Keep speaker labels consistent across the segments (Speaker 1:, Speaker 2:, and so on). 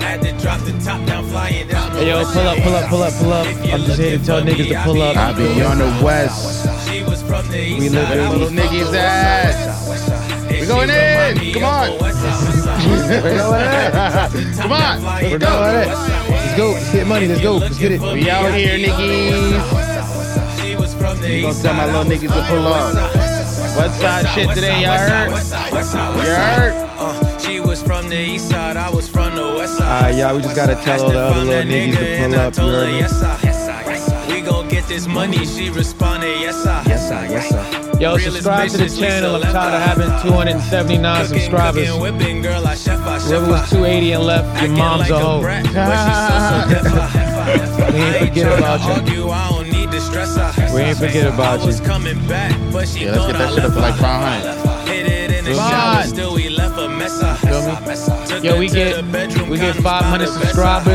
Speaker 1: the top down flying out.
Speaker 2: Hey, yo, pull up, pull up, pull up, pull up. I'm just here to tell niggas to pull up.
Speaker 3: I be on the west.
Speaker 1: She was from the east
Speaker 2: We live
Speaker 1: side.
Speaker 2: in-
Speaker 1: I was
Speaker 3: Little
Speaker 1: from the
Speaker 3: niggas
Speaker 1: west
Speaker 3: ass.
Speaker 1: side. If
Speaker 3: We going
Speaker 1: she remind
Speaker 3: in.
Speaker 1: me
Speaker 3: Come
Speaker 1: of
Speaker 3: on.
Speaker 1: the west side, west side, west side.
Speaker 3: Come on. Let's
Speaker 2: We're
Speaker 3: go.
Speaker 2: done with that. Let's go. Let's get money. Let's go. Let's get it.
Speaker 3: We out here, niggas.
Speaker 1: She was from the
Speaker 3: Gonna
Speaker 1: east
Speaker 3: tell my
Speaker 1: side.
Speaker 3: little
Speaker 1: I was
Speaker 3: niggas to pull up. West side shit today, y'all heard? You heard?
Speaker 1: Uh, she was from the east side, I was from the west side.
Speaker 2: Alright, y'all, we just gotta tell all the other little niggas to pull up. You heard me?
Speaker 1: We gon' get this money, she responded, yes I. Yes I, yes I.
Speaker 2: Yo, subscribe to the channel. I'm tired of having 279 subscribers.
Speaker 1: Cooking, whipping, girl, I chef, I chef,
Speaker 2: Whoever was 280 and left, your
Speaker 1: Acting
Speaker 2: mom's
Speaker 1: like
Speaker 2: a hoe.
Speaker 1: brat, but she's so, so deaf.
Speaker 2: We ain't
Speaker 1: I ain't
Speaker 2: forget
Speaker 1: tryna
Speaker 2: about you.
Speaker 1: argue, I don't need to stress her.
Speaker 2: We ain't forget about
Speaker 1: I was
Speaker 2: you.
Speaker 1: coming back, but she
Speaker 3: Yeah, let's get that shit up to like 500.
Speaker 1: Hit it in the
Speaker 2: Come
Speaker 1: shower,
Speaker 2: on.
Speaker 1: still we left a mess. Took
Speaker 2: Yo,
Speaker 1: her
Speaker 2: we
Speaker 1: to
Speaker 2: get-
Speaker 1: the bedroom,
Speaker 2: we get
Speaker 1: condoms by
Speaker 2: 500
Speaker 1: the bedside.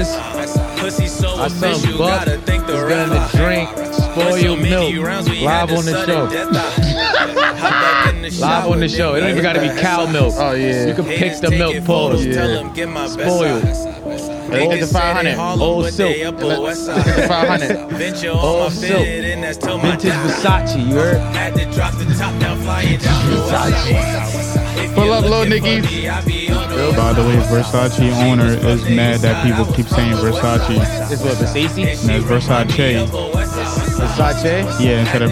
Speaker 2: subscribers.
Speaker 1: Pussy so
Speaker 2: Our son
Speaker 1: official,
Speaker 2: Buck
Speaker 1: gotta thank the
Speaker 2: is gonna
Speaker 1: rapper.
Speaker 2: drink
Speaker 1: Put so
Speaker 2: spoiled
Speaker 1: many
Speaker 2: milk
Speaker 1: rounds, we
Speaker 2: live
Speaker 1: had
Speaker 2: on the
Speaker 1: sudden
Speaker 2: show.
Speaker 1: death. uh, Hop back in the
Speaker 2: Live on
Speaker 1: shower,
Speaker 2: the show. It don't even gotta be cow milk.
Speaker 3: Oh, yeah.
Speaker 2: You can pick
Speaker 1: Haters
Speaker 2: the
Speaker 1: take
Speaker 2: milk
Speaker 1: it for
Speaker 2: pause.
Speaker 1: us,
Speaker 3: Yeah.
Speaker 1: Tell them get my best
Speaker 2: Spoiled.
Speaker 1: side. They
Speaker 3: Let's get
Speaker 1: can
Speaker 3: to
Speaker 1: say they
Speaker 3: 500.
Speaker 1: Harlem,
Speaker 2: Old
Speaker 1: but they
Speaker 2: silk.
Speaker 1: up on
Speaker 3: Let's
Speaker 1: West
Speaker 3: get to
Speaker 1: Side.
Speaker 3: 500.
Speaker 1: Venture on
Speaker 2: Old
Speaker 1: my
Speaker 2: silk.
Speaker 1: bed, and that's till my
Speaker 2: Vintage
Speaker 1: die.
Speaker 2: Versace, you heard?
Speaker 1: Had to drop the top down, flying down the West Side. If
Speaker 3: Pull
Speaker 1: you're
Speaker 3: up, little
Speaker 1: looking for
Speaker 3: niggas.
Speaker 1: me, I be on the
Speaker 4: By the way, Versace owner is mad that people keep saying Versace.
Speaker 2: This what, Versace?
Speaker 4: And it's Versace.
Speaker 2: Versace?
Speaker 4: Yeah, instead of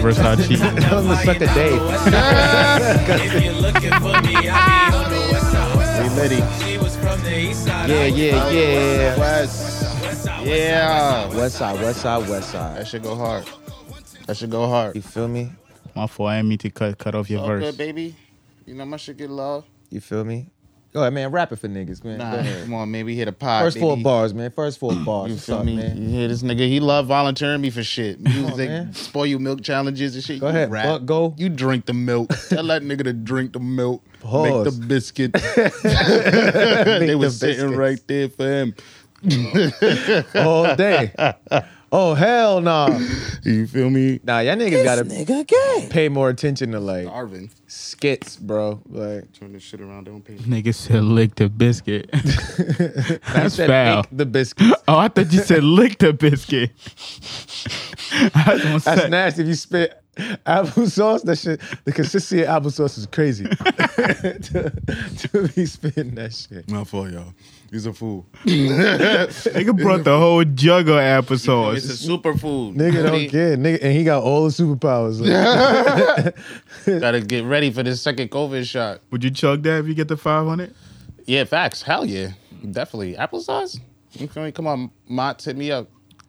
Speaker 4: Versace.
Speaker 2: Tell them to suck a day.
Speaker 1: If you're looking for me, I be on the West Side.
Speaker 3: We litty.
Speaker 1: She was from the East Side.
Speaker 2: Yeah, yeah, yeah.
Speaker 3: West. Yeah.
Speaker 2: West side, west side, west side.
Speaker 3: That should go hard. That should go hard.
Speaker 2: You feel me?
Speaker 4: My fault. I didn't mean to cut, cut off your
Speaker 3: All good,
Speaker 4: verse.
Speaker 3: baby. You know, my shit get low.
Speaker 2: You feel me? Go ahead, man. Rap it for niggas, man. Go
Speaker 3: Nah,
Speaker 2: ahead.
Speaker 3: come on, man. We hit a pod.
Speaker 2: First four
Speaker 3: baby.
Speaker 2: bars, man. First four bars.
Speaker 3: You
Speaker 2: What's
Speaker 3: feel
Speaker 2: up,
Speaker 3: me?
Speaker 2: man?
Speaker 3: You hear this nigga? He love volunteering me for shit. Music,
Speaker 2: man.
Speaker 3: spoil you milk challenges and shit.
Speaker 2: Go
Speaker 3: You
Speaker 2: ahead,
Speaker 3: rap.
Speaker 2: Buck, go.
Speaker 3: You drink the milk. Tell that nigga to drink the milk. Make
Speaker 2: Pause.
Speaker 3: the biscuit. they
Speaker 2: the
Speaker 3: was sitting
Speaker 2: biscuits.
Speaker 3: right there for him.
Speaker 2: All day. Oh hell no. Nah.
Speaker 3: You feel me?
Speaker 2: nah, y'all niggas gotta pay more attention to like
Speaker 3: Arvin,
Speaker 2: skits, bro. Like
Speaker 3: turn this shit around. Don't pay.
Speaker 4: Nigga said lick the biscuit. That's
Speaker 2: said,
Speaker 4: foul.
Speaker 2: "Make the biscuits.
Speaker 4: Oh, I thought you said lick the biscuit. I was gonna
Speaker 2: That's
Speaker 4: say-
Speaker 2: nasty. If you spit applesauce, that shit. The consistency of applesauce is crazy. to, to be spitting that shit.
Speaker 3: My fault, y'all. He's a fool.
Speaker 4: Nigga brought the whole jug of Oh,
Speaker 3: It's a
Speaker 4: applesauce.
Speaker 3: superfood.
Speaker 2: Nigga don't care. Nigga, and he got all the superpowers. Like,
Speaker 3: Gotta get ready for this second COVID shot.
Speaker 4: Would you chug that if you get the 500?
Speaker 3: Yeah, facts. Hell yeah, definitely. Applesauce. You feel me? Come on, Mott, hit me up.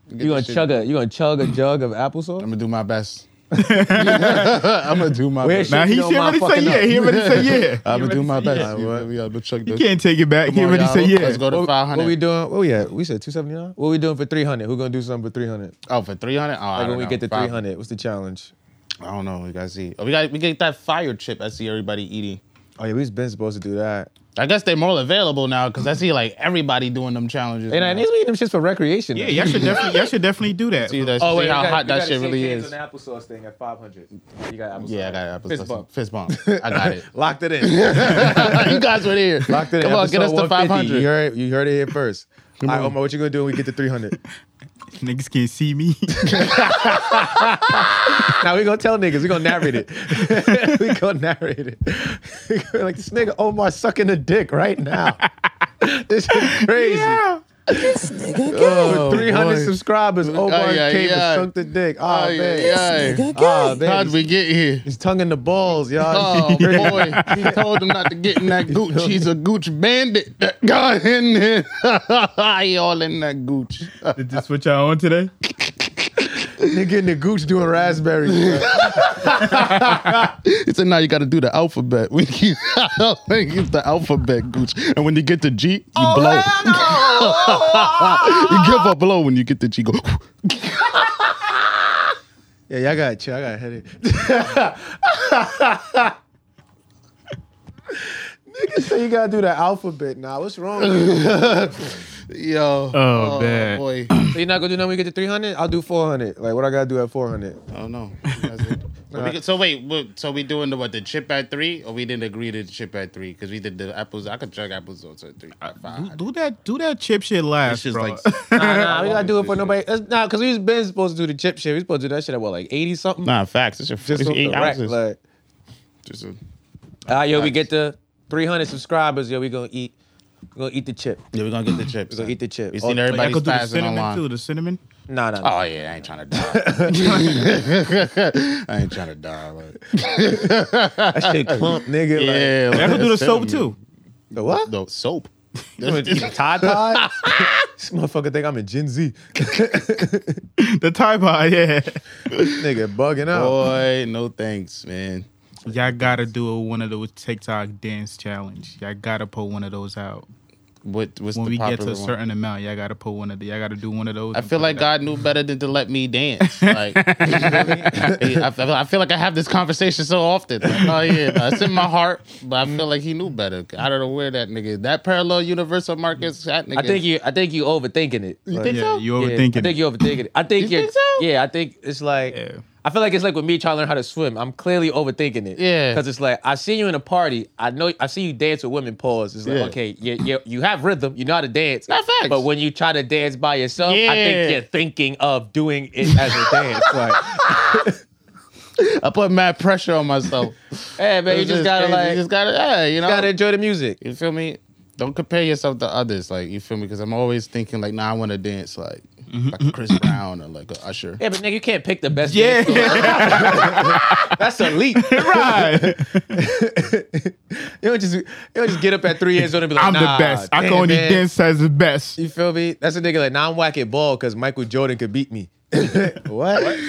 Speaker 3: Get
Speaker 2: you gonna
Speaker 3: this shit.
Speaker 2: chug a you gonna chug a jug of applesauce?
Speaker 3: I'm gonna do my best. I'm gonna do my
Speaker 2: Where
Speaker 3: best.
Speaker 2: she-
Speaker 4: Now,
Speaker 2: you
Speaker 4: he,
Speaker 2: don't
Speaker 4: he
Speaker 2: mind
Speaker 4: already said
Speaker 2: fucking
Speaker 4: yeah.
Speaker 2: up.
Speaker 4: He already said yeah.
Speaker 3: I'm
Speaker 4: He
Speaker 3: gonna do
Speaker 4: already
Speaker 3: my
Speaker 4: said
Speaker 3: best.
Speaker 4: yeah.
Speaker 3: Yeah, we gotta check
Speaker 4: You
Speaker 3: this.
Speaker 4: can't take it back.
Speaker 3: Uh, Come
Speaker 4: He
Speaker 3: on,
Speaker 4: already
Speaker 3: y'all.
Speaker 4: said
Speaker 3: Let's go
Speaker 4: yeah.
Speaker 3: to five
Speaker 2: What we
Speaker 3: hundred.
Speaker 2: doing? What we at? We said 279? What we doing for 300? Who gonna do something for 300?
Speaker 3: Oh, for three hundred. Oh, I
Speaker 2: Like
Speaker 3: don't
Speaker 2: when we
Speaker 3: know.
Speaker 2: get to
Speaker 3: Five-
Speaker 2: 300, what's the challenge?
Speaker 3: I don't know. We gotta see. Oh, we got we get that fire chip. I see everybody eating.
Speaker 2: Oh yeah, we've been supposed to do that.
Speaker 3: I guess they're more available now because I see like everybody doing them challenges.
Speaker 2: And I
Speaker 3: now.
Speaker 2: need to eat them shits for recreation.
Speaker 4: Yeah, y'all should definitely, y'all should definitely do that.
Speaker 3: see, that,
Speaker 2: Oh wait,
Speaker 3: see
Speaker 2: you
Speaker 3: how
Speaker 2: gotta-
Speaker 3: hot
Speaker 2: you
Speaker 3: that
Speaker 2: gotta
Speaker 3: shit
Speaker 2: shake
Speaker 3: really
Speaker 2: hands
Speaker 3: is.
Speaker 2: on the applesauce thing at 500. You got applesauce.
Speaker 3: Yeah, I got applesauce.
Speaker 2: Fist bump.
Speaker 3: Fist bump. I got it.
Speaker 2: Locked it in.
Speaker 3: you guys were here.
Speaker 2: Locked it in.
Speaker 3: Come on, get us
Speaker 2: Episode
Speaker 3: to
Speaker 2: 150.
Speaker 3: 500.
Speaker 2: You heard, you heard it here first. All right, Omar, what you gonna do when we get to 300?
Speaker 4: Niggas can't see me.
Speaker 2: now we gonna tell niggas. We gonna narrate it. we gonna narrate it. like this nigga Omar sucking a dick right now. this is crazy. Oh,
Speaker 3: Oh,
Speaker 2: 300
Speaker 3: boy. Mm,
Speaker 2: subscribers. Omar
Speaker 3: yeah,
Speaker 2: came
Speaker 3: yeah.
Speaker 2: and sunk the dick. Oh,
Speaker 3: Ay,
Speaker 2: man.
Speaker 3: ay, ay.
Speaker 2: Oh, man.
Speaker 3: How'd
Speaker 2: He's,
Speaker 3: we get here?
Speaker 2: he's tongue in the balls, y'all.
Speaker 3: Oh boy, he told him not to get in that gooch. He's a gooch bandit that got in there. he all in that gooch.
Speaker 4: Did this what y'all on today?
Speaker 2: Nigga in the gooch doing raspberries. bro.
Speaker 3: he said, "Now you got to do the alphabet. We keep, we keep the alphabet gooch, and when you get to G, you
Speaker 2: Oh,
Speaker 3: blow. you give a blow when you get to G. Go.
Speaker 2: yeah, y'all got to chill. I got a headache. Nigga say you gotta do the alphabet now. What's wrong? with you?
Speaker 3: Yo.
Speaker 4: Oh, man.
Speaker 3: boy. Oh,
Speaker 2: So you're not gonna do nothing when we get to 300? I'll do 400. Like, what I gotta do at 400?
Speaker 3: I don't know. You guys, We could- so wait, we- so we doing the what? The chip at three, or we didn't agree to the chip at three because we did the apples. I could chug apples also at three. At five.
Speaker 4: Do that, do that chip shit
Speaker 3: It's
Speaker 4: last,
Speaker 3: just
Speaker 4: bro.
Speaker 3: like
Speaker 2: Nah, nah, we gotta do it for nobody. That's nah, because we was been supposed to do the chip shit. We supposed to do that shit at what, like eighty something?
Speaker 3: nah facts. It's your
Speaker 2: Just
Speaker 3: it's
Speaker 2: off
Speaker 3: eight
Speaker 2: the rack,
Speaker 3: ounces.
Speaker 2: like,
Speaker 3: Just a-
Speaker 2: ah, yo, we get the three hundred subscribers. Yo, we gonna eat. We gonna eat the chip.
Speaker 3: yeah, we're gonna get the chips.
Speaker 2: gonna eat the chip.
Speaker 3: You
Speaker 2: Oh,
Speaker 3: seen
Speaker 2: I
Speaker 4: Like, I
Speaker 3: everybody's
Speaker 4: could do the
Speaker 3: passing
Speaker 4: cinnamon
Speaker 3: online.
Speaker 4: too. The cinnamon.
Speaker 2: Nah, nah. nah.
Speaker 3: Oh yeah, I ain't trying to die. I ain't trying to die. Like.
Speaker 2: That shit clump, nigga. Like,
Speaker 3: Oh, Yeah,
Speaker 4: I could do the soap too.
Speaker 2: the what?
Speaker 3: No soap.
Speaker 2: Tide Pod? this motherfucker think I'm in Gen Z.
Speaker 4: The tie pod, yeah.
Speaker 2: nigga bugging out.
Speaker 3: Boy, no thanks, man.
Speaker 4: Y'all gotta do a, one of those TikTok dance challenge. Y'all gotta pull one of those out.
Speaker 3: What was
Speaker 4: When
Speaker 3: the
Speaker 4: we
Speaker 3: popular
Speaker 4: get to a
Speaker 3: one?
Speaker 4: certain amount, y'all gotta pull one of the. Y'all gotta do one of those.
Speaker 3: I feel like God knew better than to let me dance. Like, I, feel, I feel like I have this conversation so often. Like, oh yeah, nah, it's in my heart, but I feel like he knew better. I don't know where that nigga, that parallel universe of Marcus, that nigga.
Speaker 2: I think you. I think you overthinking it. You
Speaker 3: think
Speaker 4: yeah,
Speaker 3: so?
Speaker 4: you
Speaker 2: Yeah,
Speaker 4: overthinking.
Speaker 2: I think
Speaker 4: it.
Speaker 2: you're overthinking it. I think
Speaker 3: You
Speaker 2: you are
Speaker 3: think so?
Speaker 2: Yeah, I think it's like.
Speaker 4: Yeah.
Speaker 2: I feel like it's like with me trying to learn how to swim. I'm clearly overthinking it.
Speaker 3: Yeah.
Speaker 2: Because it's like I see you in a party. I know I see you dance with women. Pause. It's like
Speaker 3: Yeah.
Speaker 2: okay, you, you you have rhythm. You know how to dance.
Speaker 3: Not facts.
Speaker 2: But when you try to dance by yourself, I
Speaker 3: Yeah.
Speaker 2: think you're thinking of doing it as a dance. Like,
Speaker 3: I put mad pressure on myself.
Speaker 2: hey man, you
Speaker 3: It's
Speaker 2: just gotta
Speaker 3: crazy.
Speaker 2: like
Speaker 3: you just gotta, yeah, you know,
Speaker 2: gotta enjoy the music.
Speaker 3: you feel me? Don't compare yourself to others, like you feel me? Because I'm always thinking, like, nah, I want to dance like like a Chris Brown or like a Usher.
Speaker 2: Mm-hmm. Yeah, but nigga, you can't pick the best.
Speaker 4: Yeah.
Speaker 2: dance floor. that's a leap. You
Speaker 4: right.
Speaker 2: don't just you don't just get up at three years old and be like,
Speaker 4: I'm
Speaker 2: nah,
Speaker 4: the best. I can
Speaker 2: damn,
Speaker 4: only
Speaker 2: man.
Speaker 4: dance as the best.
Speaker 2: You feel me? That's a nigga like, now I'm whacking ball because Michael Jordan could beat me. what?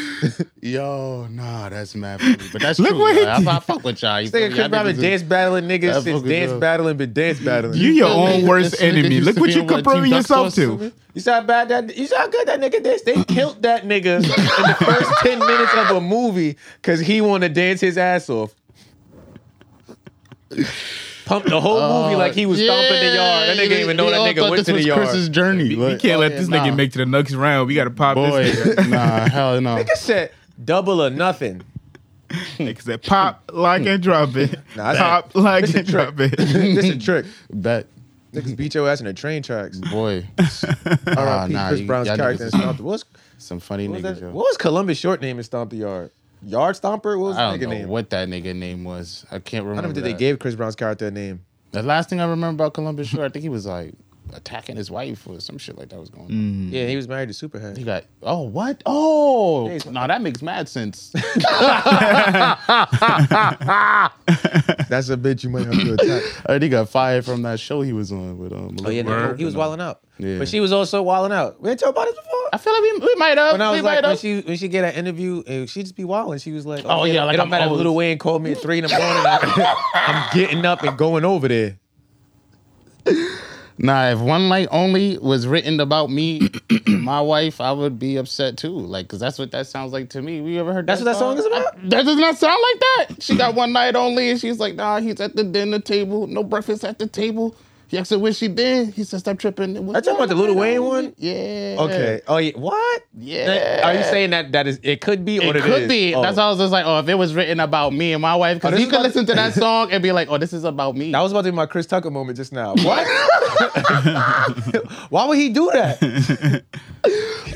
Speaker 3: Yo, nah, that's mad. funny. But that's
Speaker 4: Look
Speaker 3: true.
Speaker 4: what he
Speaker 3: like,
Speaker 4: did.
Speaker 3: I, I fuck with y'all. You feel
Speaker 2: Nigga
Speaker 3: me?
Speaker 2: Chris
Speaker 3: Y'all
Speaker 2: Brown been
Speaker 3: niggas is-
Speaker 2: dance battling niggas
Speaker 3: That's
Speaker 2: since
Speaker 3: fucking
Speaker 2: dance
Speaker 3: good.
Speaker 2: battling, been dance battling.
Speaker 4: You your
Speaker 3: feel me?
Speaker 4: own worst
Speaker 3: This nigga
Speaker 4: enemy.
Speaker 3: used
Speaker 4: Look
Speaker 3: to
Speaker 4: what
Speaker 3: be
Speaker 4: you
Speaker 3: on, what,
Speaker 4: comparing
Speaker 3: Team
Speaker 4: yourself
Speaker 3: Duck's Force
Speaker 4: to.
Speaker 2: You saw how bad that. You saw how good that nigga danced. They killed that nigga in the first ten minutes of a movie because he wanted to dance his ass off. Pumped the whole movie like he was stomping the yard. That nigga didn't even know
Speaker 3: we all
Speaker 2: that nigga
Speaker 3: thought this
Speaker 2: went to the
Speaker 3: was
Speaker 2: yard.
Speaker 3: Chris's journey.
Speaker 4: We can't let this nigga make to the next round. We gotta pop
Speaker 3: Oh, boy.
Speaker 4: this
Speaker 3: nah, hell no.
Speaker 2: Nigga said double or nothing.
Speaker 4: nigga. Said pop, like, and drop it.
Speaker 2: Nah, that's-
Speaker 4: pop, like,
Speaker 2: This a
Speaker 4: and
Speaker 2: trick.
Speaker 4: drop it.
Speaker 2: this a trick.
Speaker 3: Bet,
Speaker 2: Niggas beat your ass in the train tracks.
Speaker 3: boy.
Speaker 2: R.I.P.
Speaker 3: nah,
Speaker 2: Chris
Speaker 3: you-
Speaker 2: Brown's
Speaker 3: y'all
Speaker 2: character in
Speaker 3: niggas-
Speaker 2: Stomp the What's,
Speaker 3: Some funny
Speaker 2: what, was
Speaker 3: niggas.
Speaker 2: that,
Speaker 3: yo.
Speaker 2: what was Columbus short name in Stomp the Yard? Yard Stomper? What was
Speaker 3: I
Speaker 2: the
Speaker 3: don't
Speaker 2: nigga
Speaker 3: know
Speaker 2: name?
Speaker 3: what that nigga name was. I can't
Speaker 2: I
Speaker 3: remember.
Speaker 2: don't know if they
Speaker 3: that.
Speaker 2: gave Chris Brown's character a name.
Speaker 3: The last thing I remember about Columbus Shore, I think he was like attacking his wife or some shit like that was going on.
Speaker 2: Yeah, he was married to Superhead.
Speaker 3: He got oh what oh
Speaker 2: Yeah, he's-
Speaker 3: no that makes mad sense.
Speaker 2: That's a bitch you might have to attack.
Speaker 3: I think he got fired from that show he was on with um.
Speaker 2: oh, yeah, no,
Speaker 4: Word.
Speaker 2: he was wilding out.
Speaker 3: Yeah.
Speaker 2: But she was also wilding out. We didn't talk about this before.
Speaker 3: I feel like we, we might have.
Speaker 2: when I
Speaker 3: we
Speaker 2: was like,
Speaker 3: might
Speaker 2: when
Speaker 3: have.
Speaker 2: she when she get an interview, and she just be wilding. She was like,
Speaker 3: Oh, yeah, like
Speaker 2: it don't
Speaker 3: I'm
Speaker 2: matter. if
Speaker 3: old.
Speaker 2: Little Wayne called me at three in the morning. I, I'm getting up and going over there.
Speaker 3: Nah, if one night only was written about me, and my wife, I would be upset too. Like, cause that's what that sounds like to me. We ever heard?
Speaker 2: That's what that song is about?
Speaker 3: I- that does not sound like that. She got one night only, and she's like, nah, he's at the dinner table, no breakfast at the table. He asked her what she did. He said, stop tripping. It was
Speaker 2: Are you talking about the
Speaker 3: one
Speaker 2: Lil
Speaker 3: night
Speaker 2: Wayne
Speaker 3: only.
Speaker 2: one?
Speaker 3: Yeah.
Speaker 2: Okay. Oh yeah. What?
Speaker 3: Yeah.
Speaker 2: Are you saying that that is it could be or
Speaker 3: It
Speaker 2: it
Speaker 3: could
Speaker 2: is?
Speaker 3: be.
Speaker 2: Oh.
Speaker 3: That's why I was just like, oh, if it was written about me and my wife,
Speaker 2: Oh,
Speaker 3: because
Speaker 2: this
Speaker 3: he
Speaker 2: is
Speaker 3: could
Speaker 2: about-
Speaker 3: listen to that song and be like, oh, this is about me.
Speaker 2: That was about to be my Chris Tucker moment just now. What? Why would he do that?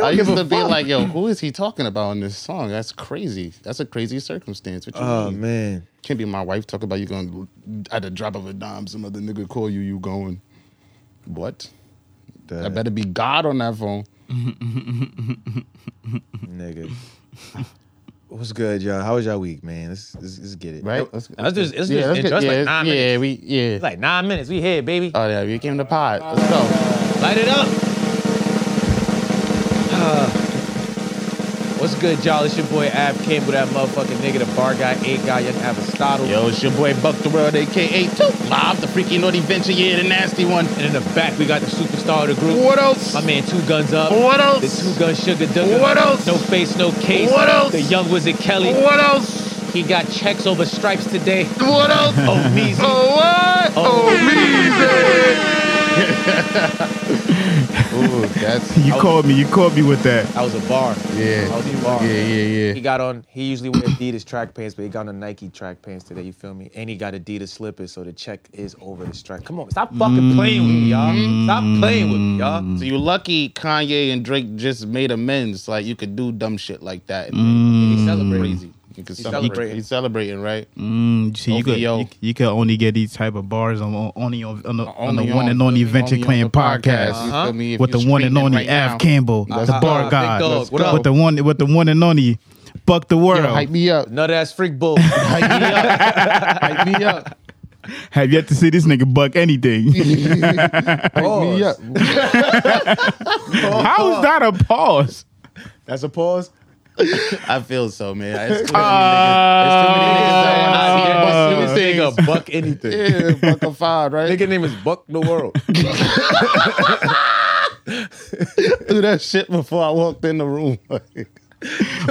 Speaker 3: I
Speaker 2: give
Speaker 3: used
Speaker 2: a
Speaker 3: to be
Speaker 2: fuck.
Speaker 3: like, yo, who is he talking about in this song? That's crazy. That's a crazy circumstance. What you
Speaker 2: Oh
Speaker 3: mean?
Speaker 2: man.
Speaker 3: Can't be my wife talking about you going at the drop of a dime, some other nigga call you, you going. What? I better be God on that phone.
Speaker 2: nigga. What's good, y'all? How was y'all week, man? Let's, let's, let's get it.
Speaker 3: Right?
Speaker 2: Let's, just, let's
Speaker 3: yeah,
Speaker 2: just
Speaker 3: let's get-
Speaker 2: enjoy. It's
Speaker 3: yeah,
Speaker 2: like nine
Speaker 3: yeah,
Speaker 2: minutes.
Speaker 3: we yeah.
Speaker 2: It's like nine minutes. We here, baby.
Speaker 3: oh yeah, we came to pod. Let's go.
Speaker 2: Light it up. Ah. what's good, y'all? It's your boy Ab Cable, that motherfucking nigga, the bar guy, eight guy, young Aristotle.
Speaker 3: Yo, it's your boy Buck the World, aka Two Live, the freaky naughty venture, yeah, the nasty one.
Speaker 2: And in the back, we got the superstar of the group.
Speaker 3: What else?
Speaker 2: My man, two guns up.
Speaker 3: What else?
Speaker 2: The two gun sugar dugger.
Speaker 3: What else?
Speaker 2: No face, no case.
Speaker 3: What else?
Speaker 2: The young wizard Kelly.
Speaker 3: What else?
Speaker 2: He got checks over stripes today.
Speaker 3: What else?
Speaker 2: Oh, measly.
Speaker 3: Oh, what?
Speaker 2: Oh,
Speaker 3: me, Ooh, that's
Speaker 4: You
Speaker 2: I was-
Speaker 4: called me. You called me with that.
Speaker 2: I was a bar.
Speaker 3: yeah,
Speaker 2: I was a bar.
Speaker 3: yeah, yeah,
Speaker 2: He
Speaker 3: yeah.
Speaker 2: got on. He usually wears Adidas track pants, but he got on Nike track pants today. You feel me? And he got Adidas slippers, so the check is over the strike. Come on, stop fucking playing with me, y'all. Stop playing with me, y'all.
Speaker 3: So you lucky Kanye and Drake just made amends. Like you could do dumb shit like that.
Speaker 4: Mm.
Speaker 2: He's celebrating.
Speaker 3: Crazy. You could
Speaker 2: He's
Speaker 3: celebrate.
Speaker 2: celebrating.
Speaker 3: He's celebrating, right?
Speaker 4: Mm, see, you could
Speaker 3: OVO.
Speaker 4: you, you could only get these type of bars on on- only on, on, the, on
Speaker 3: Only
Speaker 4: the one and
Speaker 3: on-
Speaker 4: only
Speaker 3: only
Speaker 4: Venture
Speaker 3: on
Speaker 4: Clan
Speaker 3: the
Speaker 4: podcast.
Speaker 3: You
Speaker 2: Uh-huh.
Speaker 3: feel me? If
Speaker 4: with the
Speaker 3: you're
Speaker 4: one and
Speaker 3: streaming right
Speaker 4: only Av
Speaker 3: now,
Speaker 4: Campbell,
Speaker 3: Let's
Speaker 4: the
Speaker 3: go.
Speaker 4: bar
Speaker 2: Big
Speaker 4: god.
Speaker 2: dog, what up?
Speaker 4: With the one with the one and only, fuck the world.
Speaker 3: Yo, hype me up.
Speaker 2: Nut ass freak bull.
Speaker 3: Hype me up. hype me up.
Speaker 4: Have yet to see this nigga buck anything.
Speaker 3: Hype me up.
Speaker 4: How is that a pause?
Speaker 2: That's a pause. Ah.
Speaker 3: I feel so, man. It's too many
Speaker 2: Uh,
Speaker 3: niggas. It's
Speaker 2: this
Speaker 3: too many niggas. that wanna see
Speaker 2: nigga buck anything.
Speaker 3: you bust through things. Yeah, fuck a five, right?
Speaker 2: Nigga name is Buck the World.
Speaker 3: threw that shit before I walked in the room.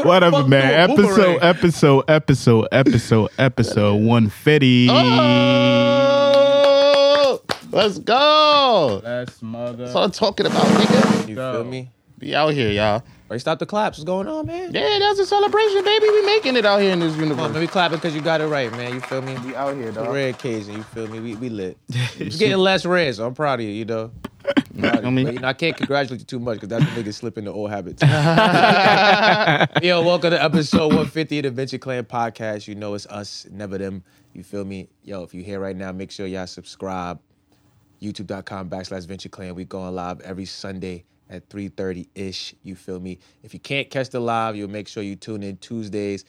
Speaker 4: Whatever,
Speaker 2: Fuck
Speaker 4: man.
Speaker 2: you, boomerang.
Speaker 4: Episode, episode, episode, episode, episode one fifty.
Speaker 3: oh, let's go.
Speaker 4: That's mother.
Speaker 3: That's what I'm talking about, nigga.
Speaker 2: You feel me?
Speaker 3: Be out here, y'all.
Speaker 2: Or you stop the claps. What's going on, man?
Speaker 3: Yeah, that's a celebration, baby. We making it out here in this
Speaker 2: Come on,
Speaker 3: universe.
Speaker 2: man. We clapping because you got it right, man. You feel me?
Speaker 3: We out here,
Speaker 2: The
Speaker 3: dog.
Speaker 2: red Cajun, you feel me? We, we lit. It's getting less red, so I'm proud of you, you know.
Speaker 3: I mean-
Speaker 2: But, you know, I can't congratulate you too much because that's the niggas slip into old habits. Yo, welcome to episode 150 of the Venture Clan podcast. You know it's us, never them. You feel me? Yo, if you're here right now, make sure y'all subscribe. YouTube.com backslash Venture Clan. We going live every Sunday at 3.30-ish. You feel me? If you can't catch the live, you'll make sure you tune in Tuesdays,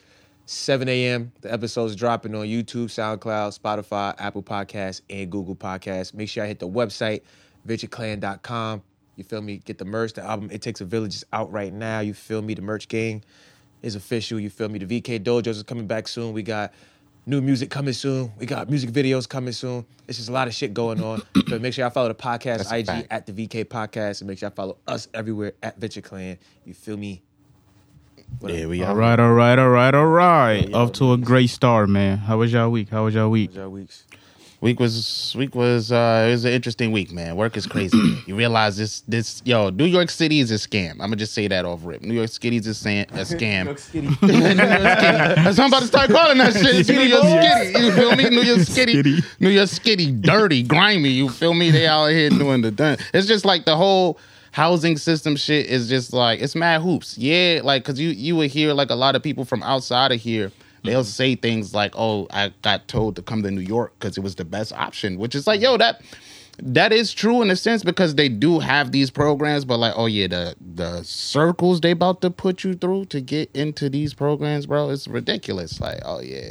Speaker 2: 7 a.m. The episode's dropping on YouTube, SoundCloud, Spotify, Apple Podcasts, and Google Podcasts. Make sure I hit the website, VentureClan.com. You feel me? Get the merch. The album It Takes a Village is out right now. You feel me? The merch gang is official. You feel me? The VK Dojos is coming back soon. We got new music coming soon. We got music videos coming soon. It's just a lot of shit going on. so make sure y'all follow the podcast
Speaker 3: a
Speaker 2: IG
Speaker 3: fact.
Speaker 2: at the VK Podcast and make sure y'all follow us everywhere at Venture Clan. You feel me?
Speaker 3: Yeah, we
Speaker 4: All
Speaker 3: out.
Speaker 4: right, all right, all right, all right. Off to a great start, man. How was y'all week? How was y'all week?
Speaker 2: Y'all weeks.
Speaker 3: Week was week was uh it was an interesting week, man. Work is crazy. you realize this this yo, New York City is a scam. I'ma just say that off rip. New York City is a, san- a scam. New York City. That's what I'm about to start calling that shit. It's New York Skitty. You feel me? New York Skitty.
Speaker 4: Skitty.
Speaker 3: New York Skitty. Dirty, grimy. You feel me? They out here doing the done. It's just like the whole housing system shit is just like it's mad hoops. Yeah, like cause you you would hear like a lot of people from outside of here. They'll say things like, "Oh, I got told to come to New York because it was the best option," which is like, "Yo, that that is true in a sense because they do have these programs, but like, oh yeah, the the circles they about to put you through to get into these programs, bro, it's ridiculous. Like, oh yeah,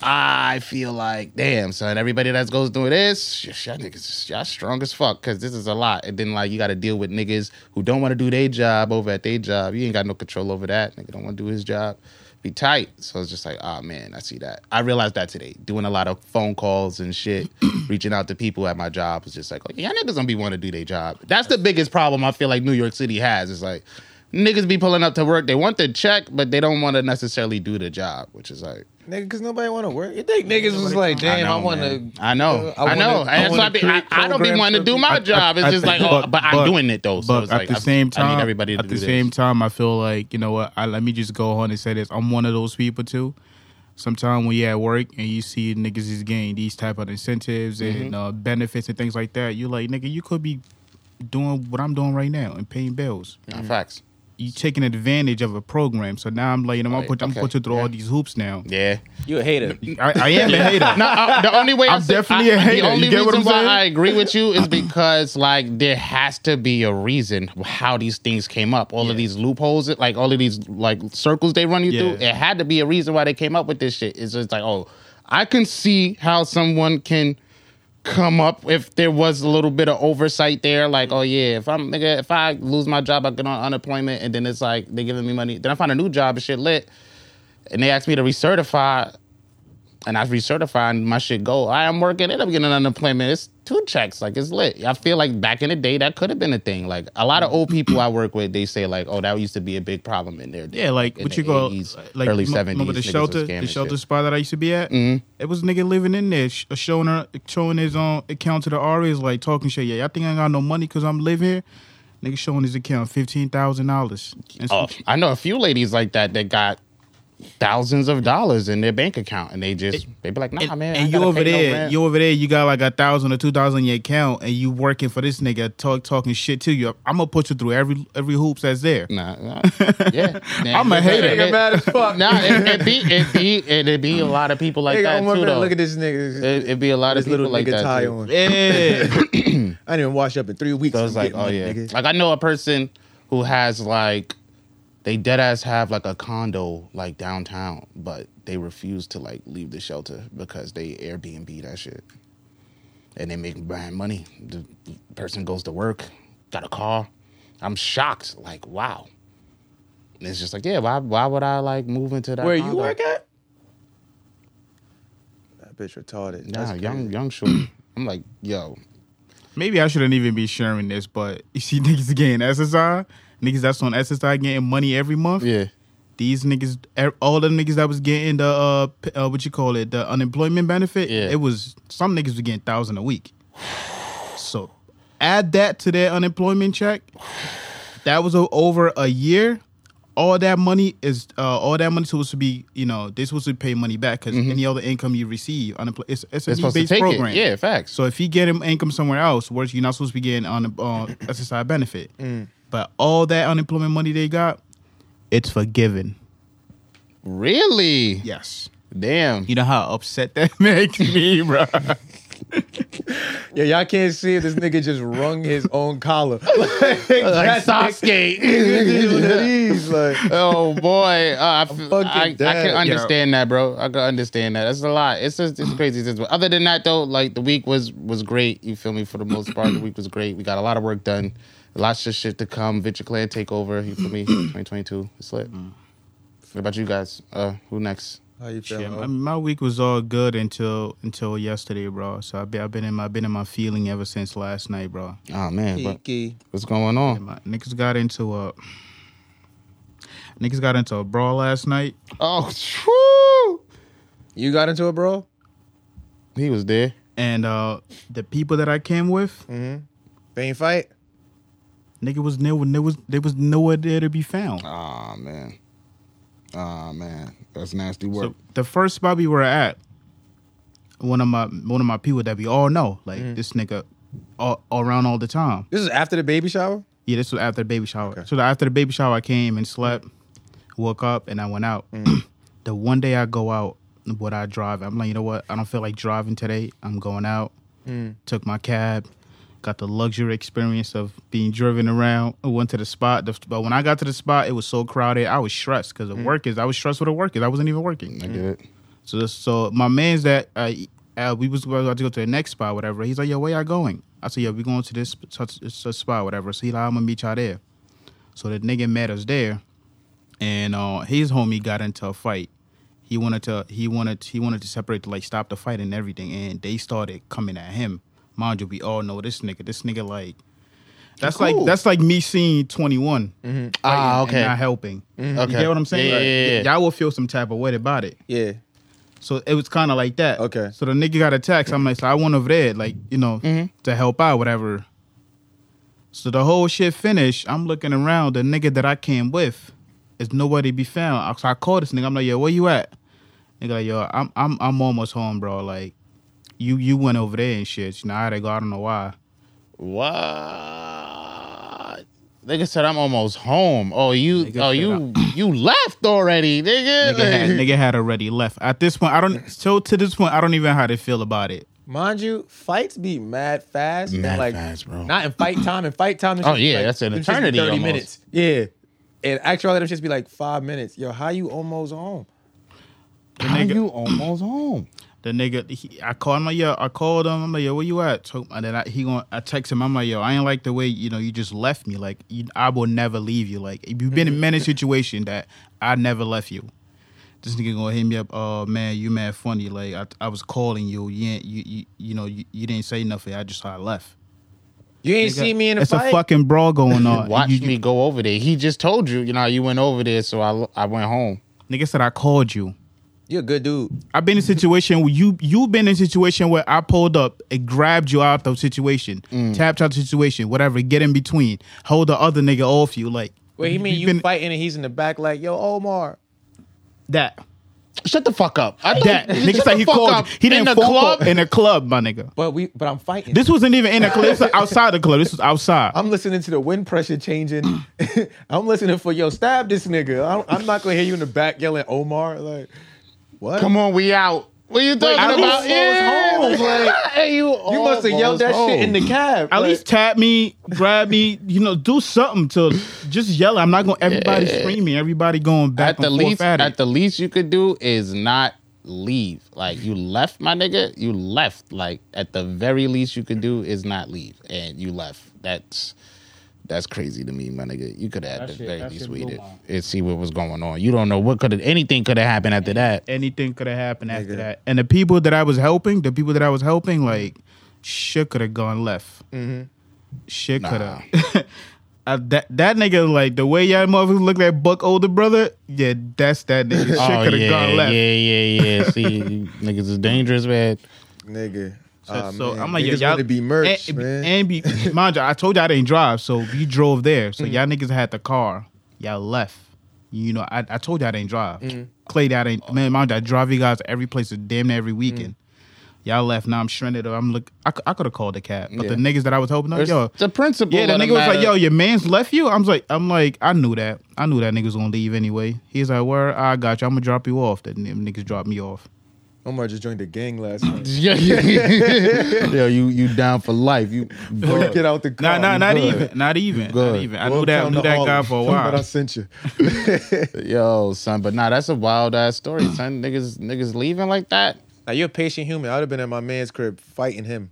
Speaker 3: I feel like damn, son. Everybody that goes through this, y- y'all niggas, y'all strong as fuck because this is a lot. And then like, you got to deal with niggas who don't want to do their job over at their job. You ain't got no control over that. Nigga don't want to do his job. Be tight. So it's just like, oh man, I see that. I realized that today. Doing a lot of phone calls and shit, reaching out to people at my job was just like, oh, y'all niggas don't be want to do their job. That's the biggest problem I feel like New York City has. It's like niggas be pulling up to work. They want the check, but they don't want to necessarily do the job, which is like.
Speaker 2: Nigga, because nobody want to work. You think niggas was like, damn, I,
Speaker 4: Oh,
Speaker 3: know,
Speaker 2: want
Speaker 3: man.
Speaker 2: to.
Speaker 3: I know. I,
Speaker 2: I wanna-
Speaker 3: know.
Speaker 2: I
Speaker 3: And that's why I,
Speaker 2: wanna
Speaker 3: be, I,
Speaker 2: create
Speaker 3: I don't be
Speaker 2: programs
Speaker 3: wanting to
Speaker 2: for
Speaker 3: do my
Speaker 4: I-
Speaker 3: job. It's
Speaker 4: I-
Speaker 3: just
Speaker 4: I
Speaker 3: like,
Speaker 4: think-
Speaker 3: oh, but I'm doing it though. So
Speaker 4: but
Speaker 3: it's
Speaker 4: at
Speaker 3: like,
Speaker 4: the
Speaker 3: I-
Speaker 4: same time,
Speaker 3: I need everybody to
Speaker 4: at
Speaker 3: do
Speaker 4: the
Speaker 3: this.
Speaker 4: same time, I feel like you know what. I, let me just go on and say this. I'm one of those people too. Sometimes when you're at work and you see niggas is getting these type of incentives
Speaker 3: Mm-hmm.
Speaker 4: and uh, benefits and things like that, you're like, nigga, you could be doing what I'm doing right now and paying bills.
Speaker 3: Nah, facts.
Speaker 4: You taking advantage of a program. So now I'm like, you know, I'm
Speaker 3: Right,
Speaker 4: put, I'm
Speaker 3: okay,
Speaker 4: put you through
Speaker 3: yeah.
Speaker 4: all these hoops now.
Speaker 3: Yeah.
Speaker 2: You a hater.
Speaker 4: I, I am a hater.
Speaker 3: No, uh, the only way I
Speaker 4: I'm
Speaker 3: said-
Speaker 4: definitely
Speaker 3: I-
Speaker 4: a hater.
Speaker 3: The only
Speaker 4: You get what
Speaker 3: reason
Speaker 4: I'm
Speaker 3: why
Speaker 4: saying?
Speaker 3: I agree with you is because like there has to be a reason how these things came up. All of these loopholes, like all of these like circles they run you
Speaker 4: Yeah.
Speaker 3: through. It had to be a reason why they came up with this shit. It's just like, oh, I can see how someone can come up if there was a little bit of oversight there. Like, oh yeah, if I'm nigga, if I lose my job, I get on unemployment, and then it's like they giving me money. Then I find a new job and shit lit, and they ask me to recertify, and I recertify and my shit go. I am working, end up getting unemployment. It's two checks, like it's lit. I feel like back in the day that could have been a thing. Like a lot of old people I work with, they say like, oh, that used to be a big problem in there.
Speaker 4: Yeah, like
Speaker 3: in
Speaker 4: what
Speaker 3: the
Speaker 4: you call
Speaker 3: 80s,
Speaker 4: like
Speaker 3: early
Speaker 4: m-
Speaker 3: seventies.
Speaker 4: Remember the shelter, the shelter spot that I used to be at? Mm-hmm. It was nigga living in there, sh- showing her, showing his own account to the RAs, like talking shit. Yeah, I think I ain't got no money because I'm living here. Nigga showing his account fifteen thousand dollars.
Speaker 3: Oh, I know a few ladies like that that got thousands of dollars in their bank account, and they just they be like, "Nah,
Speaker 4: and,
Speaker 3: man."
Speaker 4: and
Speaker 3: I
Speaker 4: you
Speaker 3: gotta
Speaker 4: over
Speaker 3: pay no
Speaker 4: there,
Speaker 3: rent."
Speaker 4: you over there, you got like a thousand or two thousand in your account, and you working for this nigga talk talking shit to you. I'm gonna put you through every every hoops that's there.
Speaker 3: Nah, nah. yeah. Nah,
Speaker 4: I'm a
Speaker 3: you
Speaker 4: hater.
Speaker 3: right.
Speaker 2: Nigga mad as fuck.
Speaker 3: Nah, it, it be it be it, it be a lot of people like
Speaker 2: Nigga,
Speaker 3: that
Speaker 2: I'm up
Speaker 3: too.
Speaker 2: here,
Speaker 3: Though
Speaker 2: look at this nigga.
Speaker 3: it, it be a lot
Speaker 2: this
Speaker 3: of people
Speaker 2: little
Speaker 3: like
Speaker 2: nigga
Speaker 3: that.
Speaker 2: tie
Speaker 3: Too.
Speaker 2: on.
Speaker 4: Yeah,
Speaker 2: I didn't wash up in three weeks.
Speaker 3: So it's
Speaker 2: I'm
Speaker 3: like,
Speaker 2: getting
Speaker 3: oh
Speaker 2: money,
Speaker 3: yeah.
Speaker 2: nigga.
Speaker 3: Like I know a person who has like they dead ass have like a condo like downtown, but they refuse to like leave the shelter because they Airbnb that shit. And they make bad money. The person goes to work, got a car. I'm shocked. Like, wow. And it's just like, yeah, why why would I like move into that?
Speaker 2: Where you
Speaker 3: condo?
Speaker 2: work at? That bitch retarded.
Speaker 3: Nah,
Speaker 2: That's
Speaker 3: young young shorty. I'm like, yo,
Speaker 4: maybe I shouldn't even be sharing this, but you see niggas getting SSI, niggas that's on SSI getting money every month.
Speaker 3: yeah,
Speaker 4: These niggas, er- all them niggas that was getting the uh, p- uh what you call it, the unemployment benefit.
Speaker 3: Yeah.
Speaker 4: It was some niggas was getting thousand a week. So add that to their unemployment check. That was o- over a year. All that money is uh, all that money supposed to be you know they supposed to pay money back because any other income you receive unemployment it's, it's
Speaker 3: Mm-hmm.
Speaker 4: a
Speaker 3: they're supposed to
Speaker 4: based
Speaker 3: take
Speaker 4: program
Speaker 3: it. Yeah, facts.
Speaker 4: so if you get him income somewhere else, whereas you're not supposed to be getting on uh, SSI benefit, but all that unemployment money they got, it's forgiven.
Speaker 3: really?
Speaker 4: Yes.
Speaker 3: Damn.
Speaker 4: You know how upset that makes me, bro.
Speaker 2: Yeah, y'all can't see it. This nigga just wrung his own collar. like,
Speaker 3: like
Speaker 2: that's
Speaker 3: Sasuke.
Speaker 2: like,
Speaker 3: oh boy, uh, I, feel,
Speaker 2: fucking
Speaker 3: I, I
Speaker 2: dead,
Speaker 3: can
Speaker 2: yo.
Speaker 3: understand that, bro. I can understand that. That's a lot. It's just it's crazy. It's- Other than that, though, like the week was was great. You feel me? For the most part, the week was great. We got a lot of work done. Lots of shit to come. Venture Clan takeover. You feel me? 2022. It's lit. What about you guys? Uh, who next?
Speaker 2: how you
Speaker 4: Yeah,
Speaker 2: feeling? Oh,
Speaker 4: I mean, my week was all good until until yesterday, bro. So I've been, I've been in my been in my feeling ever since last night, bro.
Speaker 3: Oh man, what,
Speaker 2: Kiki.
Speaker 3: what's going on?
Speaker 4: My niggas got into a niggas got into a brawl last night.
Speaker 3: Oh, whew.
Speaker 2: You got into it, bro?
Speaker 3: he was there.
Speaker 4: And uh the people that I came with,
Speaker 2: They ain't fight?
Speaker 4: nigga was nowhere there was there was nowhere there to be found.
Speaker 3: Oh man. Oh man, that's nasty work.
Speaker 4: So the first spot we were at, one of my one of my people that we all know, like this nigga, all, all around all the time.
Speaker 2: This is after the baby shower?
Speaker 4: Yeah, this was after the baby shower. So the, after the baby shower, I came and slept, woke up, and I went out. the one day I go out, what I drive, I'm like, you know what? I don't feel like driving today. I'm going out. Took my cab. Got the luxury experience of being driven around. I Went to the spot, The- but when I got to the spot, it was so crowded. I was stressed because the workers. I was stressed with the workers. I wasn't even working.
Speaker 3: I get it.
Speaker 4: So this, so my man's that uh, uh, we was about to go to the next spot, whatever. He's like, yo, where y'all going? I said, yo, we going to this such, such spot, whatever. So he like, I'm gonna meet y'all there. So the nigga met us there, and uh, his homie got into a fight. He wanted to he wanted he wanted to separate to like stop the fight and everything, and they started coming at him. Mind you, we all know this nigga. This nigga like. That's
Speaker 3: Cool.
Speaker 4: like that's like me seeing 21
Speaker 3: Ah,
Speaker 4: and not helping.
Speaker 3: Okay.
Speaker 4: You get what I'm saying?
Speaker 3: Yeah, yeah, yeah,
Speaker 4: Like,
Speaker 3: yeah.
Speaker 4: Y'all will feel some type of way about it.
Speaker 2: Yeah.
Speaker 4: So it was kind of like that.
Speaker 2: Okay.
Speaker 4: So the nigga got attacked. I'm like, so I went over there, like, you know,
Speaker 3: Mm-hmm.
Speaker 4: to help out, whatever. So the whole shit finished. I'm looking around. The nigga that I came with is nowhere to be found. I- So I called this nigga. I'm like, yo, where you at? Nigga, like, yo, I'm I'm I'm almost home, bro. Like, you you went over there and shit. You know, I had to go. I don't know why.
Speaker 3: What? Nigga said I'm almost home. Oh you,
Speaker 4: Nigga
Speaker 3: oh
Speaker 4: said
Speaker 3: you, you left already, nigga.
Speaker 4: Nigga had, nigga had already left. At this point, I don't. So to this point, I don't even know how to feel about it.
Speaker 2: Mind you, fights be mad fast. and,
Speaker 3: Mad
Speaker 2: like,
Speaker 3: fast, bro.
Speaker 2: Not in fight time. In fight time, them
Speaker 3: Oh,
Speaker 2: shits be,
Speaker 3: yeah,
Speaker 2: like-
Speaker 3: that's an
Speaker 2: them shits be
Speaker 3: eternity almost.
Speaker 2: minutes. Yeah. And actually, them just be like five minutes. Yo, how you almost home?
Speaker 3: How
Speaker 4: nigga-
Speaker 3: you almost home?
Speaker 4: The nigga, he, I called him like, yo, I called him. I'm like, yo, where you at? So- And then I, he going, I text him. I'm like, yo, I ain't like the way you know you just left me. Like, you, I will never leave you. Like, you've been in many situation that I never left you. This nigga gonna hit me up. Oh man, you mad funny. Like, I, I was calling you. You ain't, you, you, you know, you, you didn't say nothing. I just I left.
Speaker 2: You ain't see me in a
Speaker 4: it's
Speaker 2: fight?
Speaker 4: a fucking brawl going on.
Speaker 3: Watch
Speaker 4: You- Uh, you-
Speaker 3: me go over there. He just told you, you know, you went over there, so I, I went home.
Speaker 4: Nigga said I called you.
Speaker 2: You're a good dude.
Speaker 4: I've been in a situation where you you've been in a situation where I pulled up and grabbed you out the situation, tapped out the situation, whatever. Get in between, hold the other nigga off you, like
Speaker 2: Wait, he mean you
Speaker 4: been-
Speaker 2: fighting and he's in the back like, yo, Omar.
Speaker 4: that.
Speaker 3: Shut the fuck up. I
Speaker 4: That
Speaker 3: thought-
Speaker 4: nigga
Speaker 3: shut
Speaker 4: said
Speaker 3: the
Speaker 4: he
Speaker 3: fuck
Speaker 4: called.
Speaker 3: up.
Speaker 4: you. He
Speaker 3: in
Speaker 4: didn't
Speaker 3: the
Speaker 4: phone call-
Speaker 3: club.
Speaker 4: in a club, my nigga.
Speaker 2: But we but I'm fighting.
Speaker 4: This wasn't even in a club. This was outside the club. This was outside.
Speaker 2: I'm listening to the wind pressure changing. I'm listening for yo, stab this nigga. I'm, I'm not gonna hear you in the back yelling Omar. Like, what?
Speaker 3: Come on, we out. What you talking
Speaker 4: at least
Speaker 3: about?
Speaker 4: Foles
Speaker 3: Yeah.
Speaker 2: home, like,
Speaker 3: Hey, you
Speaker 2: You must have yelled that shit in the cab.
Speaker 4: At
Speaker 2: like-
Speaker 4: least tap me, grab me, you know, do something to just yell. I'm not going. Everybody screaming. Everybody going back
Speaker 3: At the
Speaker 4: and
Speaker 3: least,
Speaker 4: forth at,
Speaker 3: at
Speaker 4: it.
Speaker 3: the least you could do is not leave. Like you left, my nigga. You left. Like at the very least you could do is not leave, and you left. That's that's crazy to me, my nigga. You could have at the
Speaker 4: shit-
Speaker 3: very
Speaker 4: that
Speaker 3: least
Speaker 4: shit
Speaker 3: waited
Speaker 4: blew my-
Speaker 3: and see what was going on. You don't know what could have anything could have happened after that.
Speaker 4: Anything could have happened after
Speaker 2: Nigga.
Speaker 4: that. And the people that I was helping, the people that I was helping,
Speaker 3: Mm-hmm.
Speaker 4: like shit could have gone left. Shit could have. I, that that nigga like the way y'all motherfuckers look at Buck older brother. Yeah, that's that nigga. Shit
Speaker 3: oh
Speaker 4: could have
Speaker 3: yeah,
Speaker 4: gone left.
Speaker 3: yeah, yeah, yeah. See, you niggas is dangerous, man.
Speaker 2: nigga.
Speaker 4: So,
Speaker 2: Aw,
Speaker 4: so
Speaker 2: Ah, man.
Speaker 4: I'm like,
Speaker 2: niggas
Speaker 4: yeah, y'all
Speaker 2: wanna be merch,
Speaker 4: and,
Speaker 2: man.
Speaker 4: and be, mind you, I told you I didn't drive, so you drove there.
Speaker 2: Mm.
Speaker 4: So y'all niggas had the car, y'all left. You know, I, I told you I didn't drive.
Speaker 2: Mm.
Speaker 4: Clay, that ain't man. Mind you, I drive you guys every place, damn near
Speaker 2: Mm.
Speaker 4: every weekend. Y'all left. Now I'm stranded. Or I'm look. I, cou- I could have called the cab, but the niggas that I was helping, up, yo,
Speaker 3: the principle.
Speaker 4: yeah, the
Speaker 3: of
Speaker 4: nigga was like,
Speaker 3: matter-
Speaker 4: yo, your man's left you. I'm like, I'm like, I knew that. I knew that nigga was gonna leave anyway. He's like, where? I got you. I'm gonna drop you off. That them niggas dropped me off.
Speaker 2: Omar just joined the gang last night.
Speaker 3: Yeah, yeah, yeah. Yo, you you down for life. You
Speaker 2: Before you get out the car.
Speaker 4: Nah, nah,
Speaker 2: you
Speaker 4: not
Speaker 2: good.
Speaker 4: even, not even, not
Speaker 3: Good.
Speaker 4: even. I
Speaker 2: Welcome
Speaker 4: knew that, I knew
Speaker 2: to
Speaker 4: that guy
Speaker 2: Harlem.
Speaker 4: for a
Speaker 2: Tell 'em that I
Speaker 4: while.
Speaker 2: sent you.
Speaker 3: yo, son, but nah, that's a wild ass story, son. Niggas niggas leaving like that.
Speaker 2: Now you're a patient human. I would have been at my man's crib fighting him.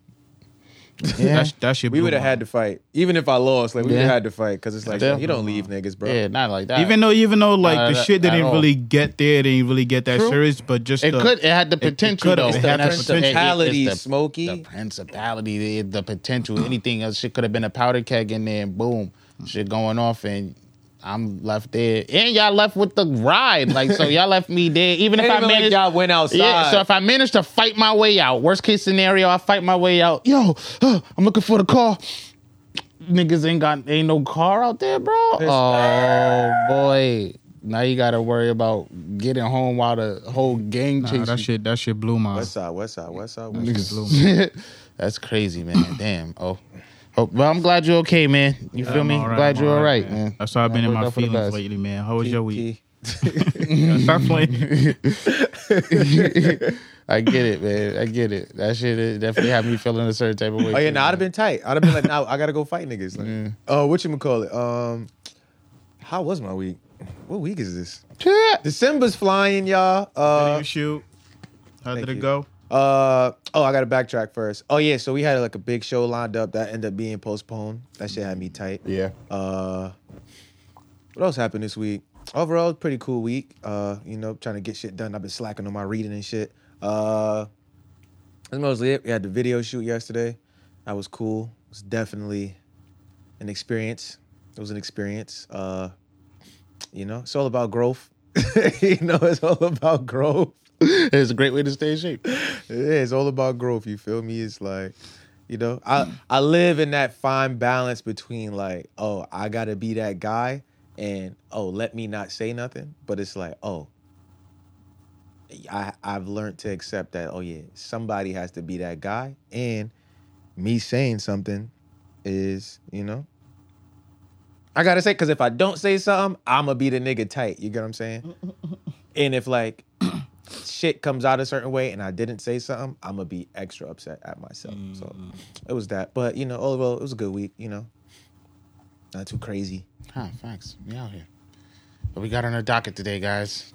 Speaker 3: Yeah.
Speaker 4: That, that shit.
Speaker 2: We
Speaker 4: blew
Speaker 2: would have
Speaker 4: my
Speaker 2: had to fight, even if I lost. Like we would
Speaker 3: Yeah.
Speaker 2: have had to fight because it's like
Speaker 3: Yeah.
Speaker 2: you don't leave niggas, bro.
Speaker 3: Yeah, not like that.
Speaker 4: Even though, even though, like
Speaker 3: Uh,
Speaker 4: the shit
Speaker 3: at
Speaker 4: didn't
Speaker 3: all.
Speaker 4: really get there, didn't really get that
Speaker 3: True.
Speaker 4: serious. But just
Speaker 3: it
Speaker 4: the,
Speaker 3: could, it had the potential.
Speaker 4: could have.
Speaker 3: though.
Speaker 4: It
Speaker 3: It's the
Speaker 4: had the
Speaker 3: princi- it-
Speaker 2: Principality,
Speaker 3: it's the-
Speaker 2: Smokey.
Speaker 3: The principality, the, the potential, anything else. Shit could have been a powder keg in there, and boom, shit going off, and I'm left there. And y'all left with the ride, like so. Y'all left me there, even if
Speaker 2: Ain't
Speaker 3: I
Speaker 2: even like
Speaker 3: managed.
Speaker 2: y'all went outside.
Speaker 3: Yeah, so if I managed to fight my way out, worst case scenario, I fight my way out. Yo, uh, I'm looking for the car. Niggas ain't got ain't no car out there, bro. Oh boy. Now you gotta worry about getting home while the whole gang
Speaker 4: Nah,
Speaker 3: chasing.
Speaker 4: that shit, that shit blew my.
Speaker 2: West side, west side, west side, west side.
Speaker 3: Niggas- That's crazy, man. Damn. Oh. oh. Well, I'm glad you're okay, man. You feel me?
Speaker 4: I'm all right,
Speaker 3: glad
Speaker 4: I'm
Speaker 3: you're all right,
Speaker 4: man.
Speaker 3: man.
Speaker 4: That's how I've been in
Speaker 3: Worked
Speaker 4: my
Speaker 3: out for the
Speaker 4: feelings
Speaker 3: best.
Speaker 4: lately, man. How was your week?
Speaker 2: Key.
Speaker 4: Stop playing.
Speaker 3: I get it, man. I get it. That shit it definitely had me feeling a certain type of way.
Speaker 2: Oh yeah,
Speaker 3: too,
Speaker 2: nah, I'd
Speaker 3: man.
Speaker 2: have been tight. I'd have been like, now I gotta go fight niggas. Like, oh, what you call it? Um, how was my week? What week is this? December's flying, y'all.
Speaker 4: How
Speaker 2: Uh,
Speaker 4: did you shoot? How did
Speaker 2: thank
Speaker 4: it
Speaker 2: you.
Speaker 4: go?
Speaker 2: Uh oh, I gotta backtrack first. Oh yeah, so we had like a big show lined up that ended up being postponed. That shit had me tight.
Speaker 3: Yeah.
Speaker 2: Uh what else happened this week? Overall, pretty cool week. Uh, you know, trying to get shit done. I've been slacking on my reading and shit. Uh that's mostly it. We had the video shoot yesterday. That was cool. It was definitely an experience. It was an experience. Uh you know, it's all about growth. you know, it's all about growth.
Speaker 3: it's a great way to stay in shape.
Speaker 2: Yeah, it's all about growth. You feel me? It's like, you know, I I live in that fine balance between like, oh, I gotta be that guy, and oh, let me not say nothing. But it's like, oh, I I've learned to accept that. Oh yeah, somebody has to be that guy, and me saying something is, you know. I gotta say, cause if I don't say something, I'ma be the nigga tight. You get what I'm saying? and if like shit comes out a certain way and I didn't say something, I'm gonna be extra upset at myself. So it was that. But you know, overall, it was a good week. You know, not too crazy.
Speaker 3: Huh, thanks. We out here. What we got on our docket today, guys?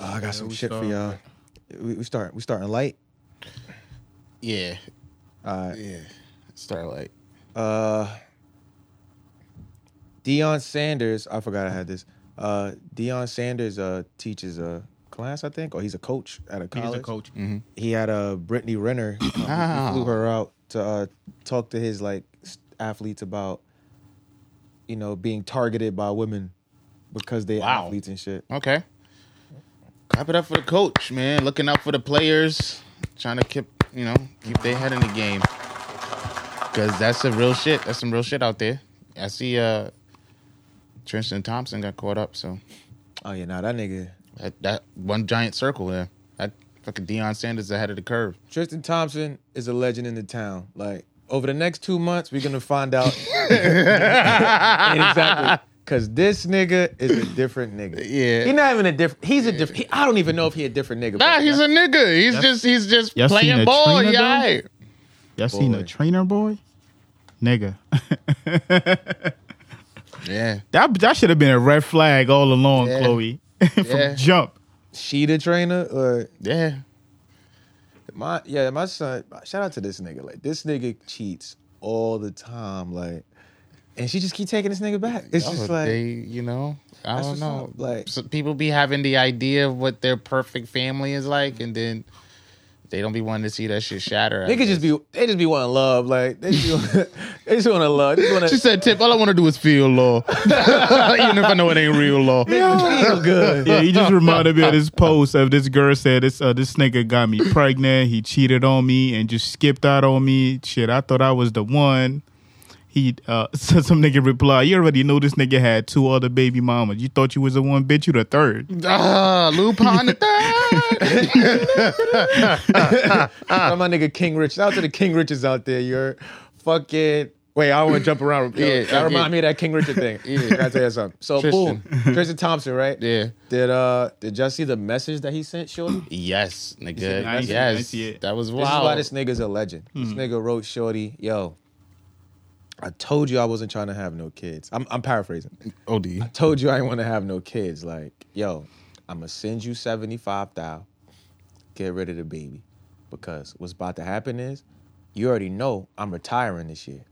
Speaker 2: Oh, I got some
Speaker 4: we
Speaker 2: shit for
Speaker 4: starting
Speaker 2: y'all. We, we start. We starting light.
Speaker 3: Yeah.
Speaker 2: All right.
Speaker 3: Yeah. Starlight.
Speaker 2: Uh, Deion Sanders. I forgot I had this. Uh, Deion Sanders uh, teaches a class, I think, or he's a coach at a college.
Speaker 4: He's a coach.
Speaker 3: Mm-hmm.
Speaker 2: he had uh, Brittany Renner. um, he
Speaker 3: Ah.
Speaker 2: flew her out to uh, talk to his like s- athletes about, you know, being targeted by women because they
Speaker 3: Wow.
Speaker 2: athletes and shit.
Speaker 3: Okay. clap it up for the coach, man. Looking out for the players, trying to keep you know keep their head in the game. Cause that's some real shit. That's some real shit out there. I see. uh Tristan Thompson got caught up, so
Speaker 2: Oh yeah, nah, that nigga
Speaker 3: that, that one giant circle there. That fucking Deion Sanders ahead of the curve.
Speaker 2: Tristan Thompson is a legend in the town. Like over the next two months, we're gonna find out exactly. Cause this nigga is a different nigga.
Speaker 3: Yeah.
Speaker 2: he's not even a different. He's a different. I don't even know if he a different nigga.
Speaker 3: Nah,
Speaker 2: but
Speaker 3: he's a nigga. He's just he's just
Speaker 4: Y'all seen
Speaker 3: playing
Speaker 4: the
Speaker 3: ball.
Speaker 4: trainer,
Speaker 3: Yeah.
Speaker 4: though? Y'all seen
Speaker 2: Boy.
Speaker 4: a trainer boy? Nigga.
Speaker 3: Yeah.
Speaker 4: that that should have been a red flag all along,
Speaker 3: Yeah.
Speaker 4: Chloe. From
Speaker 3: Yeah.
Speaker 4: jump.
Speaker 2: she the trainer or
Speaker 3: Yeah.
Speaker 2: my yeah my son. Shout out to this nigga. Like this nigga cheats all the time. Like, and she just keep taking this nigga back. It's
Speaker 3: Oh,
Speaker 2: just like
Speaker 3: they, you know, I
Speaker 2: That's
Speaker 3: don't
Speaker 2: what's
Speaker 3: know.
Speaker 2: up, like-
Speaker 3: so people be having the idea of what their perfect family is like, and then they don't be wanting to see that shit shatter.
Speaker 2: they could just be they just be wanting love. Like they just want, they just want to love. They just want to.
Speaker 3: She said, "Tip, all I want to do is feel law, even if I know it ain't real law."
Speaker 2: feel good.
Speaker 4: Yeah, he just reminded me of this post of this girl said this uh, this nigga got me pregnant. He cheated on me and just skipped out on me. Shit, I thought I was the one. He uh so some nigga replied, You already know this nigga had two other baby mamas. You thought you was the one, bitch, you the third.
Speaker 3: Ah, Lupin the third. Ah.
Speaker 2: Shout out my nigga King Rich. Shout out to the King Riches out there. You're fucking. Wait, I don't want to jump around. Yo,
Speaker 3: Yeah,
Speaker 2: that
Speaker 3: yeah.
Speaker 2: remind me of that King Richard thing. I gotta tell you something. So
Speaker 3: Tristan.
Speaker 2: boom, Tristan Thompson, right?
Speaker 3: Yeah.
Speaker 2: Did uh did y'all see the message that he sent? Shorty.
Speaker 3: Yes, nigga.
Speaker 4: I see- I
Speaker 3: yes,
Speaker 4: see it.
Speaker 3: that was
Speaker 2: This is Hmm. why
Speaker 3: wild.
Speaker 2: this nigga's a legend. This nigga wrote Shorty, yo. I told you I wasn't trying to have no kids. I'm, I'm paraphrasing.
Speaker 3: Od.
Speaker 2: told you I didn't want to have no kids. Like, yo, I'm gonna send you seventy five thousand. Get rid of the baby, because what's about to happen is, you already know I'm retiring this year.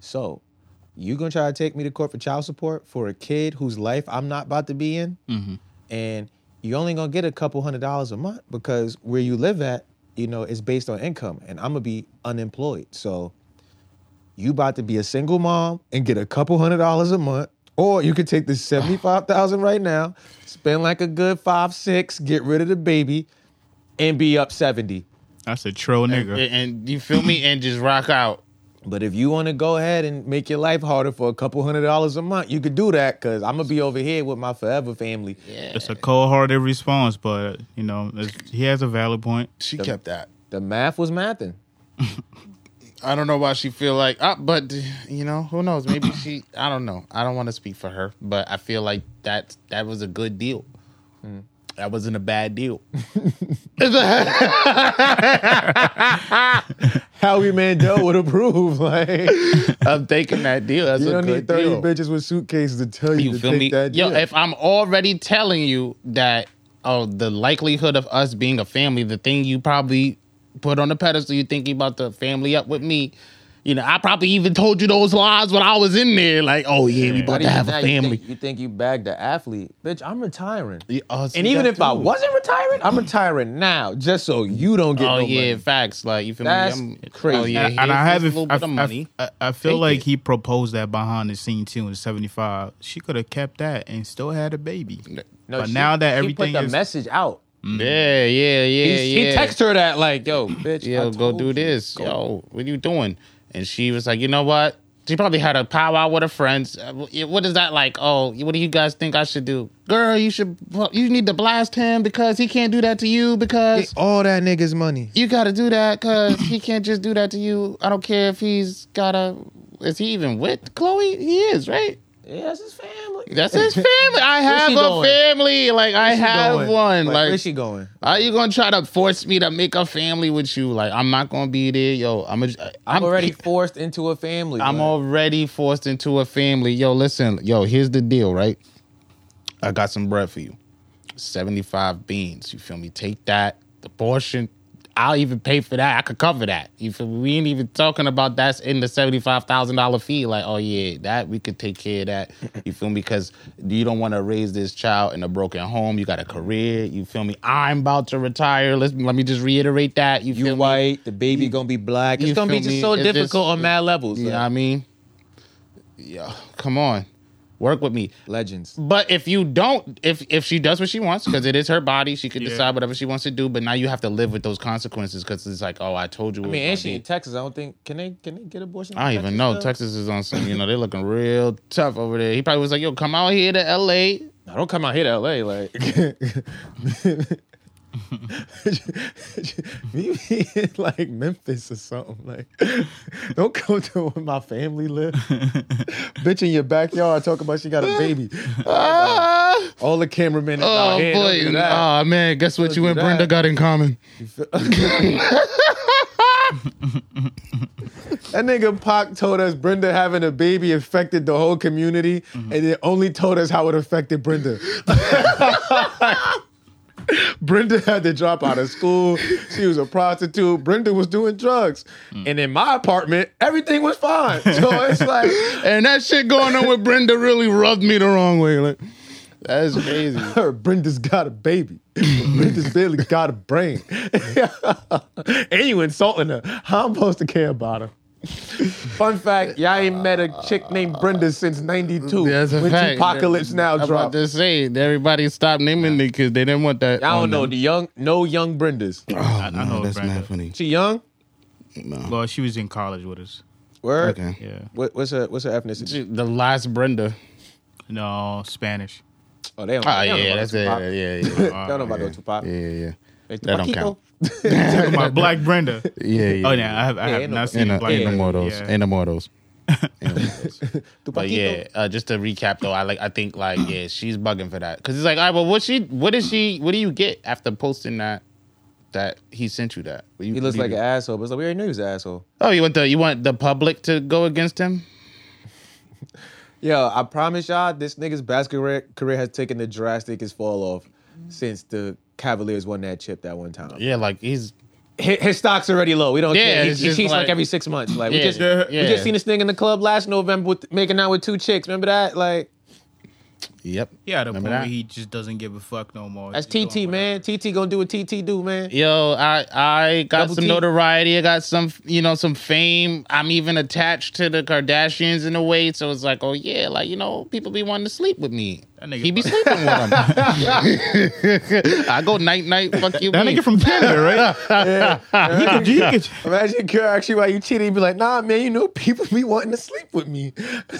Speaker 2: So, you gonna try to take me to court for child support for a kid whose life I'm not about to be in, and you only gonna get a couple hundred dollars a month because where you live at, you know, is based on income, and I'm gonna be unemployed. So you about to be a single mom and get a couple hundred dollars a month, or you could take the seventy five thousand right now, spend like a good five six, get rid of the baby, and be up seventy.
Speaker 4: That's a troll nigga.
Speaker 3: And, and you feel me? And just rock out.
Speaker 2: But if you want to go ahead and make your life harder for a couple hundred dollars a month, you could do that because I'm gonna be over here with my forever family.
Speaker 4: It's a cold hearted response, but you know, it's- he has a valid point.
Speaker 3: She kept that.
Speaker 2: The math was mathing.
Speaker 3: I don't know why she feel like, uh, but you know, who knows? Maybe she. I don't know. I don't want to speak for her, but I feel like that that was a good deal.
Speaker 2: Hmm.
Speaker 3: That wasn't a bad deal.
Speaker 2: Howie Mandel would approve. Like you
Speaker 3: I'm taking that deal. That's a
Speaker 2: don't
Speaker 3: good
Speaker 2: need thirty
Speaker 3: deal.
Speaker 2: bitches with suitcases to tell you,
Speaker 3: You
Speaker 2: to
Speaker 3: feel
Speaker 2: take
Speaker 3: me?
Speaker 2: that.
Speaker 3: Yo,
Speaker 2: deal.
Speaker 3: if I'm already telling you that, oh, the likelihood of us being a family, the thing you probably put on the pedestal, you thinking about the family up with me. You know, I probably even told you those lies when I was in there. Like, oh yeah, we about to have a
Speaker 2: Now you
Speaker 3: family.
Speaker 2: think, you think you bagged the athlete, bitch? I'm retiring.
Speaker 3: Yeah, oh, see
Speaker 2: And even
Speaker 3: that
Speaker 2: if I
Speaker 3: too.
Speaker 2: wasn't retiring, I'm retiring now just so you don't get
Speaker 3: Oh
Speaker 2: no
Speaker 3: yeah,
Speaker 2: money.
Speaker 3: facts. Like you feel
Speaker 2: That's
Speaker 3: me? I'm-
Speaker 2: crazy.
Speaker 3: Oh, yeah,
Speaker 4: and, and I
Speaker 3: here's
Speaker 4: have
Speaker 3: this little
Speaker 4: I,
Speaker 3: bit of
Speaker 4: I-
Speaker 3: money.
Speaker 4: I, I feel
Speaker 3: Take
Speaker 4: like
Speaker 3: it.
Speaker 4: he proposed that behind the scene too in seventy five. She could have kept that and still had a baby.
Speaker 2: No,
Speaker 4: but
Speaker 2: she-
Speaker 4: now that
Speaker 2: she
Speaker 4: everything
Speaker 2: put the
Speaker 4: is
Speaker 2: message out.
Speaker 3: Mm. Yeah, yeah, yeah,
Speaker 2: He,
Speaker 3: yeah.
Speaker 2: he texted her that like, "Yo, bitch, I
Speaker 3: yo, go
Speaker 2: told
Speaker 3: do
Speaker 2: you.
Speaker 3: this,
Speaker 2: Go.
Speaker 3: yo. What you doing? And she was like, you know what? She probably had a powwow with her friends. Uh, wh- What is that like? Oh, what do you guys think I should do? Girl, you should. You need to blast him because he can't do that to you. Because
Speaker 2: all that niggas money."
Speaker 3: you got to do that because he can't just do that to you. I don't care if he's got a. Is he even with Chloe? He is, right?
Speaker 2: Yeah, that's his family.
Speaker 3: That's his family. I have a
Speaker 2: she going?
Speaker 3: family. Like I
Speaker 2: Where's she
Speaker 3: have
Speaker 2: going?
Speaker 3: one. Like,
Speaker 2: where's she going?
Speaker 3: are you gonna try to force me to make a family with you? Like I'm not gonna be there, yo. I'm a,
Speaker 2: I'm, already forced into a family.
Speaker 3: I'm
Speaker 2: like,
Speaker 3: already forced into a family. Yo, listen, yo. Here's the deal, right? I got some bread for you. Seventy five beans. You feel me? Take that. The portion. I'll even pay for that. I could cover that. You feel me? We ain't even talking about that's in the seventy five thousand dollar fee. Like, oh yeah, that we could take care of that. You feel me? Because you don't want to raise this child in a broken home. You got a career. You feel me? I'm about to retire. Let let me just reiterate that. You feel
Speaker 2: you
Speaker 3: me?
Speaker 2: white, the baby gonna be black. It's
Speaker 3: you
Speaker 2: gonna be
Speaker 3: feel
Speaker 2: just
Speaker 3: me?
Speaker 2: so
Speaker 3: It's
Speaker 2: difficult
Speaker 3: just-
Speaker 2: on mad levels.
Speaker 3: You know
Speaker 2: like.
Speaker 3: what I mean? Yeah, come on. Work with me.
Speaker 2: Legends.
Speaker 3: But if you don't, if if she does what she wants, because it is her body, she can
Speaker 4: Yeah.
Speaker 3: decide whatever she wants to do. But now you have to live with those consequences because it's like, oh, I told you. It
Speaker 2: I
Speaker 3: was
Speaker 2: mean,
Speaker 3: gonna
Speaker 2: and she
Speaker 3: be.
Speaker 2: in Texas. I don't think can they can they get abortion? in
Speaker 3: I don't even know.
Speaker 2: though?
Speaker 3: Texas is on some. You know, they're looking real tough over there. He probably was like, yo, come out here to L.A.
Speaker 2: Nah, don't come out here to LA. Like, meet me in like Memphis or something. Like, don't come to where my family live. Bitch in your backyard talking about she got a baby.
Speaker 3: Ah!
Speaker 2: All the cameramen. is
Speaker 3: Oh
Speaker 2: out here, don't
Speaker 3: boy!
Speaker 2: do that.
Speaker 3: Oh man, guess what?
Speaker 2: Don't
Speaker 3: You
Speaker 2: do
Speaker 3: and Brenda
Speaker 2: that.
Speaker 3: got in common.
Speaker 2: That nigga Pac told us Brenda having a baby affected the whole community, and it only told us how it affected Brenda. Brenda had to drop out of school. She was a prostitute. Brenda was doing drugs. And in my apartment, everything was fine. So it's like,
Speaker 3: And that shit going on with Brenda really rubbed me the wrong way. Like, that's crazy.
Speaker 2: her, Brenda's got a baby. Brenda's barely got a brain. and you insulting her. How I'm supposed to care about her? Fun fact, y'all ain't met a chick named Brenda since 92.
Speaker 3: That's a
Speaker 2: when
Speaker 3: fact.
Speaker 2: Apocalypse Now
Speaker 3: I'm about
Speaker 2: dropped.
Speaker 3: to say everybody stopped naming it because they didn't want that.
Speaker 2: I
Speaker 3: on
Speaker 2: don't know
Speaker 3: them.
Speaker 2: the young, no young Brendas.
Speaker 3: Oh, no,
Speaker 4: know
Speaker 3: that's
Speaker 4: Brenda.
Speaker 3: not funny.
Speaker 2: She young?
Speaker 3: No.
Speaker 4: Well, she was in college with us.
Speaker 2: Where?
Speaker 3: Okay.
Speaker 4: Yeah.
Speaker 2: What, what's her what's her ethnicity?
Speaker 3: She- The last Brenda.
Speaker 4: No, Spanish.
Speaker 2: Oh, they don't.
Speaker 3: Oh
Speaker 2: they don't know
Speaker 3: yeah,
Speaker 2: about
Speaker 3: that's it.
Speaker 2: Tupac.
Speaker 3: Yeah, yeah,
Speaker 2: They don't know about no Tupac.
Speaker 3: yeah, yeah,
Speaker 2: They
Speaker 3: That don't
Speaker 2: Tupacito.
Speaker 3: count.
Speaker 4: My black Brenda.
Speaker 3: yeah, yeah. uh,
Speaker 4: Oh, no, I have, I
Speaker 2: Yeah,
Speaker 4: have
Speaker 2: ain't
Speaker 4: not
Speaker 2: no-
Speaker 4: seen
Speaker 3: Ain't,
Speaker 4: a
Speaker 3: no-
Speaker 4: black
Speaker 3: ain't no
Speaker 4: Brenda.
Speaker 3: more of those.
Speaker 4: Yeah.
Speaker 3: Ain't no more of those. Ain't no more of those. But
Speaker 2: Tupacito.
Speaker 3: yeah, uh, just to recap though, I like I think like yeah, she's bugging for that because it's like, all right, well, what she, what did she, what do you get after posting that? That he sent you that. What you-
Speaker 2: He looks
Speaker 3: what
Speaker 2: like
Speaker 3: do
Speaker 2: an
Speaker 3: you-
Speaker 2: asshole, but it's like, we already knew he was an asshole.
Speaker 3: Oh, you want the you want the public to go against him?
Speaker 2: Yo, I promise y'all, this nigga's basketball career has taken the drasticest fall off since the Cavaliers won that chip that one time.
Speaker 3: Yeah, like he's
Speaker 2: His, his stock's already low. We don't
Speaker 3: Yeah,
Speaker 2: care. He,
Speaker 3: it's
Speaker 2: he
Speaker 3: just
Speaker 2: cheats like,
Speaker 3: like-
Speaker 2: every six months. Like we
Speaker 3: Yeah,
Speaker 2: just we
Speaker 3: yeah.
Speaker 2: just seen this nigga in the club last November with making out with two chicks. Remember that? Like
Speaker 3: yep.
Speaker 4: Yeah, the point
Speaker 3: Remember
Speaker 4: where
Speaker 3: that?
Speaker 4: he just doesn't give a fuck no more.
Speaker 2: that's
Speaker 4: He's doing
Speaker 2: TT, man. TT gonna do what TT do, man.
Speaker 3: Yo, I I got
Speaker 2: Double
Speaker 3: some
Speaker 2: T.
Speaker 3: notoriety. I got some you know some fame. I'm even attached to the Kardashians in a way. So it's like, oh yeah, like you know, people be wanting to sleep with me.
Speaker 4: That nigga
Speaker 3: he be
Speaker 4: fuck-
Speaker 3: sleeping with them. I go night night. Fuck you.
Speaker 4: That
Speaker 3: mean.
Speaker 4: nigga from Canada, right? You could- you could-
Speaker 2: Imagine girl actually why you cheated, be like, nah, man, you know people be wanting to sleep with me.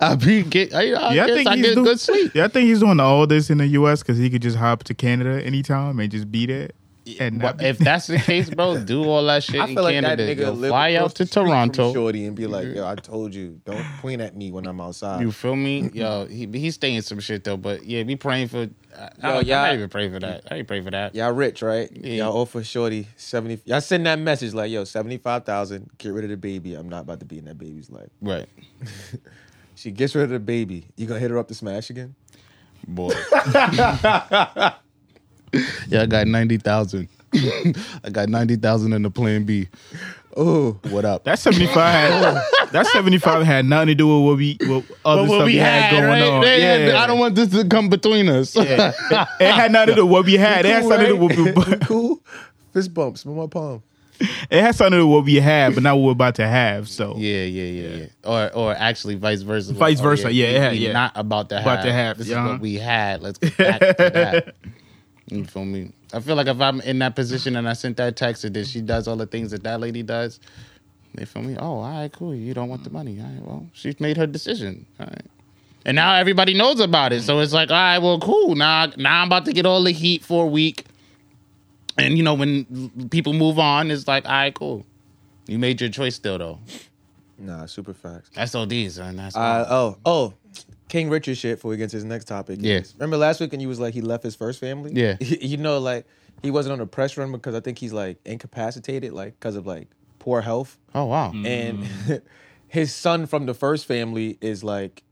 Speaker 3: I be get. I, I
Speaker 4: yeah, I
Speaker 3: guess
Speaker 4: think
Speaker 3: I
Speaker 4: he's
Speaker 3: get
Speaker 4: doing
Speaker 3: good sleep.
Speaker 4: Yeah, I think he's doing all this in the U.S. because he could just hop to Canada anytime and just be there. And not
Speaker 3: But
Speaker 4: be-
Speaker 3: if that's the case, bro, do all that shit
Speaker 2: I
Speaker 3: in
Speaker 2: feel like
Speaker 3: Canada.
Speaker 2: that nigga
Speaker 3: Yo,
Speaker 2: live
Speaker 3: fly
Speaker 2: across
Speaker 3: out
Speaker 2: the
Speaker 3: to
Speaker 2: street from
Speaker 3: Toronto.
Speaker 2: Shorty, and be like, yo, I told you, don't point at me when I'm outside.
Speaker 3: You feel me? Yo, he he's staying some shit though. But yeah, be praying for. I, I,
Speaker 2: Yo,
Speaker 3: don't-
Speaker 2: yeah.
Speaker 3: I'm not even praying for that. I ain't praying for that.
Speaker 2: Y'all rich, right?
Speaker 3: Yeah.
Speaker 2: Y'all offer Shorty 70. Y'all send that message like, yo, 75,000, get rid of the baby. I'm not about to be in that baby's life.
Speaker 3: Right.
Speaker 2: She gets rid of the baby. You gonna hit her up to smash again?
Speaker 3: Boy. yeah, I got 90,000. I got 90,000 in the plan B.
Speaker 2: Oh,
Speaker 3: What up?
Speaker 4: that seventy five, that seventy five had nothing to do with what we, what other stuff we had, going on.
Speaker 3: They-
Speaker 4: yeah,
Speaker 3: I don't want this to come between us.
Speaker 4: It had nothing to do with what we had. It had something to do with.
Speaker 2: right? We cool. Fist bumps with my palm.
Speaker 4: It has something to do with what we had, but not what we're about to have. So
Speaker 3: Yeah, yeah, yeah, yeah. Or, or actually, vice versa. oh,
Speaker 4: Vice versa, yeah,
Speaker 3: we-
Speaker 4: yeah,
Speaker 3: we
Speaker 4: yeah.
Speaker 3: Not about to have.
Speaker 4: About to have,
Speaker 3: This
Speaker 4: yeah. uh-huh.
Speaker 3: is what we had. Let's get back to that. You feel me? I feel like if I'm in that position and I sent that text and then she does all the things that that lady does, they feel me. Oh, all right, cool. You don't
Speaker 4: Mm-hmm.
Speaker 3: want the money. All right, well, she's made her decision. All right. And now everybody knows about it, so it's like, all right, well, cool. Now, now I'm about to get all the heat for a week, and you know when people move on, it's like, all right, cool. You made your choice still, though.
Speaker 2: Nah, super facts.
Speaker 3: SODs, and that's
Speaker 2: Uh, oh, oh, King Richard shit before we get to his next topic.
Speaker 3: Yeah.
Speaker 2: Remember last week when you was like, he left his first family?
Speaker 3: Yeah.
Speaker 2: you know, like, he wasn't on a press run because I think he's like incapacitated, like, because of like poor health.
Speaker 3: oh wow. Mm.
Speaker 2: And his son from the first family is like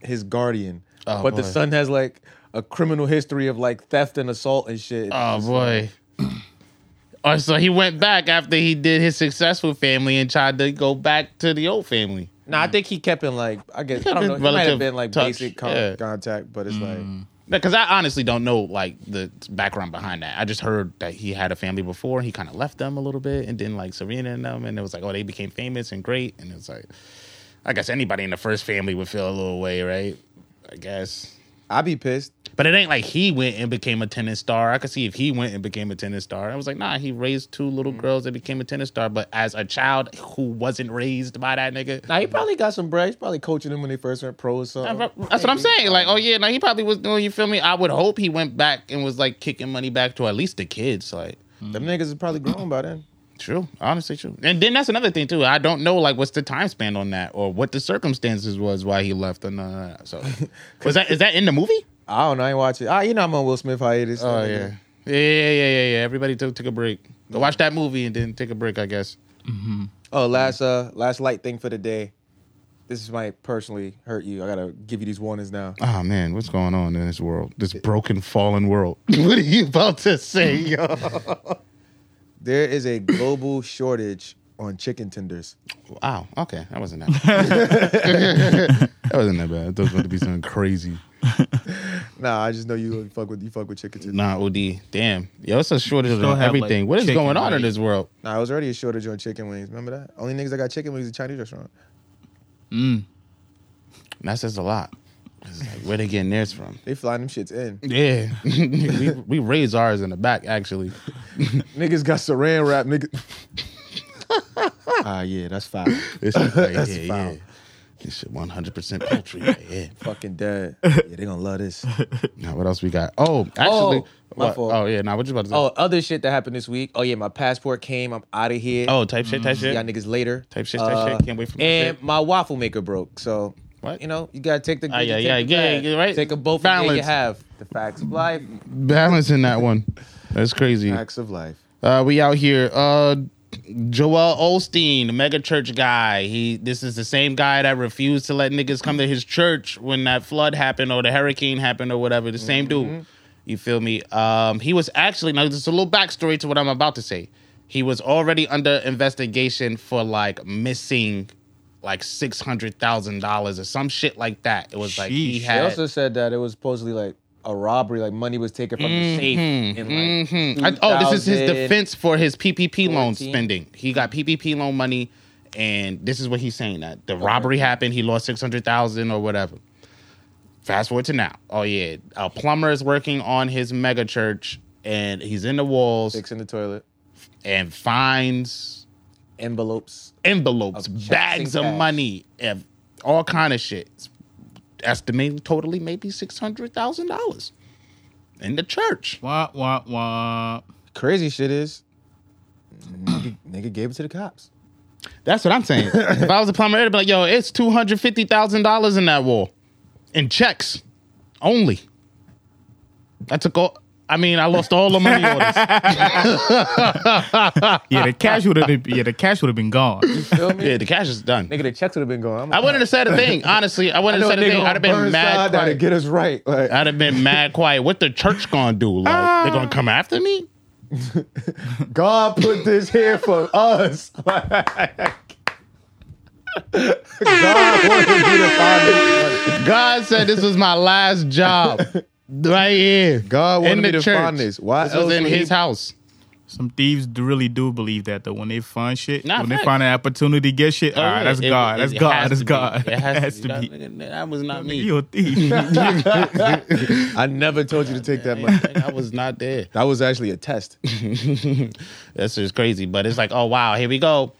Speaker 2: his guardian.
Speaker 3: Oh,
Speaker 2: but the
Speaker 3: boy.
Speaker 2: son has like a criminal history of like theft and assault and shit.
Speaker 3: Oh boy. oh, so he went back after he did his successful family and tried to go back to the old family.
Speaker 2: No, I think he kept in like, I guess, I
Speaker 3: mm. kept
Speaker 2: don't know.
Speaker 3: his
Speaker 2: It might have
Speaker 3: relative
Speaker 2: been like
Speaker 3: touch,
Speaker 2: basic con-
Speaker 3: yeah. Mm.
Speaker 2: contact, but it's like.
Speaker 3: Because I honestly don't know like the background behind that. I just heard that he had a family before. He kind of left them a little bit, and then like Serena and them, and it was like, oh, they became famous and great. And it's like, I guess anybody in the first family would feel a little way, right? I guess.
Speaker 2: I'd be pissed.
Speaker 3: But it ain't like he went and became a tennis star. I could see if he went and became a tennis star. I was like, nah, he raised two little girls that became a tennis star. But as a child who wasn't raised by that nigga,
Speaker 2: Now he probably got some bread. He's probably coaching them when they first went pro or something.
Speaker 3: that's what I'm saying. Like, oh yeah, now he probably was doing. You feel me? I would hope he went back and was like kicking money back to at least the kids. Like,
Speaker 2: Them niggas is probably grown by then.
Speaker 3: True, honestly, true. And then that's another thing too. I don't know like what's the time span on that or what the circumstances was why he left and none of that. So was that is that in the movie?
Speaker 2: I don't know. I ain't watch it. Ah, you know I'm on Will Smith hiatus.
Speaker 3: Oh yeah, yeah, yeah, yeah, yeah. yeah. Everybody took took a break. Go watch that movie and then take a break. I guess.
Speaker 2: Oh, last uh, last light thing for the day. This might personally hurt you. I gotta give you these warnings now.
Speaker 3: Oh man, what's going on in this world? This broken, fallen world. what are you about to say, yo?
Speaker 2: There is a global shortage on chicken tenders.
Speaker 3: Wow. Okay, that wasn't that. Bad. that wasn't that bad. That was going to be something crazy.
Speaker 2: Nah, I just know you would fuck with you fuck with chicken tenders.
Speaker 3: Nah, OD. Damn. Yo, it's a shortage of
Speaker 4: Still have, like,
Speaker 3: everything. what is
Speaker 4: chicken
Speaker 3: going on in
Speaker 4: money.
Speaker 3: this world?
Speaker 2: Nah, it was already a shortage on chicken wings. Remember that? Only niggas that got chicken wings is a Chinese restaurant.
Speaker 3: And that says a lot. It's like, where they getting theirs from?
Speaker 2: They flying them shits in.
Speaker 3: Yeah, we we raise ours in the back actually.
Speaker 2: Niggas got saran wrap. Niggas. ah yeah, that's fine.
Speaker 3: This shit right here,
Speaker 2: foul.
Speaker 3: yeah. This shit one hundred percent poultry right here.
Speaker 2: Fucking dead. Yeah, they gonna love this.
Speaker 3: Now what else we got? Oh, actually,
Speaker 2: Oh, my
Speaker 3: what-
Speaker 2: fault.
Speaker 3: oh yeah. Now what you about to say?
Speaker 2: Oh,
Speaker 3: Oh,
Speaker 2: other shit that happened this week. Oh yeah, my passport came. I'm out of here.
Speaker 3: type shit, type Oh, shit.
Speaker 2: y'all niggas later. Uh,
Speaker 3: Type shit, type shit. Can't wait for my
Speaker 2: And
Speaker 3: shit.
Speaker 2: my waffle maker broke. So
Speaker 3: What?
Speaker 2: you know, you gotta take the good.
Speaker 3: Ah,
Speaker 2: you
Speaker 3: yeah,
Speaker 2: take
Speaker 3: yeah,
Speaker 2: the
Speaker 3: yeah,
Speaker 2: bad.
Speaker 3: yeah, right.
Speaker 2: Take a both
Speaker 3: Balance.
Speaker 2: Balance. you have. The facts of life.
Speaker 3: Balance in that one. That's crazy.
Speaker 2: Facts of life.
Speaker 3: Uh, we out here. Uh, Joel Olstein, the mega church guy. He this is the same guy that refused to let niggas come to his church when that flood happened or the hurricane happened or whatever. The same dude. You feel me? Um, he was actually now just a little backstory to what I'm about to say. He was already under investigation for like missing like six hundred thousand dollars or some shit like that. It was like he
Speaker 4: Sheesh.
Speaker 2: They
Speaker 3: had
Speaker 2: also said that it was supposedly like a robbery, like money was taken from the safe. And like,
Speaker 3: Mhm. Mm-hmm. I- oh, this is his
Speaker 2: 2000.
Speaker 3: defense for his PPP loan
Speaker 2: 14.
Speaker 3: spending. He got PPP loan money, and this is what he's saying that the robbery happened. He lost six hundred thousand or whatever. Fast forward to now. Oh yeah, a plumber is working on his mega church, and he's in the walls
Speaker 2: sticks in the toilet,
Speaker 3: and finds
Speaker 2: envelopes.
Speaker 3: envelopes,
Speaker 2: Of checks
Speaker 3: bags
Speaker 2: and
Speaker 3: of
Speaker 2: cash.
Speaker 3: money, ev- all kind of shit. Estimating totally maybe six hundred thousand dollars in the church.
Speaker 4: Wah wah wah.
Speaker 2: Crazy shit is, nigga, nigga gave it to the cops.
Speaker 3: That's what I'm saying. if I was a plumber, I'd be like, yo, it's two hundred fifty thousand dollars in that wall, in checks only. That's a go. I mean, I lost all the money orders.
Speaker 4: Yeah, the cash would have. Yeah, the cash would have been gone.
Speaker 2: Feel me?
Speaker 3: yeah, the cash is done.
Speaker 2: Nigga, the checks would have been going. I'm
Speaker 3: I wouldn't have said a thing, honestly. I wouldn't have said a thing. I'd have been mad.
Speaker 2: That'd
Speaker 3: Quiet.
Speaker 2: get us right. Like,
Speaker 3: I'd have been mad quiet. What the church gonna do? Like, they gonna come after me?
Speaker 2: God put this here for us. Like, God wanted you to find this money.
Speaker 3: God said this was my last job, right here.
Speaker 2: God wanted
Speaker 3: In
Speaker 2: me
Speaker 3: the
Speaker 2: to find
Speaker 3: church.
Speaker 2: this. Why
Speaker 3: This
Speaker 2: else
Speaker 3: was in
Speaker 2: would he-
Speaker 3: his house.
Speaker 4: Some thieves do- really do believe that though. When they find shit,
Speaker 3: Nah,
Speaker 4: when
Speaker 3: facts. Oh,
Speaker 4: they find an opportunity to get shit, all right, that's
Speaker 3: It-
Speaker 4: God.
Speaker 3: it-
Speaker 4: That's
Speaker 3: it
Speaker 4: God.
Speaker 3: has
Speaker 4: That's
Speaker 3: to be.
Speaker 4: God.
Speaker 3: It has to be. That was not me.
Speaker 4: You a thief.
Speaker 2: I never told you to take that money.
Speaker 3: Like, I was not there.
Speaker 2: That was actually a test.
Speaker 3: That's just crazy. But it's like, oh wow, here we go.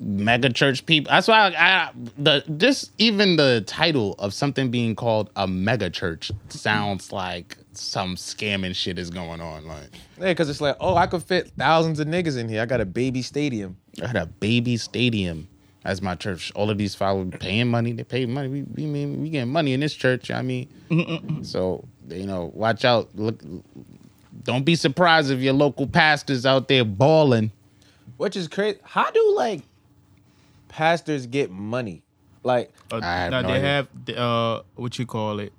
Speaker 3: Mega church people. That's why I, I the just even the title of something being called a mega church sounds like some scamming shit is going on. Like
Speaker 2: Yeah, because it's like, oh, I could fit thousands of niggas in here. I got a baby stadium.
Speaker 3: I had a baby stadium as my church. All of these followers paying money. They pay money. We we mean we getting money in this church. I mean, so you know, watch out. Look, don't be surprised if your local pastors out there balling.
Speaker 2: Which is crazy. How do like pastors get money? Like,
Speaker 4: Uh,
Speaker 3: I have
Speaker 4: now
Speaker 3: no
Speaker 4: they
Speaker 3: idea.
Speaker 4: have the, uh, what you call it,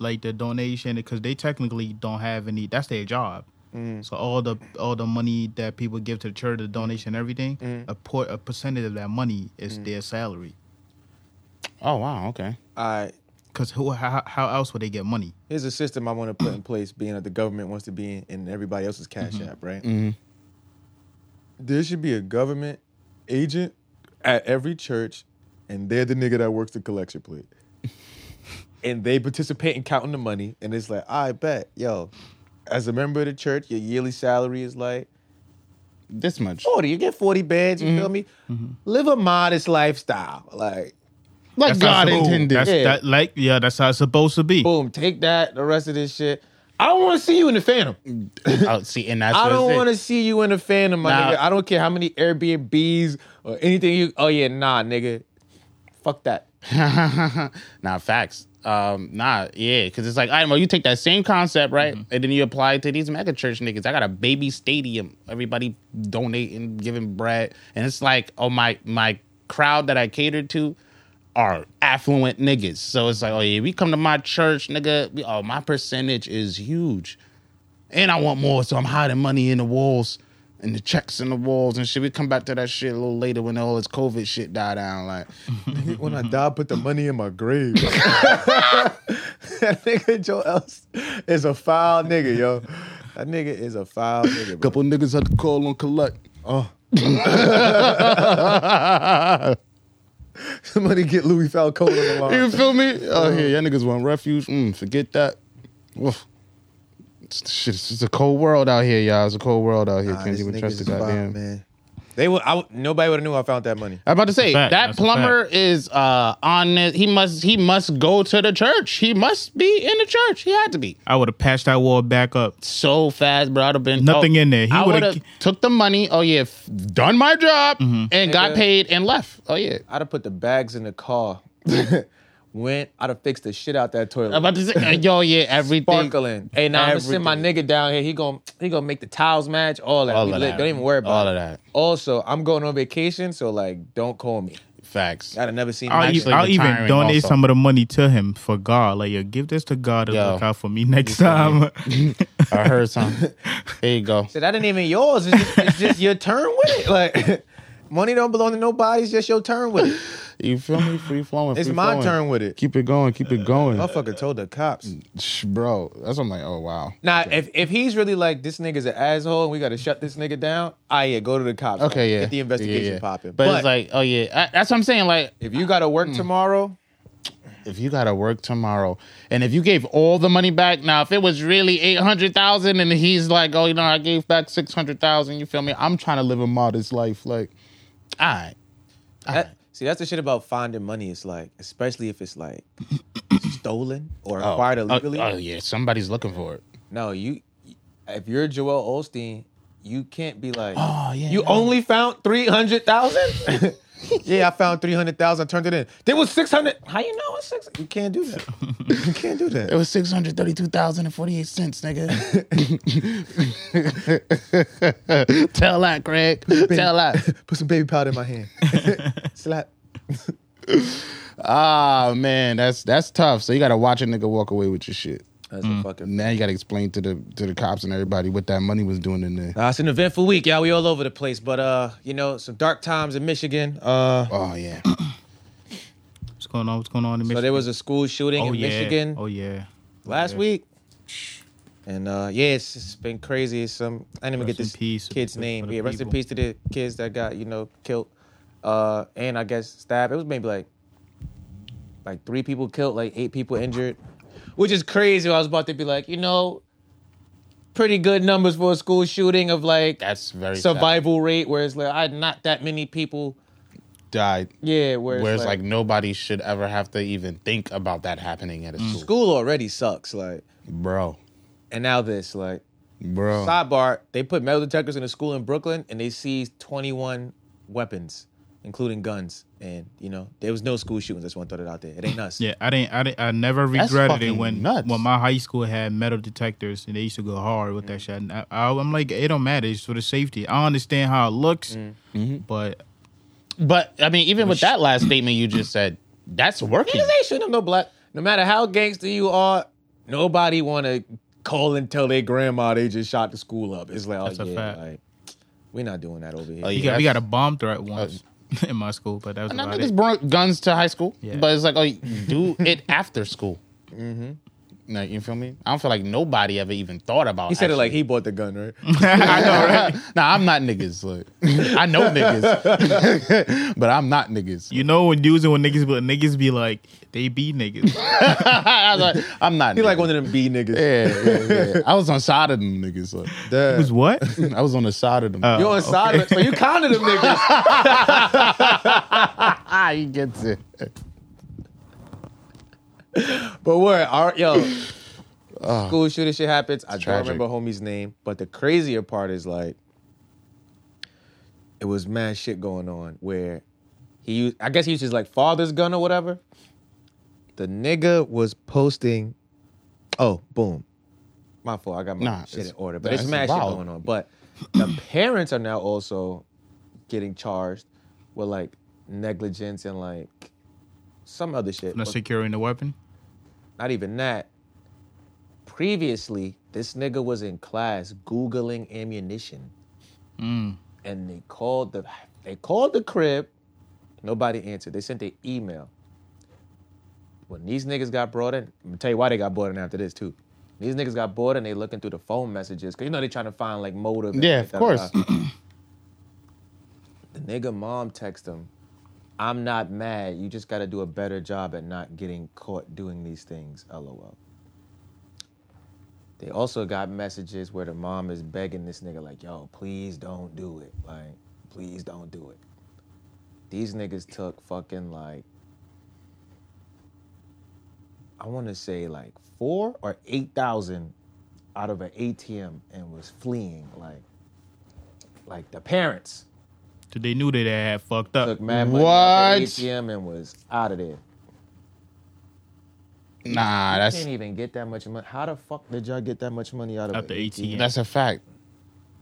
Speaker 4: like the donation because they technically don't have any. That's their job.
Speaker 3: Mm.
Speaker 4: So all the all the money that people give to the church, the donation, everything,
Speaker 3: Mm.
Speaker 4: a por- a percentage of that money is their salary.
Speaker 3: Oh wow, okay.
Speaker 2: I
Speaker 4: Because who how, how else would they get money?
Speaker 2: here's a system I want to put in place, being that the government wants to be in, in everybody else's cash app, right? There should be a government agent at every church, and they're the nigga that works the collection plate. and they participate in counting the money, and it's like, I bet, yo, as a member of the church, your yearly salary is like
Speaker 3: This much.
Speaker 2: forty. You get forty bands. You feel
Speaker 3: Mm-hmm.
Speaker 2: me? Live a modest lifestyle, like
Speaker 3: Like
Speaker 4: how
Speaker 3: God
Speaker 4: it's supposed-
Speaker 3: intended.
Speaker 4: That's,
Speaker 2: Yeah.
Speaker 4: that, like, yeah, that's how it's supposed to be.
Speaker 2: boom, take that. The rest of this shit. I don't want to see you in the Phantom.
Speaker 3: Oh, see, and that's
Speaker 2: I don't want
Speaker 3: to.
Speaker 2: to see you in the Phantom, my
Speaker 3: Nah.
Speaker 2: nigga. I don't care how many Airbnbs or anything you. Oh yeah, nah, nigga. Fuck that.
Speaker 3: nah, facts. Um, nah, yeah, because it's like, all right, well, you take that same concept, right, and then you apply it to these mega church niggas. I got a baby stadium. Everybody donating, giving bread, and it's like, oh my, my crowd that I catered to are affluent niggas. So it's like, oh yeah, we come to my church, nigga. We, oh, my percentage is huge, and I want more, so I'm hiding money in the walls. And the checks in the walls and shit. We come back to that shit a little later when all this COVID shit die down. Like,
Speaker 2: When I die, put the money in my grave. that nigga Joe Else is a foul nigga, yo. That nigga is a foul nigga. Bro.
Speaker 3: couple niggas had to call on collect.
Speaker 2: Somebody get Louis Falcone on the
Speaker 3: You
Speaker 2: line.
Speaker 3: feel me? Oh
Speaker 2: Uh-huh.
Speaker 3: yeah, y'all niggas want refuge. Mm, forget that. Woof. It's, shit, it's, it's a cold world out here, y'all. It's a cold world out here.
Speaker 2: Nah,
Speaker 3: Can't
Speaker 2: this
Speaker 3: even
Speaker 2: nigga
Speaker 3: trust the
Speaker 2: is wild,
Speaker 3: goddamn.
Speaker 2: man. They would. I, would- nobody would have knew I found that money.
Speaker 3: I'm about to say
Speaker 4: That's a fact.
Speaker 3: that
Speaker 4: That's a
Speaker 3: plumber is uh on this. He must he must go to the church. He must be in the church. He had to be
Speaker 4: I would have patched that wall back up.
Speaker 3: so fast, bro. I'd have been
Speaker 4: Nothing
Speaker 3: oh,
Speaker 4: in there. He
Speaker 3: I would
Speaker 4: would've- Mm-hmm.
Speaker 3: have took the money. Oh yeah, f- done my job and got
Speaker 2: Nigga.
Speaker 3: paid and left. Oh yeah.
Speaker 2: I'd have put the bags in the car. Went. I'd have fixed the shit out that toilet.
Speaker 3: I'm about to say, yo, yeah, everything.
Speaker 2: sparkling. Hey, now I'm gonna send my
Speaker 3: Everything.
Speaker 2: nigga down here. He gonna he gonna make the tiles match. All that.
Speaker 3: All
Speaker 2: We
Speaker 3: of
Speaker 2: lit.
Speaker 3: that.
Speaker 2: Don't even worry about
Speaker 3: All
Speaker 2: it.
Speaker 3: of that.
Speaker 2: Also, I'm going on vacation, so like, don't call me.
Speaker 3: Facts.
Speaker 2: I'd have never seen.
Speaker 4: I'll,
Speaker 2: you.
Speaker 4: e-
Speaker 3: actually
Speaker 4: I'll even
Speaker 3: retiring
Speaker 4: donate
Speaker 3: also.
Speaker 4: some of the money to him for God. Like, yo, give this to God to
Speaker 3: Yo.
Speaker 4: look out for me next time.
Speaker 3: I heard something. There you go.
Speaker 2: That ain't even yours. It's just, it's just your turn with it. Like, money don't belong to nobody. It's just your turn with it.
Speaker 3: You feel me? Free flowing.
Speaker 2: It's
Speaker 3: free
Speaker 2: my
Speaker 3: flowing.
Speaker 2: turn Uh, with it.
Speaker 3: Keep it going. Keep it going,
Speaker 2: Motherfucker told the cops.
Speaker 3: Shh, bro. That's what I'm like. Oh wow.
Speaker 2: Now, if, if he's really like this nigga's an asshole and we gotta shut this nigga down, ah yeah, go to the cops.
Speaker 3: Okay, yeah.
Speaker 2: Get the
Speaker 3: Yeah,
Speaker 2: investigation
Speaker 3: yeah.
Speaker 2: popping.
Speaker 3: But, it's like, mm. oh yeah. I- that's what I'm saying. Like,
Speaker 2: if you gotta work tomorrow,
Speaker 3: if you gotta work tomorrow, and if you gave all the money back, now if it was really eight hundred thousand, and he's like, oh, you know, I gave back six hundred thousand. You feel me? I'm trying to live a modest life. Like, all right.
Speaker 2: That- see, that's the shit about finding money. It's like, especially if it's like stolen or acquired
Speaker 3: oh,
Speaker 2: illegally.
Speaker 3: oh yeah. Somebody's looking for it.
Speaker 2: No, you. If you're Joel Olstein, you can't be like,
Speaker 3: Oh, yeah,
Speaker 2: you
Speaker 3: no.
Speaker 2: only found three hundred thousand. yeah, I found three hundred thousand. Turned it in. There was six hundred. How you know it's six? You can't do that. you can't do
Speaker 3: It
Speaker 2: that.
Speaker 3: was six hundred thirty-two thousand and forty-eight cents, nigga. Tell that, Craig. Tell that.
Speaker 2: Put some baby powder in my hand. Slap.
Speaker 3: Ah man, that's that's tough. So you gotta watch a nigga walk away with your shit.
Speaker 2: That's
Speaker 4: Mm.
Speaker 2: a fucking.
Speaker 3: Now you gotta explain to the to the cops and everybody what that money was doing in there.
Speaker 2: Uh, it's an eventful week, y'all. We all over the place, but uh, you know, some dark times in Michigan. Uh,
Speaker 3: Oh yeah.
Speaker 4: What's going on? What's going on in Michigan?
Speaker 2: so there was a school shooting
Speaker 4: oh,
Speaker 2: in
Speaker 4: yeah.
Speaker 2: Michigan.
Speaker 4: Oh, yeah.
Speaker 2: last
Speaker 4: Yeah.
Speaker 2: week. And uh, yeah, it's, it's been crazy. Some I didn't even
Speaker 4: Rest
Speaker 2: get
Speaker 4: in
Speaker 2: this
Speaker 4: peace for
Speaker 2: kid's
Speaker 4: the- for
Speaker 2: name.
Speaker 4: the
Speaker 2: Yeah, rest in
Speaker 4: people.
Speaker 2: peace to the kids that got you know killed, uh, and I guess stabbed. It was maybe like like three people killed, like eight people injured, which is crazy. I was about to be like, you know, pretty good numbers for a school shooting of like
Speaker 3: That's very
Speaker 2: survival rate, where it's like I not that many people.
Speaker 3: sad. died.
Speaker 2: Yeah, where it's,
Speaker 3: Whereas like,
Speaker 2: like,
Speaker 3: nobody should ever have to even think about that happening at a school.
Speaker 2: school already sucks, like,
Speaker 3: Bro.
Speaker 2: and now this like.
Speaker 4: Oh.
Speaker 3: Bro.
Speaker 2: Sidebar: They put metal detectors in a school in Brooklyn, and they seized 21 weapons, including guns. And you know, there was no school shootings. I just want to throw that out there. It ain't us.
Speaker 4: Yeah, I didn't. I didn't. I never
Speaker 3: That's
Speaker 4: regretted it
Speaker 3: fucking
Speaker 4: when
Speaker 3: nuts.
Speaker 4: when my high school had metal detectors and they used to go hard with that shit. And I, I, am like, it don't matter. It's for the safety. I understand how it looks, but
Speaker 3: But I mean, even with that last statement you just said, that's working.
Speaker 2: Niggas ain't shooting up no black. No matter how gangster you are, nobody want to call and tell their grandma they just shot the school up. It's like, oh
Speaker 4: That's a
Speaker 2: yeah,
Speaker 4: fact. Oh,
Speaker 2: like we're not doing that over here.
Speaker 3: yeah.
Speaker 4: we got, we got a bomb threat once in my school, but that was
Speaker 3: And I
Speaker 4: about
Speaker 3: niggas
Speaker 4: it.
Speaker 3: brought guns to high school.
Speaker 4: Yeah.
Speaker 3: But it's like, oh, do it after school. Like, you feel me? I don't feel like nobody ever even thought about.
Speaker 2: He said it like
Speaker 3: actually-
Speaker 2: he bought the gun, right?
Speaker 4: I know, right?
Speaker 3: nah, I'm not niggas. Look, I know niggas, but I'm not niggas.
Speaker 4: You know when using when niggas but niggas be like they be niggas.
Speaker 3: I was like, I'm not.
Speaker 2: He
Speaker 3: niggas.
Speaker 2: like one of them B niggas.
Speaker 3: Yeah, yeah, yeah. I was on side of them niggas. Look.
Speaker 2: Duh.
Speaker 4: Was what?
Speaker 3: I was on the side of them.
Speaker 2: You
Speaker 4: Oh,
Speaker 2: on silent, but you kind of them niggas.
Speaker 3: ah, he gets it.
Speaker 2: but where our yo school shooting shit happens. I
Speaker 3: Ah. tragic.
Speaker 2: don't remember homie's name, but the crazier part is like it was mad shit going on where he used, I guess he used his like father's gun or whatever. The nigga was posting. Oh, boom. My fault. I got my
Speaker 3: Nah,
Speaker 2: shit
Speaker 3: it's-
Speaker 2: in order, but
Speaker 3: that's
Speaker 2: it's mad shit
Speaker 3: wild.
Speaker 2: going on. But the parents are now also getting charged with like negligence and like some other shit.
Speaker 4: Not
Speaker 2: But-
Speaker 4: securing the weapon.
Speaker 2: not even that. Previously, this nigga was in class googling ammunition,
Speaker 3: Mm.
Speaker 2: and they called the they called the crib. Nobody answered. They sent an email. When these niggas got brought in, I'm gonna tell you why they got brought in after this too. These niggas got bored and they looking through the phone messages because you know they trying to find like motive. and
Speaker 3: Yeah, of course.
Speaker 2: the nigga mom text him, "I'm not mad. You just got to do a better job at not getting caught doing these things." LOL. They also got messages where the mom is begging this nigga, like, yo, please don't do it. Like, please don't do it. These niggas took fucking like, I wanna say like four or 8,000 out of an ATM and was fleeing. Like, like the parents
Speaker 4: So they knew that they had fucked up.
Speaker 2: took mad money out the
Speaker 3: What?
Speaker 2: ATM and was out of there.
Speaker 3: Nah, that's
Speaker 2: Can't even get that much money. How the fuck did y'all get that much money out of
Speaker 4: Out the
Speaker 2: an
Speaker 4: ATM?
Speaker 3: that's a fact.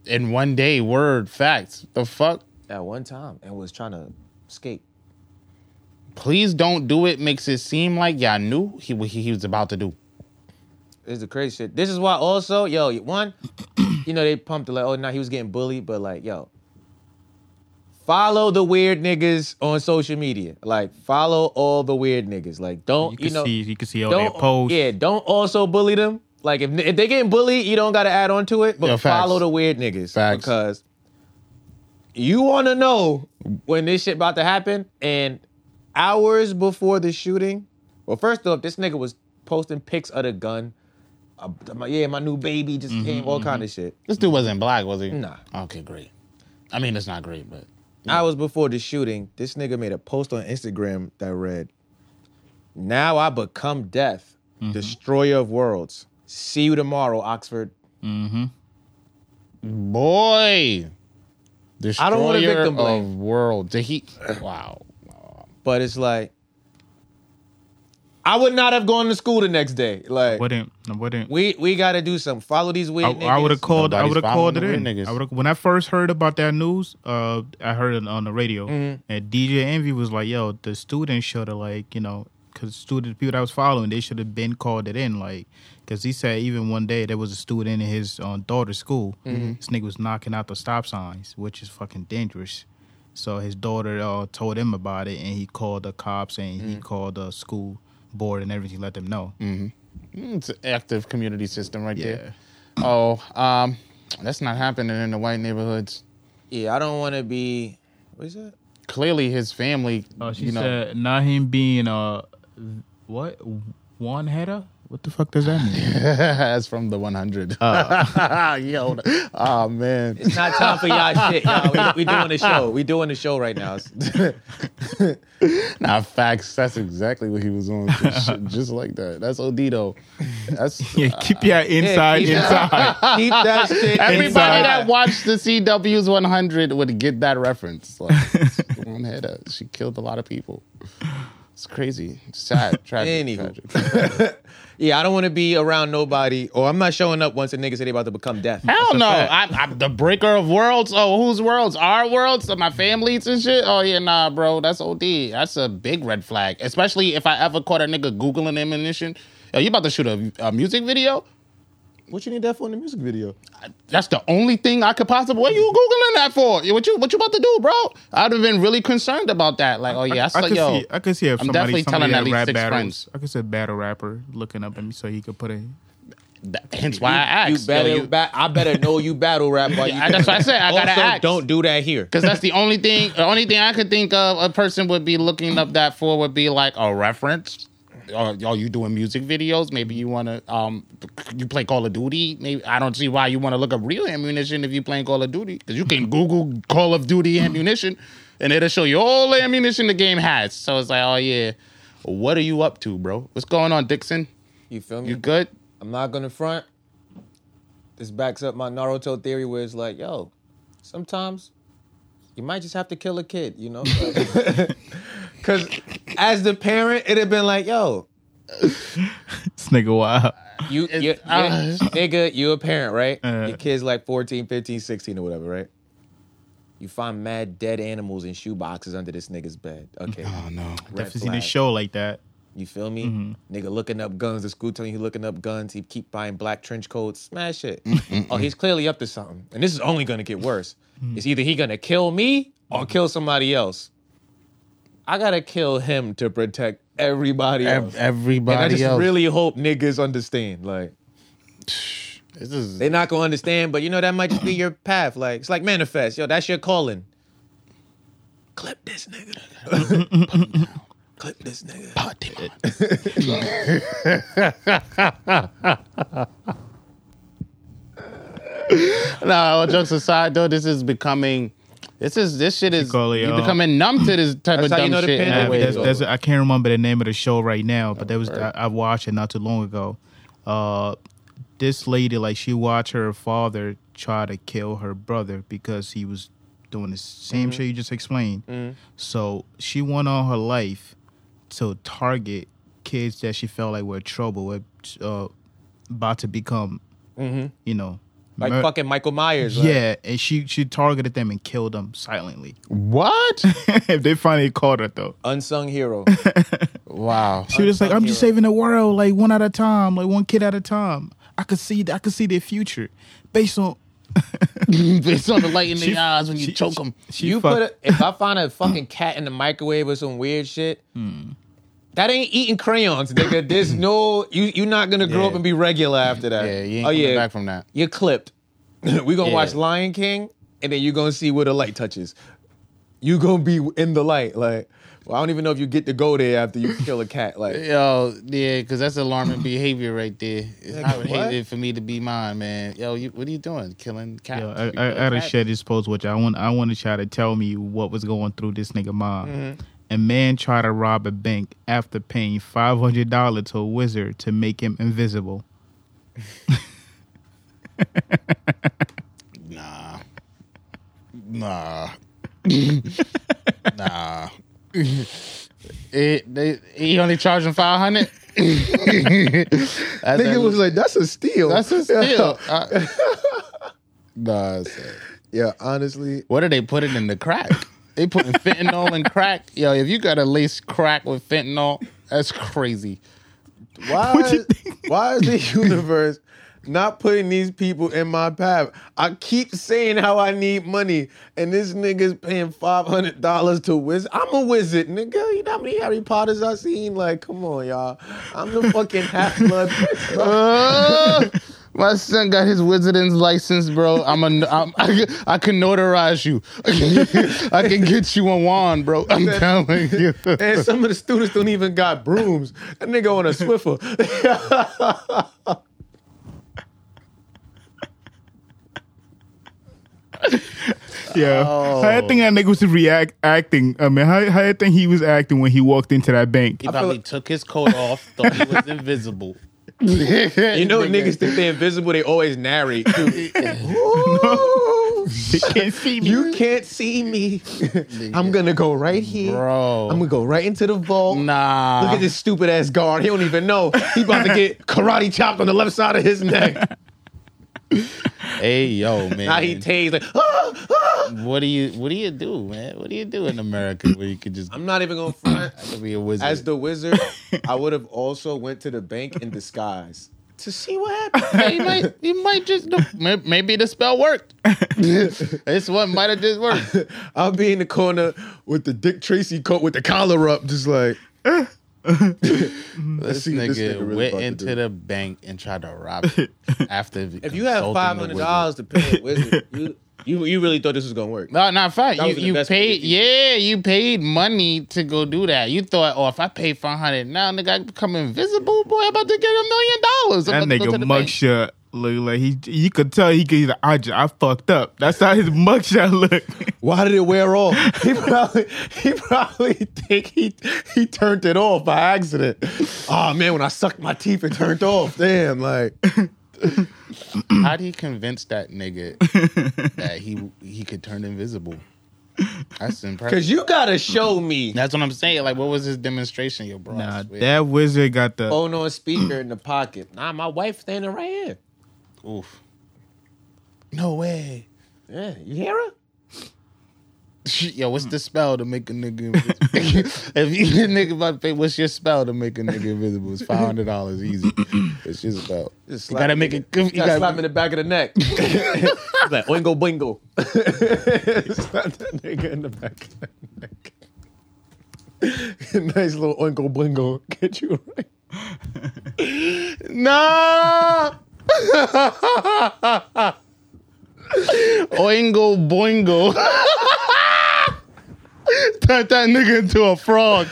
Speaker 3: In one day, word facts. The fuck.
Speaker 2: at one time and was trying to escape?
Speaker 3: Please don't do it. Makes it seem like y'all knew he what he, he was about to do.
Speaker 2: This is the crazy shit. This is why also, yo, one, you know, they pumped it like, oh, now he was getting bullied, but like, yo, follow the weird niggas on social media. Like, follow all the weird niggas. Like, don't,
Speaker 4: you
Speaker 2: you,
Speaker 4: can
Speaker 2: know,
Speaker 4: see you can see all their
Speaker 2: don't,
Speaker 4: posts.
Speaker 2: yeah, don't also bully them. Like, if, if they getting bullied, you don't got to add on to it, but
Speaker 3: Yeah, facts.
Speaker 2: follow the weird niggas.
Speaker 3: Facts.
Speaker 2: Because you want to know when this shit about to happen and hours before the shooting. Well, first off, this nigga was posting pics of the gun. Uh, my- yeah, my new baby just
Speaker 3: Mm-hmm,
Speaker 2: came, all kind of shit.
Speaker 3: This dude wasn't black, was he?
Speaker 2: Nah.
Speaker 3: Okay, great. I mean, it's not great, but
Speaker 2: Hours before the shooting, this nigga made a post on Instagram that read, Now I become death,
Speaker 3: Mm-hmm.
Speaker 2: destroyer of worlds. See you tomorrow, Oxford.
Speaker 3: boy, destroyer
Speaker 2: don't wanna victim
Speaker 3: of
Speaker 2: blame.
Speaker 3: world. Did he? Wow.
Speaker 2: But it's like, I would not have gone to school the next day. Like,
Speaker 4: Wouldn't wouldn't.
Speaker 2: we we got to do something. Follow these weird
Speaker 4: I,
Speaker 2: niggas.
Speaker 4: would have called. I
Speaker 3: Nobody's
Speaker 4: would have called it
Speaker 3: following
Speaker 4: in.
Speaker 3: the niggas.
Speaker 4: I would've- when I first heard about that news, uh, I heard it on the radio, and DJ Envy was like, "Yo, the students should have like, you know, because student people that was following, they should have been called it in, like, because he said even one day there was a student in his uh, daughter's school. This nigga was knocking out the stop signs, which is fucking dangerous. So his daughter uh, told him about it, and he called the cops and he called the school board and everything, let them know.
Speaker 3: Mm, It's an active community system right
Speaker 4: Yeah.
Speaker 3: there. Oh, um, that's not happening in the white neighborhoods.
Speaker 2: Yeah, I don't want to be. What is that?
Speaker 3: Clearly, his family.
Speaker 4: Oh, she
Speaker 3: you know,
Speaker 4: said not him being uh what one header. What the fuck does that mean?
Speaker 3: that's from the 100. Yo, oh man,
Speaker 2: It's not time for y'all shit, y'all. We, we doing the show. We doing the show right now.
Speaker 3: nah, facts. That's exactly what he was on. Shit, Just like that. That's Odido. That's uh,
Speaker 4: yeah, keep your inside
Speaker 2: keep-
Speaker 4: inside.
Speaker 2: Keep that shit.
Speaker 3: Everybody
Speaker 4: Inside.
Speaker 3: that watched the CW's 100 would get that reference. Like, one header. She killed a lot of people. It's crazy. Sad. Tragic.
Speaker 2: Anywho.
Speaker 3: tragic.
Speaker 2: Yeah, I don't want to be around nobody, or I'm not showing up once a nigga say they about to become death.
Speaker 3: Hell no. I'm, I'm the breaker of worlds. Oh, whose worlds? Our worlds? My family's and shit? Oh, yeah, nah, bro. That's OD. That's a big red flag. Especially if I ever caught a nigga Googling ammunition. Yo, you about to shoot a, a music video?
Speaker 2: What you need that for in the music video?
Speaker 3: That's the only thing I could possibly. What you googling that for? What you what you about to do, bro? I'd have been really concerned about that. Like, oh yeah, I, saw
Speaker 4: could
Speaker 3: yo.
Speaker 4: see, I could see if
Speaker 3: I'm
Speaker 4: somebody,
Speaker 3: definitely
Speaker 4: somebody
Speaker 3: telling at
Speaker 4: that
Speaker 3: least
Speaker 4: rap
Speaker 3: six
Speaker 4: battles,
Speaker 3: friends.
Speaker 4: I could see a battle rapper looking up at me so he could put in.
Speaker 3: that- hence why I asked.
Speaker 2: You better,
Speaker 3: yo, you-
Speaker 2: ba- I better know you battle rap. While you
Speaker 3: Yeah, that's what I said. I gotta
Speaker 2: also,
Speaker 3: ask.
Speaker 2: don't do that here.
Speaker 3: Cause that's the only thing, the only thing I could think of a person would be looking up that for would be like a reference. Are, are you doing music videos? Maybe you want to, um, you play Call of Duty. Maybe I don't see why you want to look up real ammunition if you playing Call of Duty, because you can Google Call of Duty ammunition, and it'll show you all the ammunition the game has. So it's like, oh yeah, what are you up to, bro? What's going on, Dixon?
Speaker 2: You feel me?
Speaker 3: You good?
Speaker 2: I'm not gonna front. This backs up my Naruto theory, where it's like, yo, sometimes you might just have to kill a kid, you know? Because as the parent, it'd have been like, yo,
Speaker 4: This nigga wild.
Speaker 2: you, you, you-
Speaker 3: uh,
Speaker 2: nigga, you a parent, right?
Speaker 4: Uh.
Speaker 3: Uh-huh.
Speaker 2: Your kid's like 14, 15, 16 or whatever, right? You find mad dead animals in shoe boxes under this nigga's bed. Okay.
Speaker 3: Oh no.
Speaker 2: Red
Speaker 4: Definitely seen a
Speaker 2: flag.
Speaker 4: show like that.
Speaker 2: You feel me? Nigga looking up guns. The school telling you looking up guns. He keep buying black trench coats. Man, shit.
Speaker 3: Mm,
Speaker 2: Oh, he's clearly up to something. And this is only gonna get worse. It's either he gonna kill me or kill somebody else. I gotta kill him to protect everybody else. and I
Speaker 3: Everybody
Speaker 2: just
Speaker 3: else.
Speaker 2: really hope niggas understand. Like
Speaker 3: this is
Speaker 2: they not gonna understand, but you know that might just be your path. Like it's like manifest. Yo, that's your calling. Clip this nigga. Clip this nigga.
Speaker 3: No, all jokes aside, though, this is becoming. This is this shit is
Speaker 4: call it,
Speaker 3: you're
Speaker 4: uh,
Speaker 3: becoming numb to this type of
Speaker 2: how you
Speaker 3: dumb
Speaker 2: know the
Speaker 3: shit. in a
Speaker 2: pandemic
Speaker 3: way.
Speaker 2: is
Speaker 4: That's,
Speaker 2: over.
Speaker 4: that's, I can't remember the name of the show right now, but there was I,
Speaker 3: Alright.
Speaker 4: I watched it not too long ago. Uh, this lady, like, she watched her father try to kill her brother because he was doing the same shit you just explained. So she went on her life to target kids that she felt like were trouble, were uh, about to become, you know,
Speaker 2: Like
Speaker 4: mur-
Speaker 2: fucking Michael Myers. like-
Speaker 4: Yeah, and she she targeted them and killed them silently.
Speaker 3: What?
Speaker 4: if they finally caught her though.
Speaker 2: unsung hero.
Speaker 3: wow.
Speaker 4: She was just like, I'm just saving the world, like one at a time, like one kid at a time. I could see, I could see their future, based on
Speaker 3: it's on the light in
Speaker 4: She-
Speaker 3: the eyes when you
Speaker 4: she-
Speaker 3: choke them.
Speaker 4: she
Speaker 2: you
Speaker 4: fuck-
Speaker 2: put a, if I find a fucking cat in the microwave or some weird shit, that ain't eating crayons, nigga. There's no you. You're not gonna grow
Speaker 4: Yeah.
Speaker 2: up and be regular after that. Oh,
Speaker 3: Yeah, you ain't coming back from that.
Speaker 2: You're clipped. we gonna
Speaker 3: Yeah.
Speaker 2: watch Lion King, and then you gonna see where the light touches. You gonna be in the light, like. Well, I don't even know if you get to go there after you kill a cat. Like,
Speaker 3: Yo, yeah, because that's alarming behavior right there. I would
Speaker 2: what?
Speaker 3: hate it for me to be mine, man. Yo, you, what are you doing? Killing cats?
Speaker 4: Yo,
Speaker 3: You
Speaker 4: I,
Speaker 3: killing
Speaker 4: I, I had to
Speaker 3: cats?
Speaker 4: share this post, which I want I want to try to tell me what was going through this nigga mind.
Speaker 2: Mm-hmm.
Speaker 4: A man tried to rob a bank after paying five hundred dollars to a wizard to make him invisible.
Speaker 3: Nah. Nah. nah. It, they, he only charged him 500
Speaker 2: nigga was like, "That's a steal."
Speaker 3: That's a steal. Uh, nah, son.
Speaker 2: yeah, honestly,
Speaker 3: what are they putting in the crack? They putting fentanyl in crack. Yo, if you got a lace crack with fentanyl, that's crazy.
Speaker 2: Why? Is, why is the universe not putting these people in my path? I keep saying how I need money, and this nigga's paying five hundred dollars to wizard. I'm a wizard, nigga. You know how many Harry Potters I seen? Like, come on, y'all. I'm the fucking half blood. prince, bro.
Speaker 3: Uh, my son got his wizarding's license, bro. I'm a, I'm, I, I can notarize you. I can get you a wand, bro. I'm telling you.
Speaker 2: And some of the students don't even got brooms. That nigga on a Swiffer.
Speaker 4: Yeah, how I think that nigga was react acting. I mean, how how I think he was acting when he walked into that bank.
Speaker 3: He probably took his coat off, thought he was invisible.
Speaker 2: You know, niggas think they're invisible. They always narrate. too. Ooh.
Speaker 4: They can't see me.
Speaker 2: You can't see me. I'm gonna go right here.
Speaker 3: Bro.
Speaker 2: I'm gonna go right into the vault.
Speaker 3: Nah.
Speaker 2: Look at this stupid ass guard. He don't even know. He about to get karate chopped on the left side of his neck.
Speaker 3: Hey, yo, man.
Speaker 2: Now he tased like, "Ah, ah."
Speaker 3: what do you What do you do, man? What do you do in America where you could just
Speaker 2: I'm not even gonna front.
Speaker 3: be a wizard?
Speaker 2: As the wizard, I would have also went to the bank in disguise. to see what happens.
Speaker 3: He might, he might just may- maybe the spell worked. this one might have just worked.
Speaker 2: I'll be in the corner with the Dick Tracy coat with the collar up, just like
Speaker 3: This
Speaker 2: see what
Speaker 3: nigga,
Speaker 2: this nigga really about
Speaker 3: went into
Speaker 2: to do.
Speaker 3: the bank and tried to rob it after.
Speaker 2: if you have five hundred dollars to pay a wizard, you, you you really thought this was gonna work.
Speaker 3: No, not five.
Speaker 2: That
Speaker 3: You,
Speaker 2: was an
Speaker 3: you
Speaker 2: investment
Speaker 3: paid,
Speaker 2: that you-
Speaker 3: yeah, you paid money to go do that. You thought, oh, if I pay five hundred now, nigga, I become invisible. Boy, I'm about to get a million dollars.
Speaker 4: That nigga mugshot look like he. You could tell he could. Either, I just, I fucked up. That's how his mugshot look.
Speaker 2: Why did it wear off? He probably he probably think he he turned it off by accident. Oh man, when I sucked my teeth, it turned off. Damn, like
Speaker 3: How would he convince that nigga that he he could turn invisible? That's impressive.
Speaker 2: because you gotta show me.
Speaker 3: That's what I'm saying. Like, what was his demonstration, yo, bro? I
Speaker 4: Nah,
Speaker 3: swear.
Speaker 4: that wizard got the.
Speaker 3: Oh,
Speaker 2: Phone on speaker in the pocket. Nah, my wife standing right here.
Speaker 3: Oof. No way.
Speaker 2: Yeah, you hear her?
Speaker 3: Yo,
Speaker 4: Hmm.
Speaker 3: what's the spell to make a nigga invisible? if you a nigga about to pay, what's your spell to make a nigga invisible? It's five hundred dollars easy. It's your spell.
Speaker 2: Just
Speaker 3: you
Speaker 2: slap
Speaker 3: gotta
Speaker 2: me
Speaker 3: make
Speaker 2: in
Speaker 3: it.
Speaker 2: the-
Speaker 3: You
Speaker 2: You gotta
Speaker 3: gotta,
Speaker 2: slap me in the back of the neck. It's like oingo boingo. slap that nigga in the back of the neck. nice little oingo boingo. Get you right.
Speaker 3: no. Oingo boingo. Turn that nigga into a frog.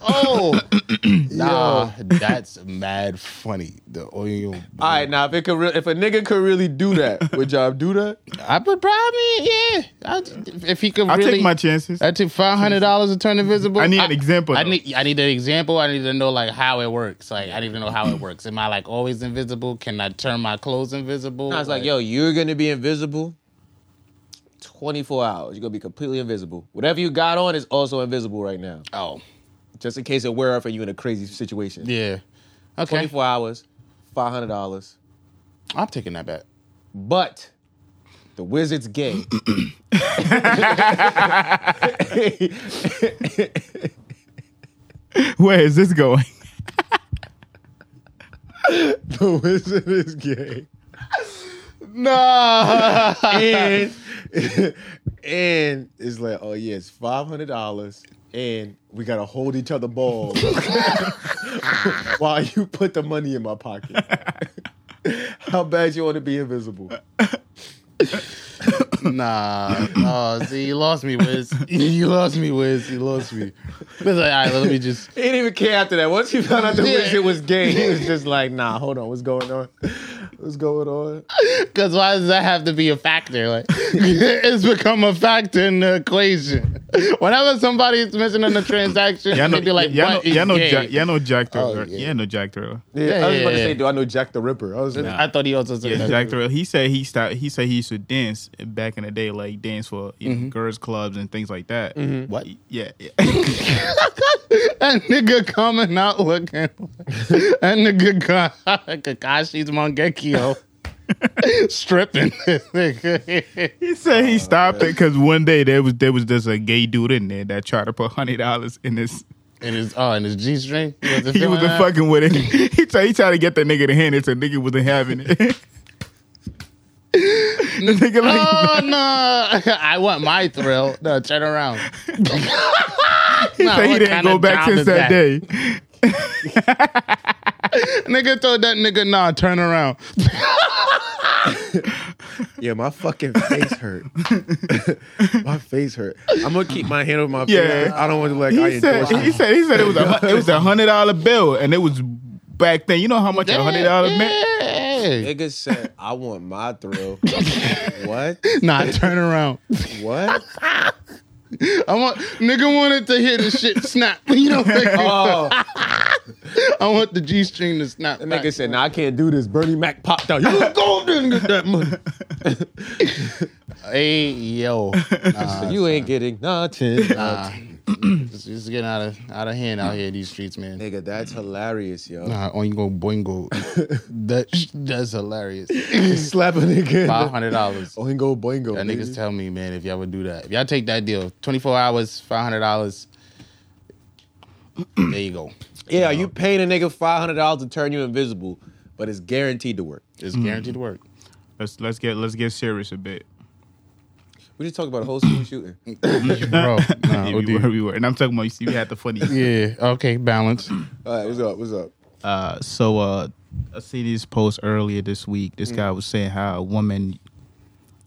Speaker 3: oh, nah, that's mad funny. The oingo.
Speaker 2: All right, now if it could, re- if a nigga could really do that, would y'all do that?
Speaker 3: I would probably, yeah. I, if he could
Speaker 4: I
Speaker 3: really,
Speaker 4: take my chances.
Speaker 3: I took five hundred dollars to turn invisible.
Speaker 4: I need an example,
Speaker 3: I
Speaker 4: though.
Speaker 3: need, I need an example. I need to know like how it works. Like I need to know how it works. Am I like always invisible? Can I turn my clothes invisible?
Speaker 2: I was like, yo, you're gonna be invisible. 24 hours. You're gonna be completely invisible. Whatever you got on is also invisible right now.
Speaker 3: oh,
Speaker 2: Just in case it wear off and you're in a crazy situation.
Speaker 3: yeah, okay.
Speaker 2: 24 hours, $500.
Speaker 3: I'm taking that back.
Speaker 2: But the wizard's gay.
Speaker 4: Where is this going?
Speaker 2: the wizard is gay.
Speaker 3: No,
Speaker 2: and and it's like, oh yeah, it's five hundred dollars, and we gotta hold each other balls while you put the money in my pocket. How bad you want to be invisible?
Speaker 3: nah. Oh, see, you lost me, Wiz. You lost me, Wiz. You lost me. It's like, all right, let me just.
Speaker 2: He didn't even care after that. Once he found out the
Speaker 3: Yeah.
Speaker 2: wizard was gay, he was just like, nah, hold on, what's going on? What's going on?
Speaker 3: Because why does that have to be a factor? Like, it's become a factor in the equation. Whenever somebody's mentioning a transaction,
Speaker 4: Y'all know,
Speaker 3: they be like,
Speaker 4: y'all know,
Speaker 3: "What is
Speaker 4: y'all know,
Speaker 3: gay?" Oh,
Speaker 4: Jack, y'all know Jack Thriller.
Speaker 3: yeah.
Speaker 4: Y'all know Jack Thriller.
Speaker 2: Yeah,
Speaker 3: Yeah,
Speaker 2: I was about
Speaker 3: yeah,
Speaker 2: to
Speaker 3: yeah.
Speaker 2: say, do I know Jack the Ripper? I was like,
Speaker 3: I thought he also said
Speaker 4: Yeah,
Speaker 3: that.
Speaker 4: Jack Thrill. He said he start. He said he used to dance back in the day, like dance for you
Speaker 3: Mm-hmm.
Speaker 4: know, girls clubs and things like that.
Speaker 3: What?
Speaker 4: Yeah, yeah.
Speaker 3: That nigga coming out looking. that nigga got Kakashi's Mongekyo stripping this nigga.
Speaker 4: he said
Speaker 3: Oh,
Speaker 4: he stopped it because one day there was there was just a gay dude in there that tried to put hundred dollars in his.
Speaker 3: And his oh, and his G string.
Speaker 4: He was a fucking with it. He tried. He tried to get that nigga to hand it. So nigga wasn't having it. the nigga like.
Speaker 3: Oh no! I want my thrill. No, turn around.
Speaker 4: He
Speaker 3: Nah,
Speaker 4: said he
Speaker 3: Oh, what
Speaker 4: didn't
Speaker 3: kind
Speaker 4: go
Speaker 3: of
Speaker 4: back
Speaker 3: job
Speaker 4: since
Speaker 3: is
Speaker 4: that,
Speaker 3: that?
Speaker 4: day.
Speaker 3: Nigga told that nigga, nah, turn around.
Speaker 2: yeah, my fucking face hurt. my face hurt. I'm gonna keep my hand over my face.
Speaker 4: Yeah.
Speaker 2: I don't want to like. I
Speaker 4: He
Speaker 2: endorse
Speaker 4: said,
Speaker 2: it.
Speaker 4: he said he said it was a hun- it was a hundred dollar bill and it was back then. You know how much a hundred dollar bill?
Speaker 3: Yeah.
Speaker 2: Nigga said, I want my thrill. what?
Speaker 3: Nah, turn around.
Speaker 2: What?
Speaker 3: I want nigga wanted to hear the shit snap. You know, like,
Speaker 2: Oh,
Speaker 3: I want the G string to snap.
Speaker 2: that
Speaker 3: back.
Speaker 2: nigga said, nah, I can't do this. Bernie Mac popped out. You go up there and get that money.
Speaker 3: Hey yo, nah,
Speaker 2: you ain't getting nothing.
Speaker 3: nah. It's it's getting out of out of hand out here in these streets, man.
Speaker 2: Nigga, that's hilarious, yo.
Speaker 3: Nah, oingo boingo. that that's hilarious.
Speaker 2: Slap a nigga.
Speaker 3: Five hundred dollars.
Speaker 2: Oingo boingo.
Speaker 3: That
Speaker 2: nigga.
Speaker 3: niggas tell me, man, if y'all would do that, if y'all take that deal, twenty four hours, five hundred dollars. there you go.
Speaker 2: Yeah, you paying a nigga five hundred dollars to turn you invisible, but it's guaranteed to work.
Speaker 3: It's guaranteed to work.
Speaker 4: Let's let's get let's get serious a bit.
Speaker 2: We just talked about a whole school shooting.
Speaker 3: Bro, nah,
Speaker 4: Yeah, we, were, we were, and I'm talking about you see, we had the funny.
Speaker 3: yeah. Okay, balance.
Speaker 2: All right, what's up? What's up?
Speaker 4: Uh, so uh, I see this post earlier this week. This guy was saying how a woman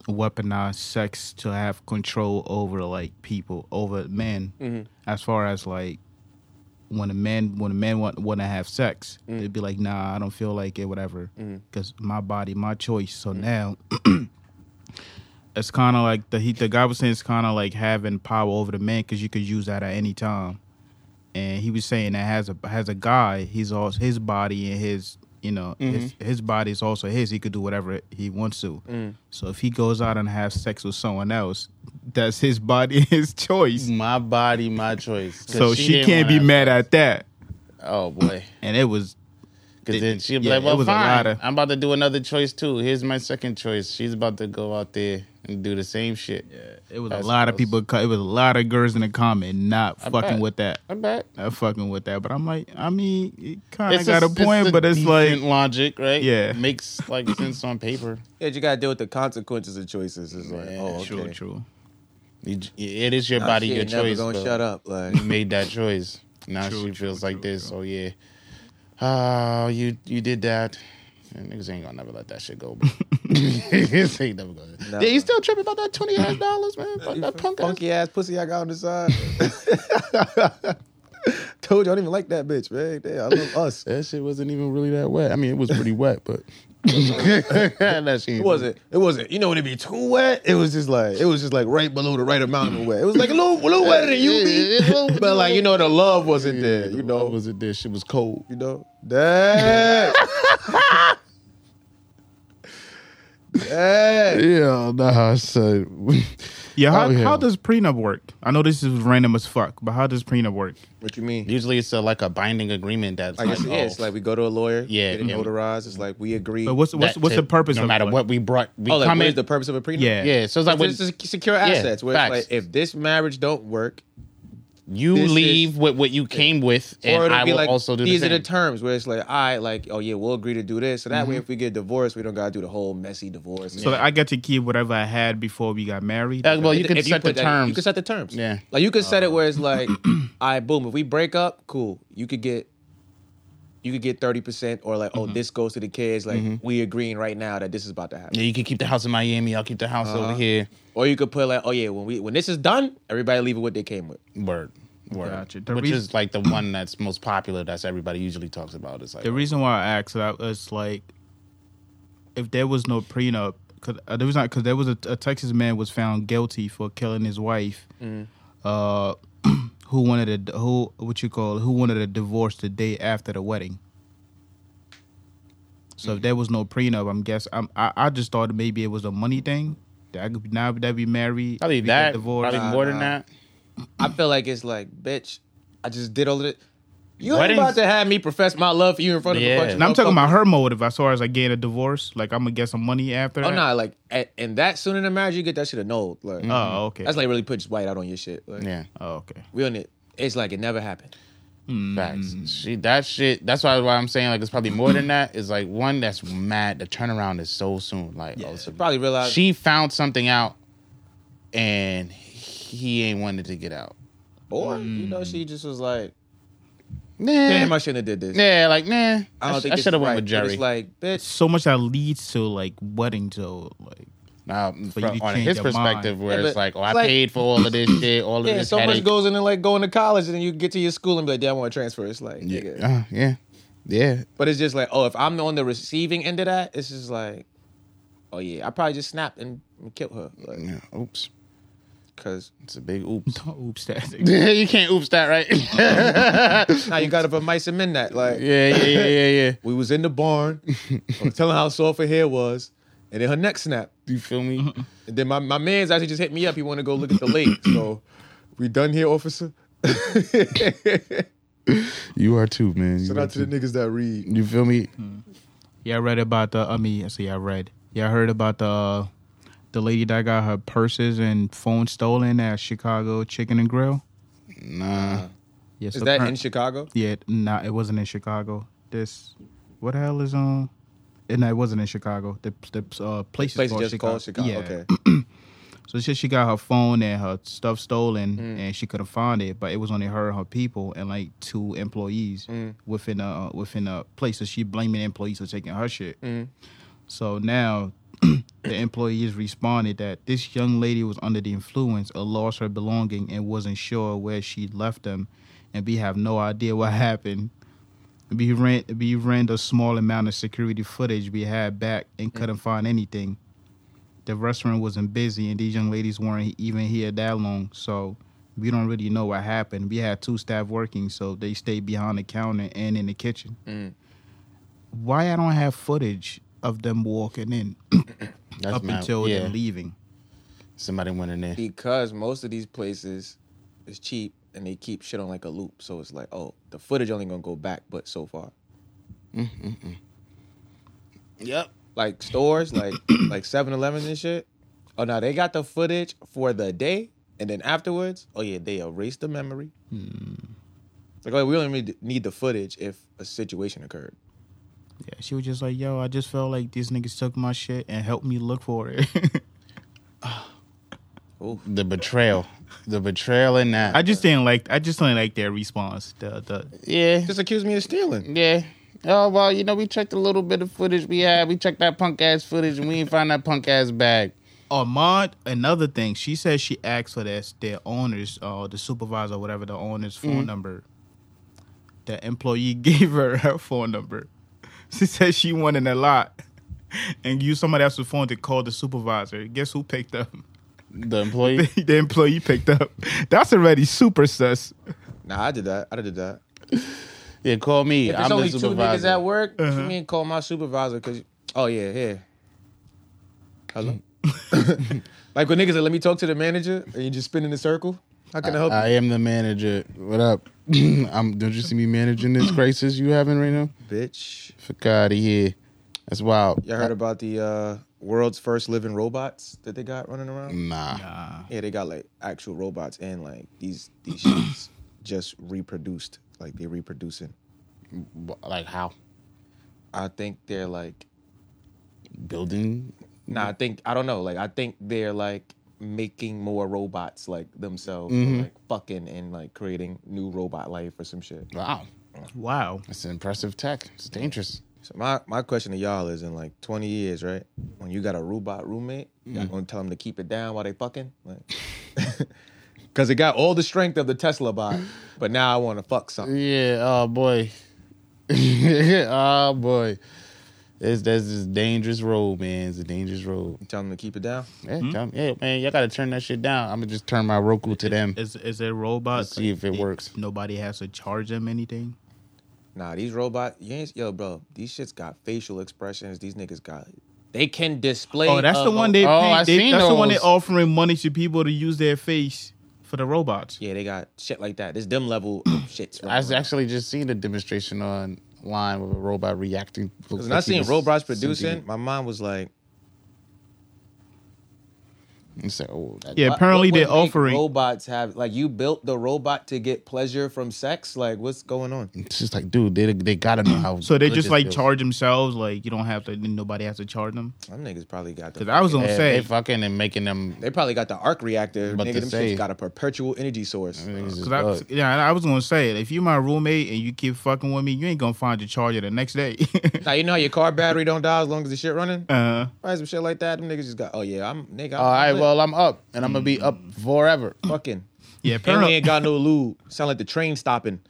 Speaker 4: weaponized sex to have control over like people, over men, as far as like when a man when a man want want to have sex,
Speaker 3: Mm.
Speaker 4: they'd be like, "Nah, I don't feel like it, whatever," because my body, my choice. So
Speaker 3: Mm.
Speaker 4: now. It's kind of like the he, the guy was saying it's kind of like having power over the man because you could use that at any time and he was saying that has a has a guy, he's also his body and his you know his
Speaker 3: Mm-hmm.
Speaker 4: his body is also his. He could do whatever he wants to.
Speaker 3: Mm.
Speaker 4: So if he goes out and has sex with someone else, that's his body, his choice.
Speaker 3: My body, my choice. Mm. 'Cause
Speaker 4: So she,
Speaker 3: didn't
Speaker 4: can't be
Speaker 3: wanna-
Speaker 4: mad at that.
Speaker 3: Oh boy.
Speaker 4: And it was
Speaker 3: Because then she'll be
Speaker 4: Yeah,
Speaker 3: like,
Speaker 4: it
Speaker 3: well,
Speaker 4: was a
Speaker 3: fine.
Speaker 4: lotta-
Speaker 3: I'm about to do another choice too. Here's my second choice. She's about to go out there and do the same shit.
Speaker 4: it was
Speaker 3: That's
Speaker 4: a lot of
Speaker 3: gross.
Speaker 4: people. co- It was a lot of girls in the comment not fucking
Speaker 3: bet.
Speaker 4: with that.
Speaker 3: I bet.
Speaker 4: Not fucking with that. But I'm like, I mean, it kind of got a point, but it's
Speaker 3: decent
Speaker 4: like
Speaker 3: logic, right?
Speaker 4: Yeah.
Speaker 3: Makes like sense on paper.
Speaker 2: Yeah, you gotta deal with the consequences of choices. It's like,
Speaker 3: Yeah,
Speaker 2: oh, okay.
Speaker 4: true, true.
Speaker 3: You j- It is your
Speaker 2: Nah,
Speaker 3: body,
Speaker 2: she
Speaker 3: your
Speaker 2: ain't never
Speaker 3: choice.
Speaker 2: Gonna
Speaker 3: but
Speaker 2: shut up. Like,
Speaker 3: You made that choice. Now
Speaker 4: True,
Speaker 3: she
Speaker 4: true,
Speaker 3: feels
Speaker 4: true,
Speaker 3: like this. Oh yeah. Oh, you you did that. And niggas ain't gonna never let that shit go. Bro. Niggas ain't never gonna.
Speaker 2: Never.
Speaker 3: Yeah, you still tripping about that twenty ass dollars, man? About that punk ass
Speaker 2: funky ass pussy I got on the side. Told you I don't even like that bitch, man. Damn, I love us.
Speaker 3: That shit wasn't even really that wet. I mean, it was pretty wet, but that shit
Speaker 2: It wasn't. It wasn't. You know when it be too wet, it was just like it was just like right below the right amount
Speaker 3: Mm.
Speaker 2: of wet. It was like a little, a little wetter than you be, but like you know the love wasn't there. You know,
Speaker 3: was it this? Shit was cold.
Speaker 2: you know that. that.
Speaker 3: Yeah, nah, son.
Speaker 4: Yeah, how,
Speaker 3: Oh, yeah.
Speaker 4: how does prenup work? I know this is random as fuck, but how does prenup work?
Speaker 2: What you mean?
Speaker 3: Usually, it's a, like a binding agreement that's
Speaker 2: I guess yeah, it's
Speaker 3: oh,
Speaker 2: like we go to a lawyer,
Speaker 3: Yeah,
Speaker 2: get it
Speaker 3: yeah.
Speaker 2: notarized. It's like we agree.
Speaker 4: But what's what's,
Speaker 3: that
Speaker 4: what's the
Speaker 3: tip,
Speaker 4: purpose
Speaker 3: No
Speaker 4: of
Speaker 3: matter
Speaker 4: like-
Speaker 3: what we brought, we
Speaker 2: oh, like
Speaker 3: come
Speaker 2: what
Speaker 3: in.
Speaker 2: is the purpose of a prenup?
Speaker 4: Yeah.
Speaker 3: yeah, so it's like when
Speaker 2: It's just to secure assets. where
Speaker 3: facts.
Speaker 2: it's like if this marriage don't work,
Speaker 3: you
Speaker 2: this is-
Speaker 3: leave with what you came with,
Speaker 2: or
Speaker 3: and
Speaker 2: it'll
Speaker 3: I
Speaker 2: be
Speaker 3: will
Speaker 2: like
Speaker 3: also do
Speaker 2: these
Speaker 3: the
Speaker 2: are the
Speaker 3: same.
Speaker 2: terms where it's like, all right, like oh yeah, we'll agree to do this. So that
Speaker 3: Mm-hmm.
Speaker 2: way, if we get divorced, we don't gotta do the whole messy divorce.
Speaker 4: So like, I got to keep whatever I had before we got married.
Speaker 3: Uh, well, you
Speaker 2: If
Speaker 3: can set
Speaker 2: put
Speaker 3: the
Speaker 2: that-
Speaker 3: terms. Oh.
Speaker 2: You can set the terms.
Speaker 3: Yeah.
Speaker 2: like you can set it where it's like, all right, boom. If we break up, cool. You could get. You could get thirty percent, or like, oh,
Speaker 3: Mm-hmm.
Speaker 2: this goes to the kids. Like, we agreeing right now that this is about to happen.
Speaker 3: yeah, you can keep the house in Miami. I'll keep the house
Speaker 2: Uh-huh.
Speaker 3: over here.
Speaker 2: Or you could put like, oh yeah, when we when this is done, everybody leave with what they came with.
Speaker 3: Word. Word.
Speaker 4: Gotcha. The
Speaker 3: Which
Speaker 4: reason-
Speaker 3: is like the one that's most popular. That's everybody usually talks about. It's like
Speaker 4: the reason why I asked that was like, if there was no prenup, cause uh, there was not because there was a, a Texas man was found guilty for killing his wife,
Speaker 2: Mm.
Speaker 4: uh, who wanted a who what you call who wanted a divorce the day after the wedding. So
Speaker 2: Mm.
Speaker 4: if there was no prenup, I'm guess I'm, I I just thought maybe it was a money thing. That I could be- now that we married,
Speaker 3: probably
Speaker 4: we get
Speaker 3: that.
Speaker 4: divorced.
Speaker 3: Probably more than that.
Speaker 2: I feel like it's like, bitch, I just did all of it. You
Speaker 3: Weddings-
Speaker 2: ain't about to have me profess my love for you in front of
Speaker 3: Yeah.
Speaker 2: a bunch of
Speaker 4: And I'm talking
Speaker 2: motherfuckers.
Speaker 4: about her motive as far as like getting a divorce. Like I'm gonna get some money after.
Speaker 2: Oh
Speaker 4: that.
Speaker 2: no, nah, like a- and that soon in the marriage you get that shit annulled. Like uh,
Speaker 4: Oh okay.
Speaker 2: that's like really put white out on your shit. Like,
Speaker 3: Mm. Yeah.
Speaker 4: oh okay.
Speaker 2: we on it. It's like it never happened. Mm-hmm.
Speaker 3: Facts. She that shit. That's why, why I'm saying like it's probably more than that. Is like one that's mad. The turnaround is so soon. Like oh, so
Speaker 2: Probably realized
Speaker 3: she found something out, and he ain't wanted to get out.
Speaker 2: or you
Speaker 3: Mm.
Speaker 2: know she just was like,
Speaker 3: Nah.
Speaker 2: damn, I shouldn't have did this.
Speaker 3: yeah. Like nah.
Speaker 2: I
Speaker 3: I,
Speaker 2: don't
Speaker 3: sh-
Speaker 2: think
Speaker 3: I
Speaker 2: this
Speaker 3: should have went
Speaker 2: is right.
Speaker 3: with
Speaker 2: But
Speaker 3: Jerry.
Speaker 2: It's like, bitch,
Speaker 4: So much that leads to like wedding to like
Speaker 3: Now,
Speaker 4: you
Speaker 3: from, on
Speaker 4: change
Speaker 3: his
Speaker 4: your
Speaker 3: perspective, where
Speaker 2: Yeah,
Speaker 3: it's
Speaker 2: but
Speaker 3: like, oh, I
Speaker 2: it's like-
Speaker 3: paid for all of this shit, all of
Speaker 2: yeah,
Speaker 3: this
Speaker 2: so
Speaker 3: headache.
Speaker 2: much goes into like going to college and then you get to your school and be like, damn, I want to transfer. It's like,
Speaker 3: yeah.
Speaker 2: nigga.
Speaker 3: Uh, yeah, yeah.
Speaker 2: But it's just like, oh, if I'm on the receiving end of that, it's just like, oh yeah, I probably just snapped and killed her. Like,
Speaker 3: Yeah, Oops,
Speaker 2: Cause
Speaker 3: it's a big oops.
Speaker 4: don't oops that.
Speaker 3: you can't oops that, right?
Speaker 2: now you gotta put mice and men that. Like,
Speaker 3: yeah, yeah, yeah, yeah, yeah.
Speaker 2: we was in the barn, I was telling how soft her hair was, and then her neck snapped.
Speaker 3: You feel me?
Speaker 2: And then my, my man's actually just hit me up. He want to go look at the lake. So, we done here, officer.
Speaker 3: You are too, man. You
Speaker 2: Shout
Speaker 3: are
Speaker 2: out to the niggas that read.
Speaker 3: You feel me?
Speaker 2: Mm-hmm.
Speaker 4: yeah, I read about the. I mean, I see. I read. Yeah, I heard about the uh, the lady that got her purses and phone stolen at Chicago Chicken and Grill.
Speaker 3: Nah.
Speaker 4: Yeah,
Speaker 2: Is
Speaker 4: so
Speaker 2: that
Speaker 4: cur-
Speaker 2: in Chicago?
Speaker 4: Yeah, nah, it wasn't in Chicago. This, what the hell is on? And no, it wasn't in Chicago. The the uh, place,
Speaker 2: Place
Speaker 4: is called
Speaker 2: just
Speaker 4: Chicago.
Speaker 2: called Chicago.
Speaker 4: Yeah.
Speaker 2: Okay.
Speaker 4: So she she got her phone and her stuff stolen, and she couldn't find it. But it was only her and her people and like two employees within a within a place. So she blaming employees for taking her shit. So now the employees responded that this young lady was under the influence or lost her belonging and wasn't sure where she left them, and we have no idea what happened. We ran we ran a small amount of security footage we had back and couldn't find anything. The restaurant wasn't busy and these young ladies weren't even here that long, so we don't really know what happened. We had two staff working, so they stayed behind the counter and in the kitchen. Why I don't have footage of them walking in
Speaker 3: That's
Speaker 4: up
Speaker 3: mad.
Speaker 4: until
Speaker 3: yeah.
Speaker 4: they're leaving.
Speaker 3: Somebody went in there.
Speaker 2: because most of these places is cheap and they keep shit on like a loop. So it's like, oh, the footage only gonna go back, but so far.
Speaker 3: Yep.
Speaker 2: Like stores, like like 7-Elevens and shit. Oh no, they got the footage for the day, and then afterwards, oh yeah, they erase the memory. It's like, oh, we only need- need the footage if a situation occurred.
Speaker 4: Yeah, she was just like, "Yo, I just felt like these niggas took my shit and helped me look for it."
Speaker 3: The betrayal. The betrayal in that.
Speaker 4: I just didn't like. I just didn't like their response. The the
Speaker 3: yeah.
Speaker 2: Just accuse me of stealing.
Speaker 3: Yeah. Oh well, you know, we checked a little bit of footage we had. We checked that punk ass footage, and we ain't find that punk ass bag.
Speaker 4: Armand. Another thing, she says she asked for this their owner's, uh, the supervisor, whatever the owner's
Speaker 3: Mm-hmm.
Speaker 4: phone number. The employee gave her her phone number. She said she wanted a lot and used somebody else's phone to call the supervisor. Guess who picked up?
Speaker 3: The employee.
Speaker 4: the employee picked up. That's already super sus.
Speaker 2: Nah, I did that. I did that.
Speaker 3: yeah, call me.
Speaker 2: If
Speaker 3: I'm
Speaker 2: it's
Speaker 3: the
Speaker 2: only two niggas
Speaker 3: supervisor.
Speaker 2: at work, you mean call my supervisor because oh yeah, here. Hello. like when niggas say, let me talk to the manager and you just spin in a circle. How can I, help
Speaker 3: I am the manager. What up? I'm, don't you see me managing this crisis you having right now?
Speaker 2: you? Bitch.
Speaker 3: Fuck out of here. That's wild.
Speaker 2: Y'all heard about the uh, world's first living robots that they got running around?
Speaker 3: Nah.
Speaker 2: Yeah, they got like actual robots and like these these shits just reproduced. Like they're reproducing.
Speaker 3: Wh- Like how?
Speaker 2: I think they're like
Speaker 3: Building.
Speaker 2: Nah, I think I don't know. Like I think they're like making more robots like themselves,
Speaker 4: Mm-hmm.
Speaker 2: or, like fucking and like creating new robot life or some shit.
Speaker 3: Wow.
Speaker 4: Wow.
Speaker 3: That's impressive tech. It's dangerous.
Speaker 2: So my my question to y'all is in like 20 years, right? When you got a robot roommate, y'all
Speaker 4: Mm-hmm.
Speaker 2: gonna tell them to keep it down while they fucking? Like Cause it got all the strength of the Tesla bot, but now I want to fuck
Speaker 4: Mm-hmm.
Speaker 2: something.
Speaker 3: Yeah. Oh boy. oh boy. It's that's this dangerous road, man. It's a dangerous road.
Speaker 2: Tell them to keep it down.
Speaker 3: Yeah, tell 'em, hey, man, y'all gotta turn that shit down. I'm gonna just turn my Roku to them.
Speaker 4: Is is it robots?
Speaker 3: Let's see if it works.
Speaker 4: Nobody has to charge them anything.
Speaker 2: Nah, these robot, you ain't, yo, bro, these shits got facial expressions. These niggas got, they can display.
Speaker 4: Oh, that's
Speaker 2: a
Speaker 4: the one they.
Speaker 3: oh,
Speaker 4: pay-
Speaker 3: I
Speaker 4: they-
Speaker 3: seen
Speaker 4: that's the one they
Speaker 3: those.
Speaker 4: offering money to people to use their face for the robots.
Speaker 2: Yeah, they got shit like that. This them level of shits.
Speaker 3: I was
Speaker 2: running around.
Speaker 3: actually just seen a demonstration online with a robot reacting. Looks
Speaker 2: When I
Speaker 3: like he
Speaker 2: seen
Speaker 3: was
Speaker 2: robots
Speaker 3: something-
Speaker 2: producing, my mom was like,
Speaker 3: and said, oh, that-
Speaker 4: Yeah,
Speaker 2: "Why-
Speaker 4: apparently
Speaker 2: what would
Speaker 4: they're
Speaker 2: make
Speaker 4: offering.
Speaker 2: robots have like you built the robot to get pleasure from sex. Like, what's going on?
Speaker 3: It's just like, dude, they they gotta know how.
Speaker 4: so they
Speaker 3: good
Speaker 4: just
Speaker 3: this
Speaker 4: like
Speaker 3: feels.
Speaker 4: charge themselves. Like you don't have to. Nobody has to charge them.
Speaker 2: Some niggas probably got
Speaker 4: Because
Speaker 2: the
Speaker 4: I was gonna
Speaker 3: Yeah,
Speaker 4: say
Speaker 3: they fucking and making them.
Speaker 2: they probably got the arc reactor.
Speaker 3: About
Speaker 2: Nigga,
Speaker 3: to
Speaker 2: them
Speaker 3: say. Mm.
Speaker 2: shits got a perpetual energy source.
Speaker 3: niggas is
Speaker 4: Cause I,
Speaker 3: bugged.
Speaker 4: yeah, I was gonna say it. If you my roommate and you keep fucking with me, you ain't gonna find your charger the next day.
Speaker 2: Now you know how your car battery don't die as long as the shit running.
Speaker 4: uh,
Speaker 2: Probably some shit like that. Them niggas just got. Oh yeah, I'm nigga. I'm
Speaker 3: All right,
Speaker 2: lit.
Speaker 3: well, I'm up and I'm gonna be up forever.
Speaker 2: fucking.
Speaker 4: yeah,
Speaker 2: And we
Speaker 4: apparently,
Speaker 2: ain't got no lube. Sound like the train stopping.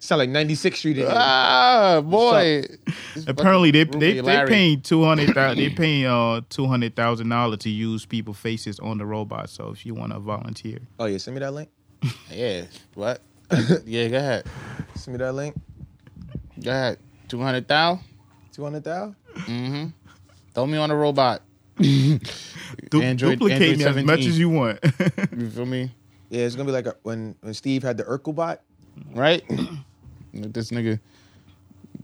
Speaker 2: Sound like 96th Street. in here.
Speaker 3: Ah, boy.
Speaker 4: apparently they they
Speaker 3: Roommate
Speaker 4: they
Speaker 3: Larry.
Speaker 4: paying two hundred thousand. they paying uh two hundred thousand dollars to use people faces on the robot. So if you want to volunteer,
Speaker 2: Oh yeah, send me that link.
Speaker 3: Yeah. What? yeah. Go ahead.
Speaker 2: Send me that link.
Speaker 3: Go ahead. Two hundred thousand.
Speaker 2: Two hundred thousand.
Speaker 3: Throw me on a robot.
Speaker 4: Du-
Speaker 3: Android-
Speaker 4: duplicate
Speaker 3: Android
Speaker 4: me as much
Speaker 3: 17.
Speaker 4: as you want.
Speaker 3: You feel me?
Speaker 2: Yeah, it's gonna be like a, when when Steve had the Urkel bot.
Speaker 3: Right? With this nigga.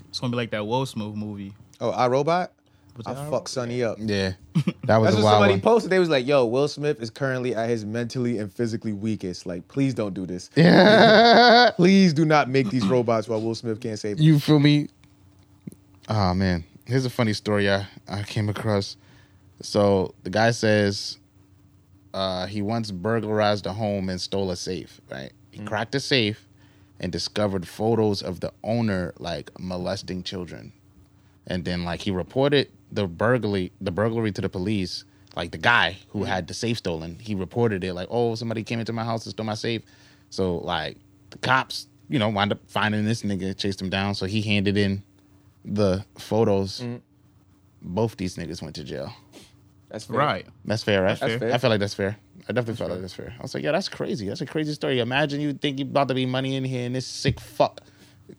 Speaker 4: It's gonna be like that Will Smith movie.
Speaker 2: Oh, iRobot.
Speaker 4: was
Speaker 2: I
Speaker 4: like, all
Speaker 2: fuck Sonny up.
Speaker 3: Yeah, that was
Speaker 2: That's
Speaker 3: a
Speaker 2: what
Speaker 3: wild
Speaker 2: somebody
Speaker 3: one.
Speaker 2: posted. They was like, "Yo, Will Smith is currently at his mentally and physically weakest. Like, please don't do this.
Speaker 3: Yeah,
Speaker 2: Please do not make these robots while Will Smith can't save them."
Speaker 3: you feel me? Oh man, here's a funny story I, I came across. So the guy says uh, he once burglarized a home and stole a safe. Right, he
Speaker 2: Mm.
Speaker 3: cracked a safe and discovered photos of the owner like molesting children, and then like he reported the burglary the burglary to the police. Like the guy who had the safe stolen, he reported it like, "Oh, somebody came into my house and stole my safe." So like the cops, you know, wind up finding this nigga, chased him down. So he handed in the photos. Both these niggas went to jail.
Speaker 2: That's fair.
Speaker 4: right.
Speaker 3: That's fair, right?
Speaker 2: That's fair.
Speaker 3: I feel like that's fair. I definitely felt like that's fair. I was like, yeah, that's crazy. That's a crazy story. Imagine you think you about to be money in here and this sick fuck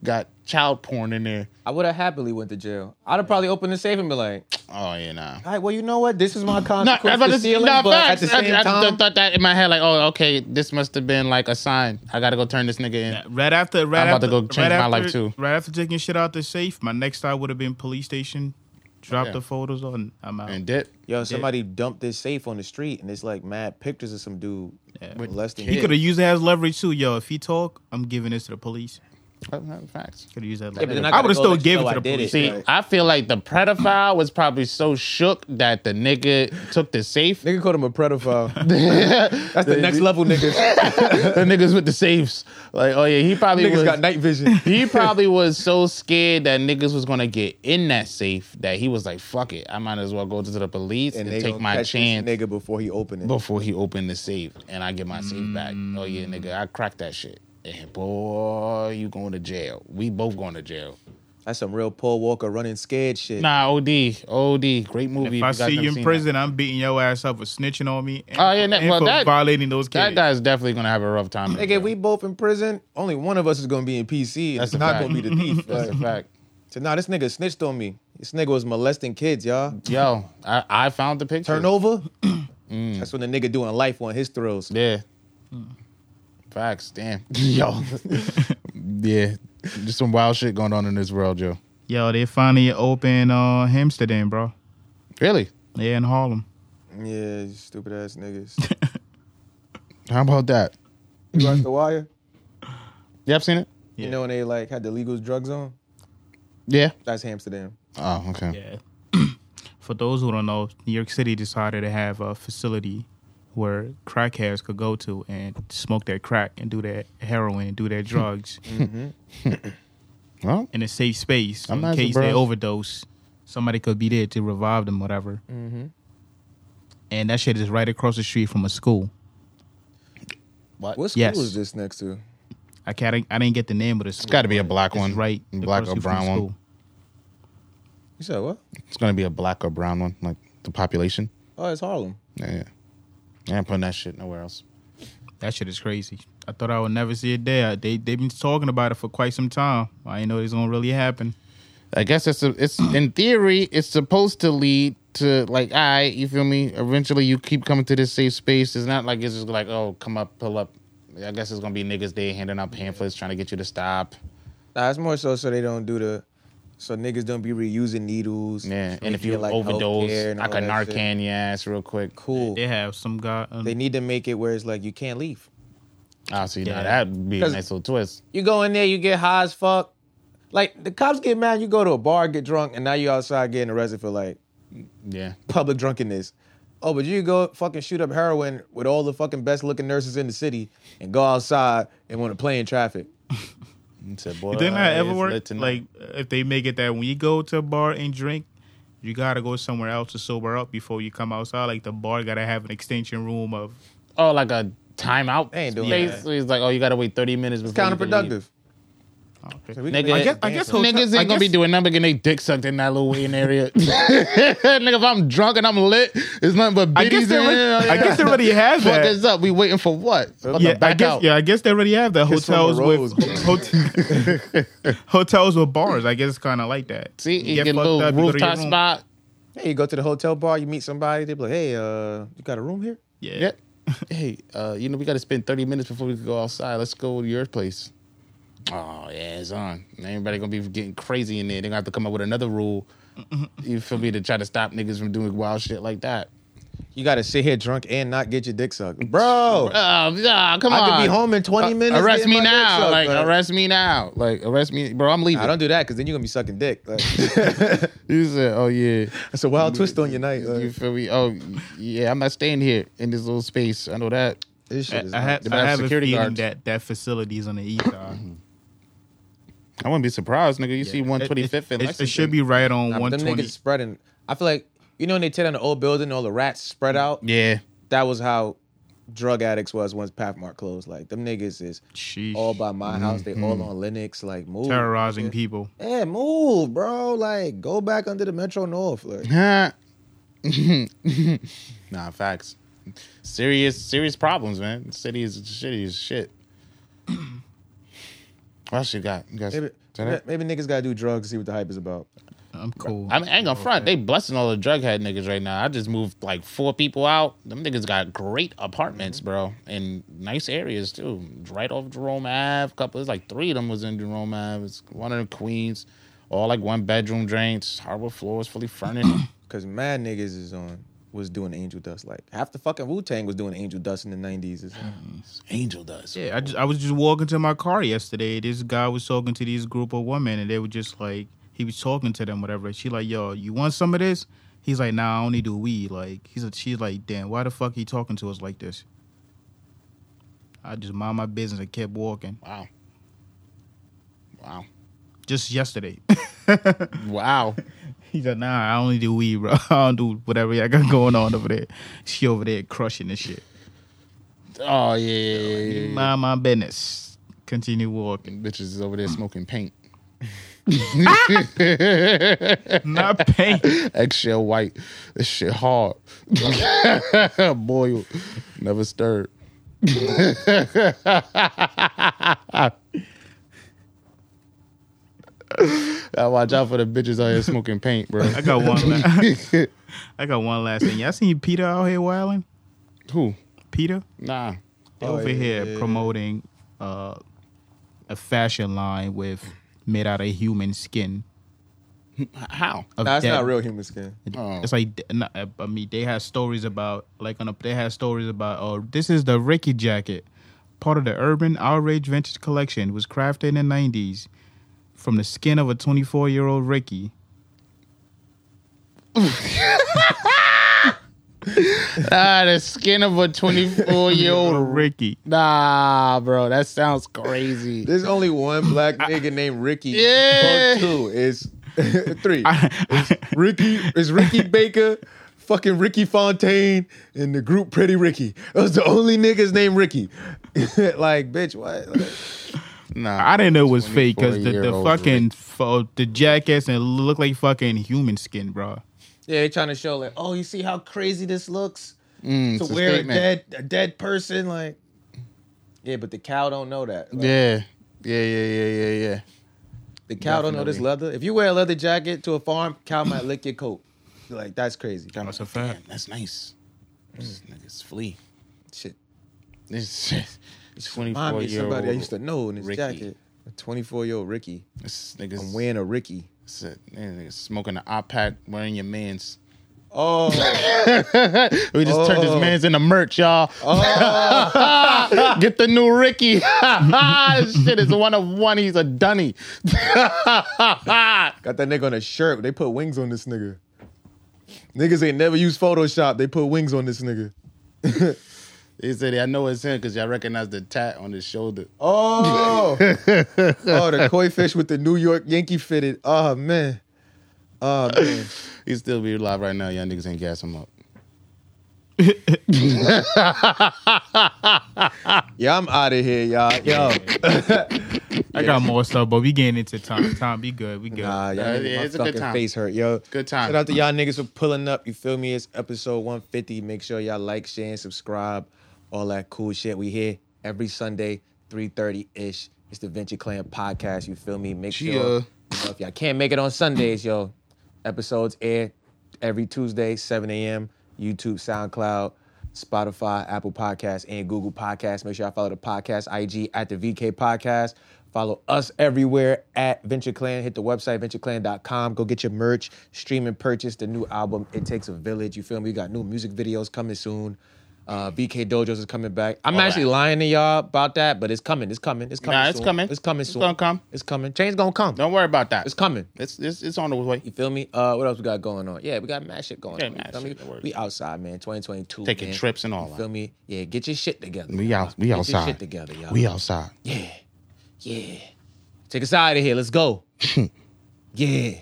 Speaker 3: got child porn in there.
Speaker 2: I would have happily went to jail. I'd have probably opened the safe and be like,
Speaker 3: Oh yeah, nah.
Speaker 2: "All right, well, you know what? This is my
Speaker 3: No,
Speaker 2: consequence
Speaker 3: I,
Speaker 2: for stealing,
Speaker 3: no,
Speaker 2: but at
Speaker 3: facts.
Speaker 2: the same
Speaker 3: I, I
Speaker 2: time,
Speaker 3: thought that in my head, like, oh, okay, this must have been like a sign. I gotta go turn this nigga in.
Speaker 4: Right after, right
Speaker 3: I'm about to go
Speaker 4: after,
Speaker 3: change
Speaker 4: right
Speaker 3: my
Speaker 4: after,
Speaker 3: life, too.
Speaker 4: Right after taking shit out the safe, my next stop would have been police station. Drop
Speaker 3: Yeah.
Speaker 4: the photos on. I'm out.
Speaker 3: And dip.
Speaker 2: yo, somebody dumped this safe on the street, and it's like mad pictures of some dude molesting
Speaker 4: he
Speaker 2: kids.
Speaker 4: could have used that as leverage too, yo. If he talk, I'm giving this to the police.
Speaker 3: Facts.
Speaker 4: Could have used that.
Speaker 2: but
Speaker 4: leverage.
Speaker 2: then I
Speaker 4: I
Speaker 2: gotta
Speaker 4: would have
Speaker 2: go
Speaker 4: still
Speaker 2: let you
Speaker 4: gave it
Speaker 2: know
Speaker 4: to
Speaker 2: I
Speaker 4: the
Speaker 2: did it.
Speaker 4: police.
Speaker 3: See,
Speaker 2: Right.
Speaker 3: I feel like the pedophile was probably so shook that the nigga took the safe.
Speaker 2: Nigga called him a pedophile. That's the next level, niggas.
Speaker 3: the niggas with the safes. Like, oh yeah, he probably
Speaker 2: niggas
Speaker 3: was.
Speaker 2: got night vision.
Speaker 3: he probably was so scared that niggas was gonna get in that safe that he was like, "Fuck it, I might as well go to the police and,
Speaker 2: they
Speaker 3: take
Speaker 2: gonna
Speaker 3: my
Speaker 2: catch this
Speaker 3: chance
Speaker 2: nigga, before he opened it.
Speaker 3: before he opened the safe and I get my safe back." Oh yeah,
Speaker 4: Mm.
Speaker 3: nigga, I cracked that shit. And boy, you going to jail. We both going to jail.
Speaker 2: That's some real Paul Walker running scared shit.
Speaker 3: Nah, OD, OD, great movie.
Speaker 4: If I
Speaker 3: you guys
Speaker 4: see
Speaker 3: never
Speaker 4: you
Speaker 3: seen
Speaker 4: in prison, I'm beating your ass up for snitching on me. And,
Speaker 3: Oh, yeah, that-
Speaker 4: and
Speaker 3: well,
Speaker 4: for
Speaker 3: that-
Speaker 4: violating those
Speaker 3: that,
Speaker 4: kids.
Speaker 3: that guy's definitely gonna have a rough time. in
Speaker 2: Nigga,
Speaker 3: jail.
Speaker 2: if we both in prison. Only one of us is gonna be in PC. And
Speaker 3: That's
Speaker 2: it's
Speaker 3: a
Speaker 2: not
Speaker 3: fact.
Speaker 2: gonna be the thief.
Speaker 3: That's a
Speaker 2: Like,
Speaker 3: fact.
Speaker 2: so nah, this nigga snitched on me. This nigga was molesting kids, y'all.
Speaker 3: Yo, I, I found the picture.
Speaker 2: Turnover. That's when the nigga doing life on his thrills.
Speaker 3: Yeah.
Speaker 4: Hmm.
Speaker 3: Facts, damn. Yo. yeah. Just some wild shit going on in this world, Joe.
Speaker 4: yo, they finally open uh, Amsterdam, bro.
Speaker 3: Really?
Speaker 4: Yeah, in Harlem.
Speaker 2: Yeah, you stupid ass niggas.
Speaker 3: How about that?
Speaker 2: you watch The Wire?
Speaker 3: You have seen it?
Speaker 4: Yeah.
Speaker 2: You know when they like had the legal drugs on?
Speaker 3: Yeah.
Speaker 2: That's Amsterdam.
Speaker 3: Oh, okay.
Speaker 4: Yeah. For those who don't know, New York City decided to have a facility where crackheads could go to and smoke their crack and do their heroin and do their drugs
Speaker 3: Well,
Speaker 4: in a safe space. So
Speaker 3: I'm
Speaker 4: in
Speaker 3: not
Speaker 4: case they
Speaker 3: surprised.
Speaker 4: overdose, somebody could be there to revive them, whatever. And that shit is right across the street from a school.
Speaker 3: what?
Speaker 2: What school
Speaker 4: Yes.
Speaker 2: is this next to?
Speaker 4: I can't. I didn't get the name of the school.
Speaker 3: it's got to be a black
Speaker 4: It's
Speaker 3: one.
Speaker 4: right?
Speaker 3: Black
Speaker 4: across
Speaker 3: or
Speaker 4: the street from
Speaker 3: brown
Speaker 4: school.
Speaker 3: one.
Speaker 2: You said what?
Speaker 3: It's going to be a black or brown one, like the population.
Speaker 2: Oh, it's Harlem.
Speaker 3: Yeah. yeah. I ain't putting that shit nowhere else.
Speaker 4: That shit is crazy. I thought I would never see it there. They they've been talking about it for quite some time. I didn't know it's gonna really happen.
Speaker 3: I guess it's a, it's in theory it's supposed to lead to like I you feel me eventually you keep coming to this safe space it's not like it's just like oh come up pull up I guess it's gonna be niggas they handing out pamphlets trying to get you to stop
Speaker 2: Nah, it's more so so they don't do the so niggas don't be reusing needles.
Speaker 3: yeah
Speaker 2: so
Speaker 3: and
Speaker 2: they
Speaker 3: if you
Speaker 2: get,
Speaker 3: overdose
Speaker 2: healthcare and
Speaker 3: I
Speaker 2: all
Speaker 3: can
Speaker 2: that shit.
Speaker 3: Narcan your ass real quick
Speaker 2: Cool.
Speaker 4: They have some guy. um,
Speaker 2: They need to make it where it's like you can't leave.
Speaker 3: oh see now
Speaker 4: Yeah.
Speaker 3: that'd be a
Speaker 2: 'Cause-
Speaker 3: nice little twist
Speaker 2: You go in there, you get high as fuck. Like the cops get mad, you go to a bar, get drunk, and now you outside getting arrested for like
Speaker 3: yeah
Speaker 2: public drunkenness. Oh, but you go fucking shoot up heroin with all the fucking best looking nurses in the city and go outside and want to play in traffic.
Speaker 3: said, boy,
Speaker 4: Didn't that ever
Speaker 3: it's lit
Speaker 4: work?
Speaker 3: tonight.
Speaker 4: Like, if they make it that when you go to a bar and drink, you gotta go somewhere else to sober up before you come outside. Like the bar gotta have an extension room of.
Speaker 3: oh like a timeout
Speaker 2: They ain't doing
Speaker 3: space?
Speaker 4: that.
Speaker 3: So it's like oh you gotta wait thirty minutes before you can leave.
Speaker 2: Counterproductive.
Speaker 4: oh, Okay.
Speaker 2: So we can
Speaker 3: Nigga,
Speaker 2: make
Speaker 3: I
Speaker 2: it
Speaker 3: guess-
Speaker 4: I guess
Speaker 2: dance.
Speaker 4: hotel-
Speaker 3: Niggas ain't
Speaker 4: I
Speaker 3: gonna be
Speaker 4: guess-
Speaker 3: doing nothing but getting they dick sucked in that little waiting area. Nigga, if I'm drunk and I'm lit, it's nothing but
Speaker 4: I guess
Speaker 3: biddies
Speaker 4: they
Speaker 3: in
Speaker 4: already,
Speaker 3: here.
Speaker 4: I guess they already have
Speaker 3: Fuck
Speaker 4: that.
Speaker 3: is up? We waiting for what? About to
Speaker 4: Yeah, I
Speaker 3: back
Speaker 4: guess
Speaker 3: out.
Speaker 4: yeah, I guess they already have that.
Speaker 2: Kiss from a
Speaker 4: Hotels
Speaker 2: rose,
Speaker 4: with
Speaker 2: bro.
Speaker 4: hot- hotels with bars. I guess it's kind of like that.
Speaker 3: See, you
Speaker 4: get
Speaker 3: get a
Speaker 4: fucked
Speaker 3: little
Speaker 4: up, you go to your
Speaker 3: rooftop
Speaker 4: room.
Speaker 3: spot.
Speaker 2: Hey, you go to the hotel bar, you meet somebody, they be like, hey, uh, you got a room here?
Speaker 4: Yeah.
Speaker 3: Yep. hey, uh, you know we got to spend thirty minutes before we can go outside. Let's go to your place. Oh yeah, it's on. Everybody gonna be getting crazy in there. They gonna have to come up with another rule. You feel me to try to stop niggas from doing wild shit like that.
Speaker 2: You gotta sit here drunk and not get your dick sucked, bro.
Speaker 3: Oh, nah, come on. Uh,
Speaker 2: I could be home in 20 minutes.
Speaker 3: Arrest
Speaker 2: getting
Speaker 3: me
Speaker 2: my dick
Speaker 3: now.
Speaker 2: sucked,
Speaker 3: Like
Speaker 2: bro.
Speaker 3: arrest me now. Like arrest me, bro. I'm leaving.
Speaker 2: I don't do that because then you're gonna be sucking dick. Like,
Speaker 3: You said, oh yeah.
Speaker 2: it's a wild twist on your night.
Speaker 3: You
Speaker 2: Like,
Speaker 3: feel me? Oh yeah. I'm not staying here in this little space. I know that.
Speaker 2: this shit is
Speaker 4: I, I,
Speaker 2: nuts.
Speaker 4: have,
Speaker 3: They
Speaker 4: I
Speaker 3: have
Speaker 4: have a
Speaker 3: security
Speaker 4: feeling
Speaker 3: guards.
Speaker 4: that that facility is on the east side.
Speaker 3: I wouldn't be surprised, nigga. You see
Speaker 4: It-
Speaker 3: 125th
Speaker 4: it,
Speaker 3: and
Speaker 4: it, it,
Speaker 3: Lexington.
Speaker 4: should be right on
Speaker 2: Nah, but them
Speaker 4: 120.
Speaker 2: niggas spreading. I feel like you know when they tear down the old building, all the rats spread out.
Speaker 3: Yeah.
Speaker 2: That was how drug addicts was once Pathmark closed. Like them niggas is
Speaker 4: Sheesh.
Speaker 2: all by my house. They all on Linux. Like move,
Speaker 4: terrorizing
Speaker 2: Yeah.
Speaker 4: people.
Speaker 2: Yeah, move, bro. Like go back under the Metro North. Like
Speaker 3: Huh. nah, facts. Serious, serious problems, man. City is shitty as shit. what else you got? You guys,
Speaker 2: maybe, maybe niggas gotta do drugs. See what the hype is about.
Speaker 4: I'm cool.
Speaker 3: I mean, I ain't gonna front. They busting all the drug head niggas right now. I just moved like four people out. Them niggas got great apartments, bro, and nice areas too. Right off Jerome Ave. Couple, it's like three of them was in Jerome Ave. It's one in Queens. All like one bedroom joints, hardwood floors, fully furnished.
Speaker 2: Cause mad niggas is on was doing angel dust. Like half the fucking Wu Tang was doing angel dust in the nineties.
Speaker 3: Mm. Angel does.
Speaker 4: Yeah, I, just, I was just walking to my car yesterday. This guy was talking to these group of women, and they were just like, he was talking to them, whatever. She like, yo, you want some of this? He's like, nah, I only do weed. Like, he's a, she's like, damn, why the fuck he talking to us like this? I just mind my business and kept walking.
Speaker 3: Wow. Wow.
Speaker 4: Just yesterday,
Speaker 3: Wow.
Speaker 4: he's like, nah, I only do weed, bro. I don't do whatever I got going on over there. She over there crushing this shit.
Speaker 3: Oh yeah, yeah, yeah, yeah, yeah.
Speaker 4: Mind my business. Continue walking.
Speaker 3: Bitches is over there smoking paint.
Speaker 4: Not pain.
Speaker 3: Eggshell white. This shit hard. Boil. Never stirred. I watch out for the bitches out here smoking paint, bro.
Speaker 4: I got one. la- I got one last thing. Y'all seen Peter out here wilding?
Speaker 3: Who?
Speaker 4: Peter
Speaker 3: Nah.
Speaker 4: they
Speaker 2: Oh,
Speaker 4: over
Speaker 2: yeah,
Speaker 4: here
Speaker 2: yeah, yeah.
Speaker 4: promoting uh, a fashion line with made out of human skin.
Speaker 3: How?
Speaker 4: of
Speaker 2: Nah, it's
Speaker 4: dead-
Speaker 2: not real human skin.
Speaker 3: Oh.
Speaker 4: It's like d- not- I- I mean they had stories about like on a, they had stories about oh this is the Ricky jacket, part of the Urban Outrage Vintage Collection was crafted in the '90s from the skin of a 24 year old Ricky.
Speaker 3: Ah, the skin of a 24 year old.
Speaker 4: Ricky.
Speaker 3: Nah, bro. That sounds crazy.
Speaker 2: There's only one black nigga named Ricky.
Speaker 3: Yeah.
Speaker 2: Or two is three. It's Ricky is Ricky Baker, fucking Ricky Fontaine, and the group Pretty Ricky. Those the only niggas named Ricky. like, bitch, what? Like,
Speaker 3: Nah.
Speaker 4: I didn't know it was fake because the, the
Speaker 3: 24-year-old
Speaker 4: fucking fo- the jackets and look like fucking human skin, bro.
Speaker 2: yeah, they trying to show like, oh, you see how crazy this looks
Speaker 3: Mm, it's
Speaker 2: to
Speaker 3: a
Speaker 2: wear a,
Speaker 3: statement.
Speaker 2: dead a dead person, like. Yeah, but the cow don't know that. Like,
Speaker 3: Yeah. Yeah, yeah, yeah, yeah, yeah.
Speaker 2: the cow don't know this leather. If you wear a leather jacket to a farm, cow might lick your coat. Like that's crazy.
Speaker 4: That's a fact.
Speaker 3: Damn, that's nice. This niggas flee.
Speaker 2: Shit.
Speaker 3: This it's
Speaker 2: Remind
Speaker 3: 24
Speaker 2: me of
Speaker 3: year
Speaker 2: somebody I used
Speaker 3: old.
Speaker 2: to know in this
Speaker 3: Ricky.
Speaker 2: jacket. A 24 year old Ricky.
Speaker 3: This niggas,
Speaker 2: I'm wearing a Ricky.
Speaker 3: this niggas smoking an iPad, wearing your man's.
Speaker 2: Oh,
Speaker 3: We just turned his
Speaker 2: Oh.
Speaker 3: man's into merch, y'all. Get the new Ricky. this shit is one of one. He's a dunny.
Speaker 2: got that nigga on a shirt. They put wings on this nigga. Niggas ain't never used Photoshop. They put wings on this nigga.
Speaker 3: He said, I know it's him because y'all recognize the tat on his shoulder.
Speaker 2: Oh, oh, the koi fish with the New York Yankee fitted. Oh man, oh man.
Speaker 3: He still be alive right now. Y'all niggas ain't gas him up.
Speaker 2: Yeah, I'm out of here, y'all. Yo,
Speaker 4: I got more stuff, but we getting into time. Time, be good. We good.
Speaker 2: nah, y'all
Speaker 3: Yeah,
Speaker 2: niggas, my
Speaker 3: it's a good
Speaker 2: fucking
Speaker 3: time.
Speaker 2: face hurt, yo.
Speaker 3: Good time.
Speaker 2: Shout out to y'all niggas for pulling up. You feel me? It's episode 150. Make sure y'all like, share, and subscribe. All that cool shit. We here every Sunday, 3:30 ish. It's the Venture Clan podcast. You feel me? Make sure
Speaker 3: Yeah.
Speaker 2: you know, if y'all can't make it on Sundays, yo, episodes air every Tuesday, 7 a.m. YouTube, SoundCloud, Spotify, Apple Podcasts, and Google Podcasts. Make sure y'all follow the podcast IG at the VK Podcast. Follow us everywhere at Venture Clan. Hit the website, ventureclan.com. Go get your merch, stream and purchase the new album, It Takes a Village. You feel me? We got new music videos coming soon. Uh, BK Dojos is coming back. I'm actually lying to y'all about that, but it's coming. It's coming. It's coming.
Speaker 3: Nah, it's
Speaker 2: soon.
Speaker 3: coming.
Speaker 2: It's coming
Speaker 3: It's
Speaker 2: soon.
Speaker 3: gonna come.
Speaker 2: It's coming. Change gonna come.
Speaker 3: Don't worry about that.
Speaker 2: It's coming.
Speaker 3: It's it's, it's on the way.
Speaker 2: You feel me? Uh, what else we got going on? Yeah, we got mad shit going
Speaker 3: Yeah,
Speaker 2: on. You
Speaker 3: mad
Speaker 2: feel me?
Speaker 3: shit, no worries.
Speaker 2: We outside, man. 2022.
Speaker 3: Taking
Speaker 2: man.
Speaker 3: trips and all
Speaker 2: You
Speaker 3: that.
Speaker 2: feel me? Yeah, get your shit together.
Speaker 3: We
Speaker 2: y'all.
Speaker 3: out. We
Speaker 2: get Your
Speaker 3: outside.
Speaker 2: shit together, y'all.
Speaker 3: We outside.
Speaker 2: Yeah, yeah. Take us out of here. Let's go. yeah.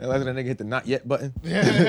Speaker 2: That's when that nigga hit the not yet button.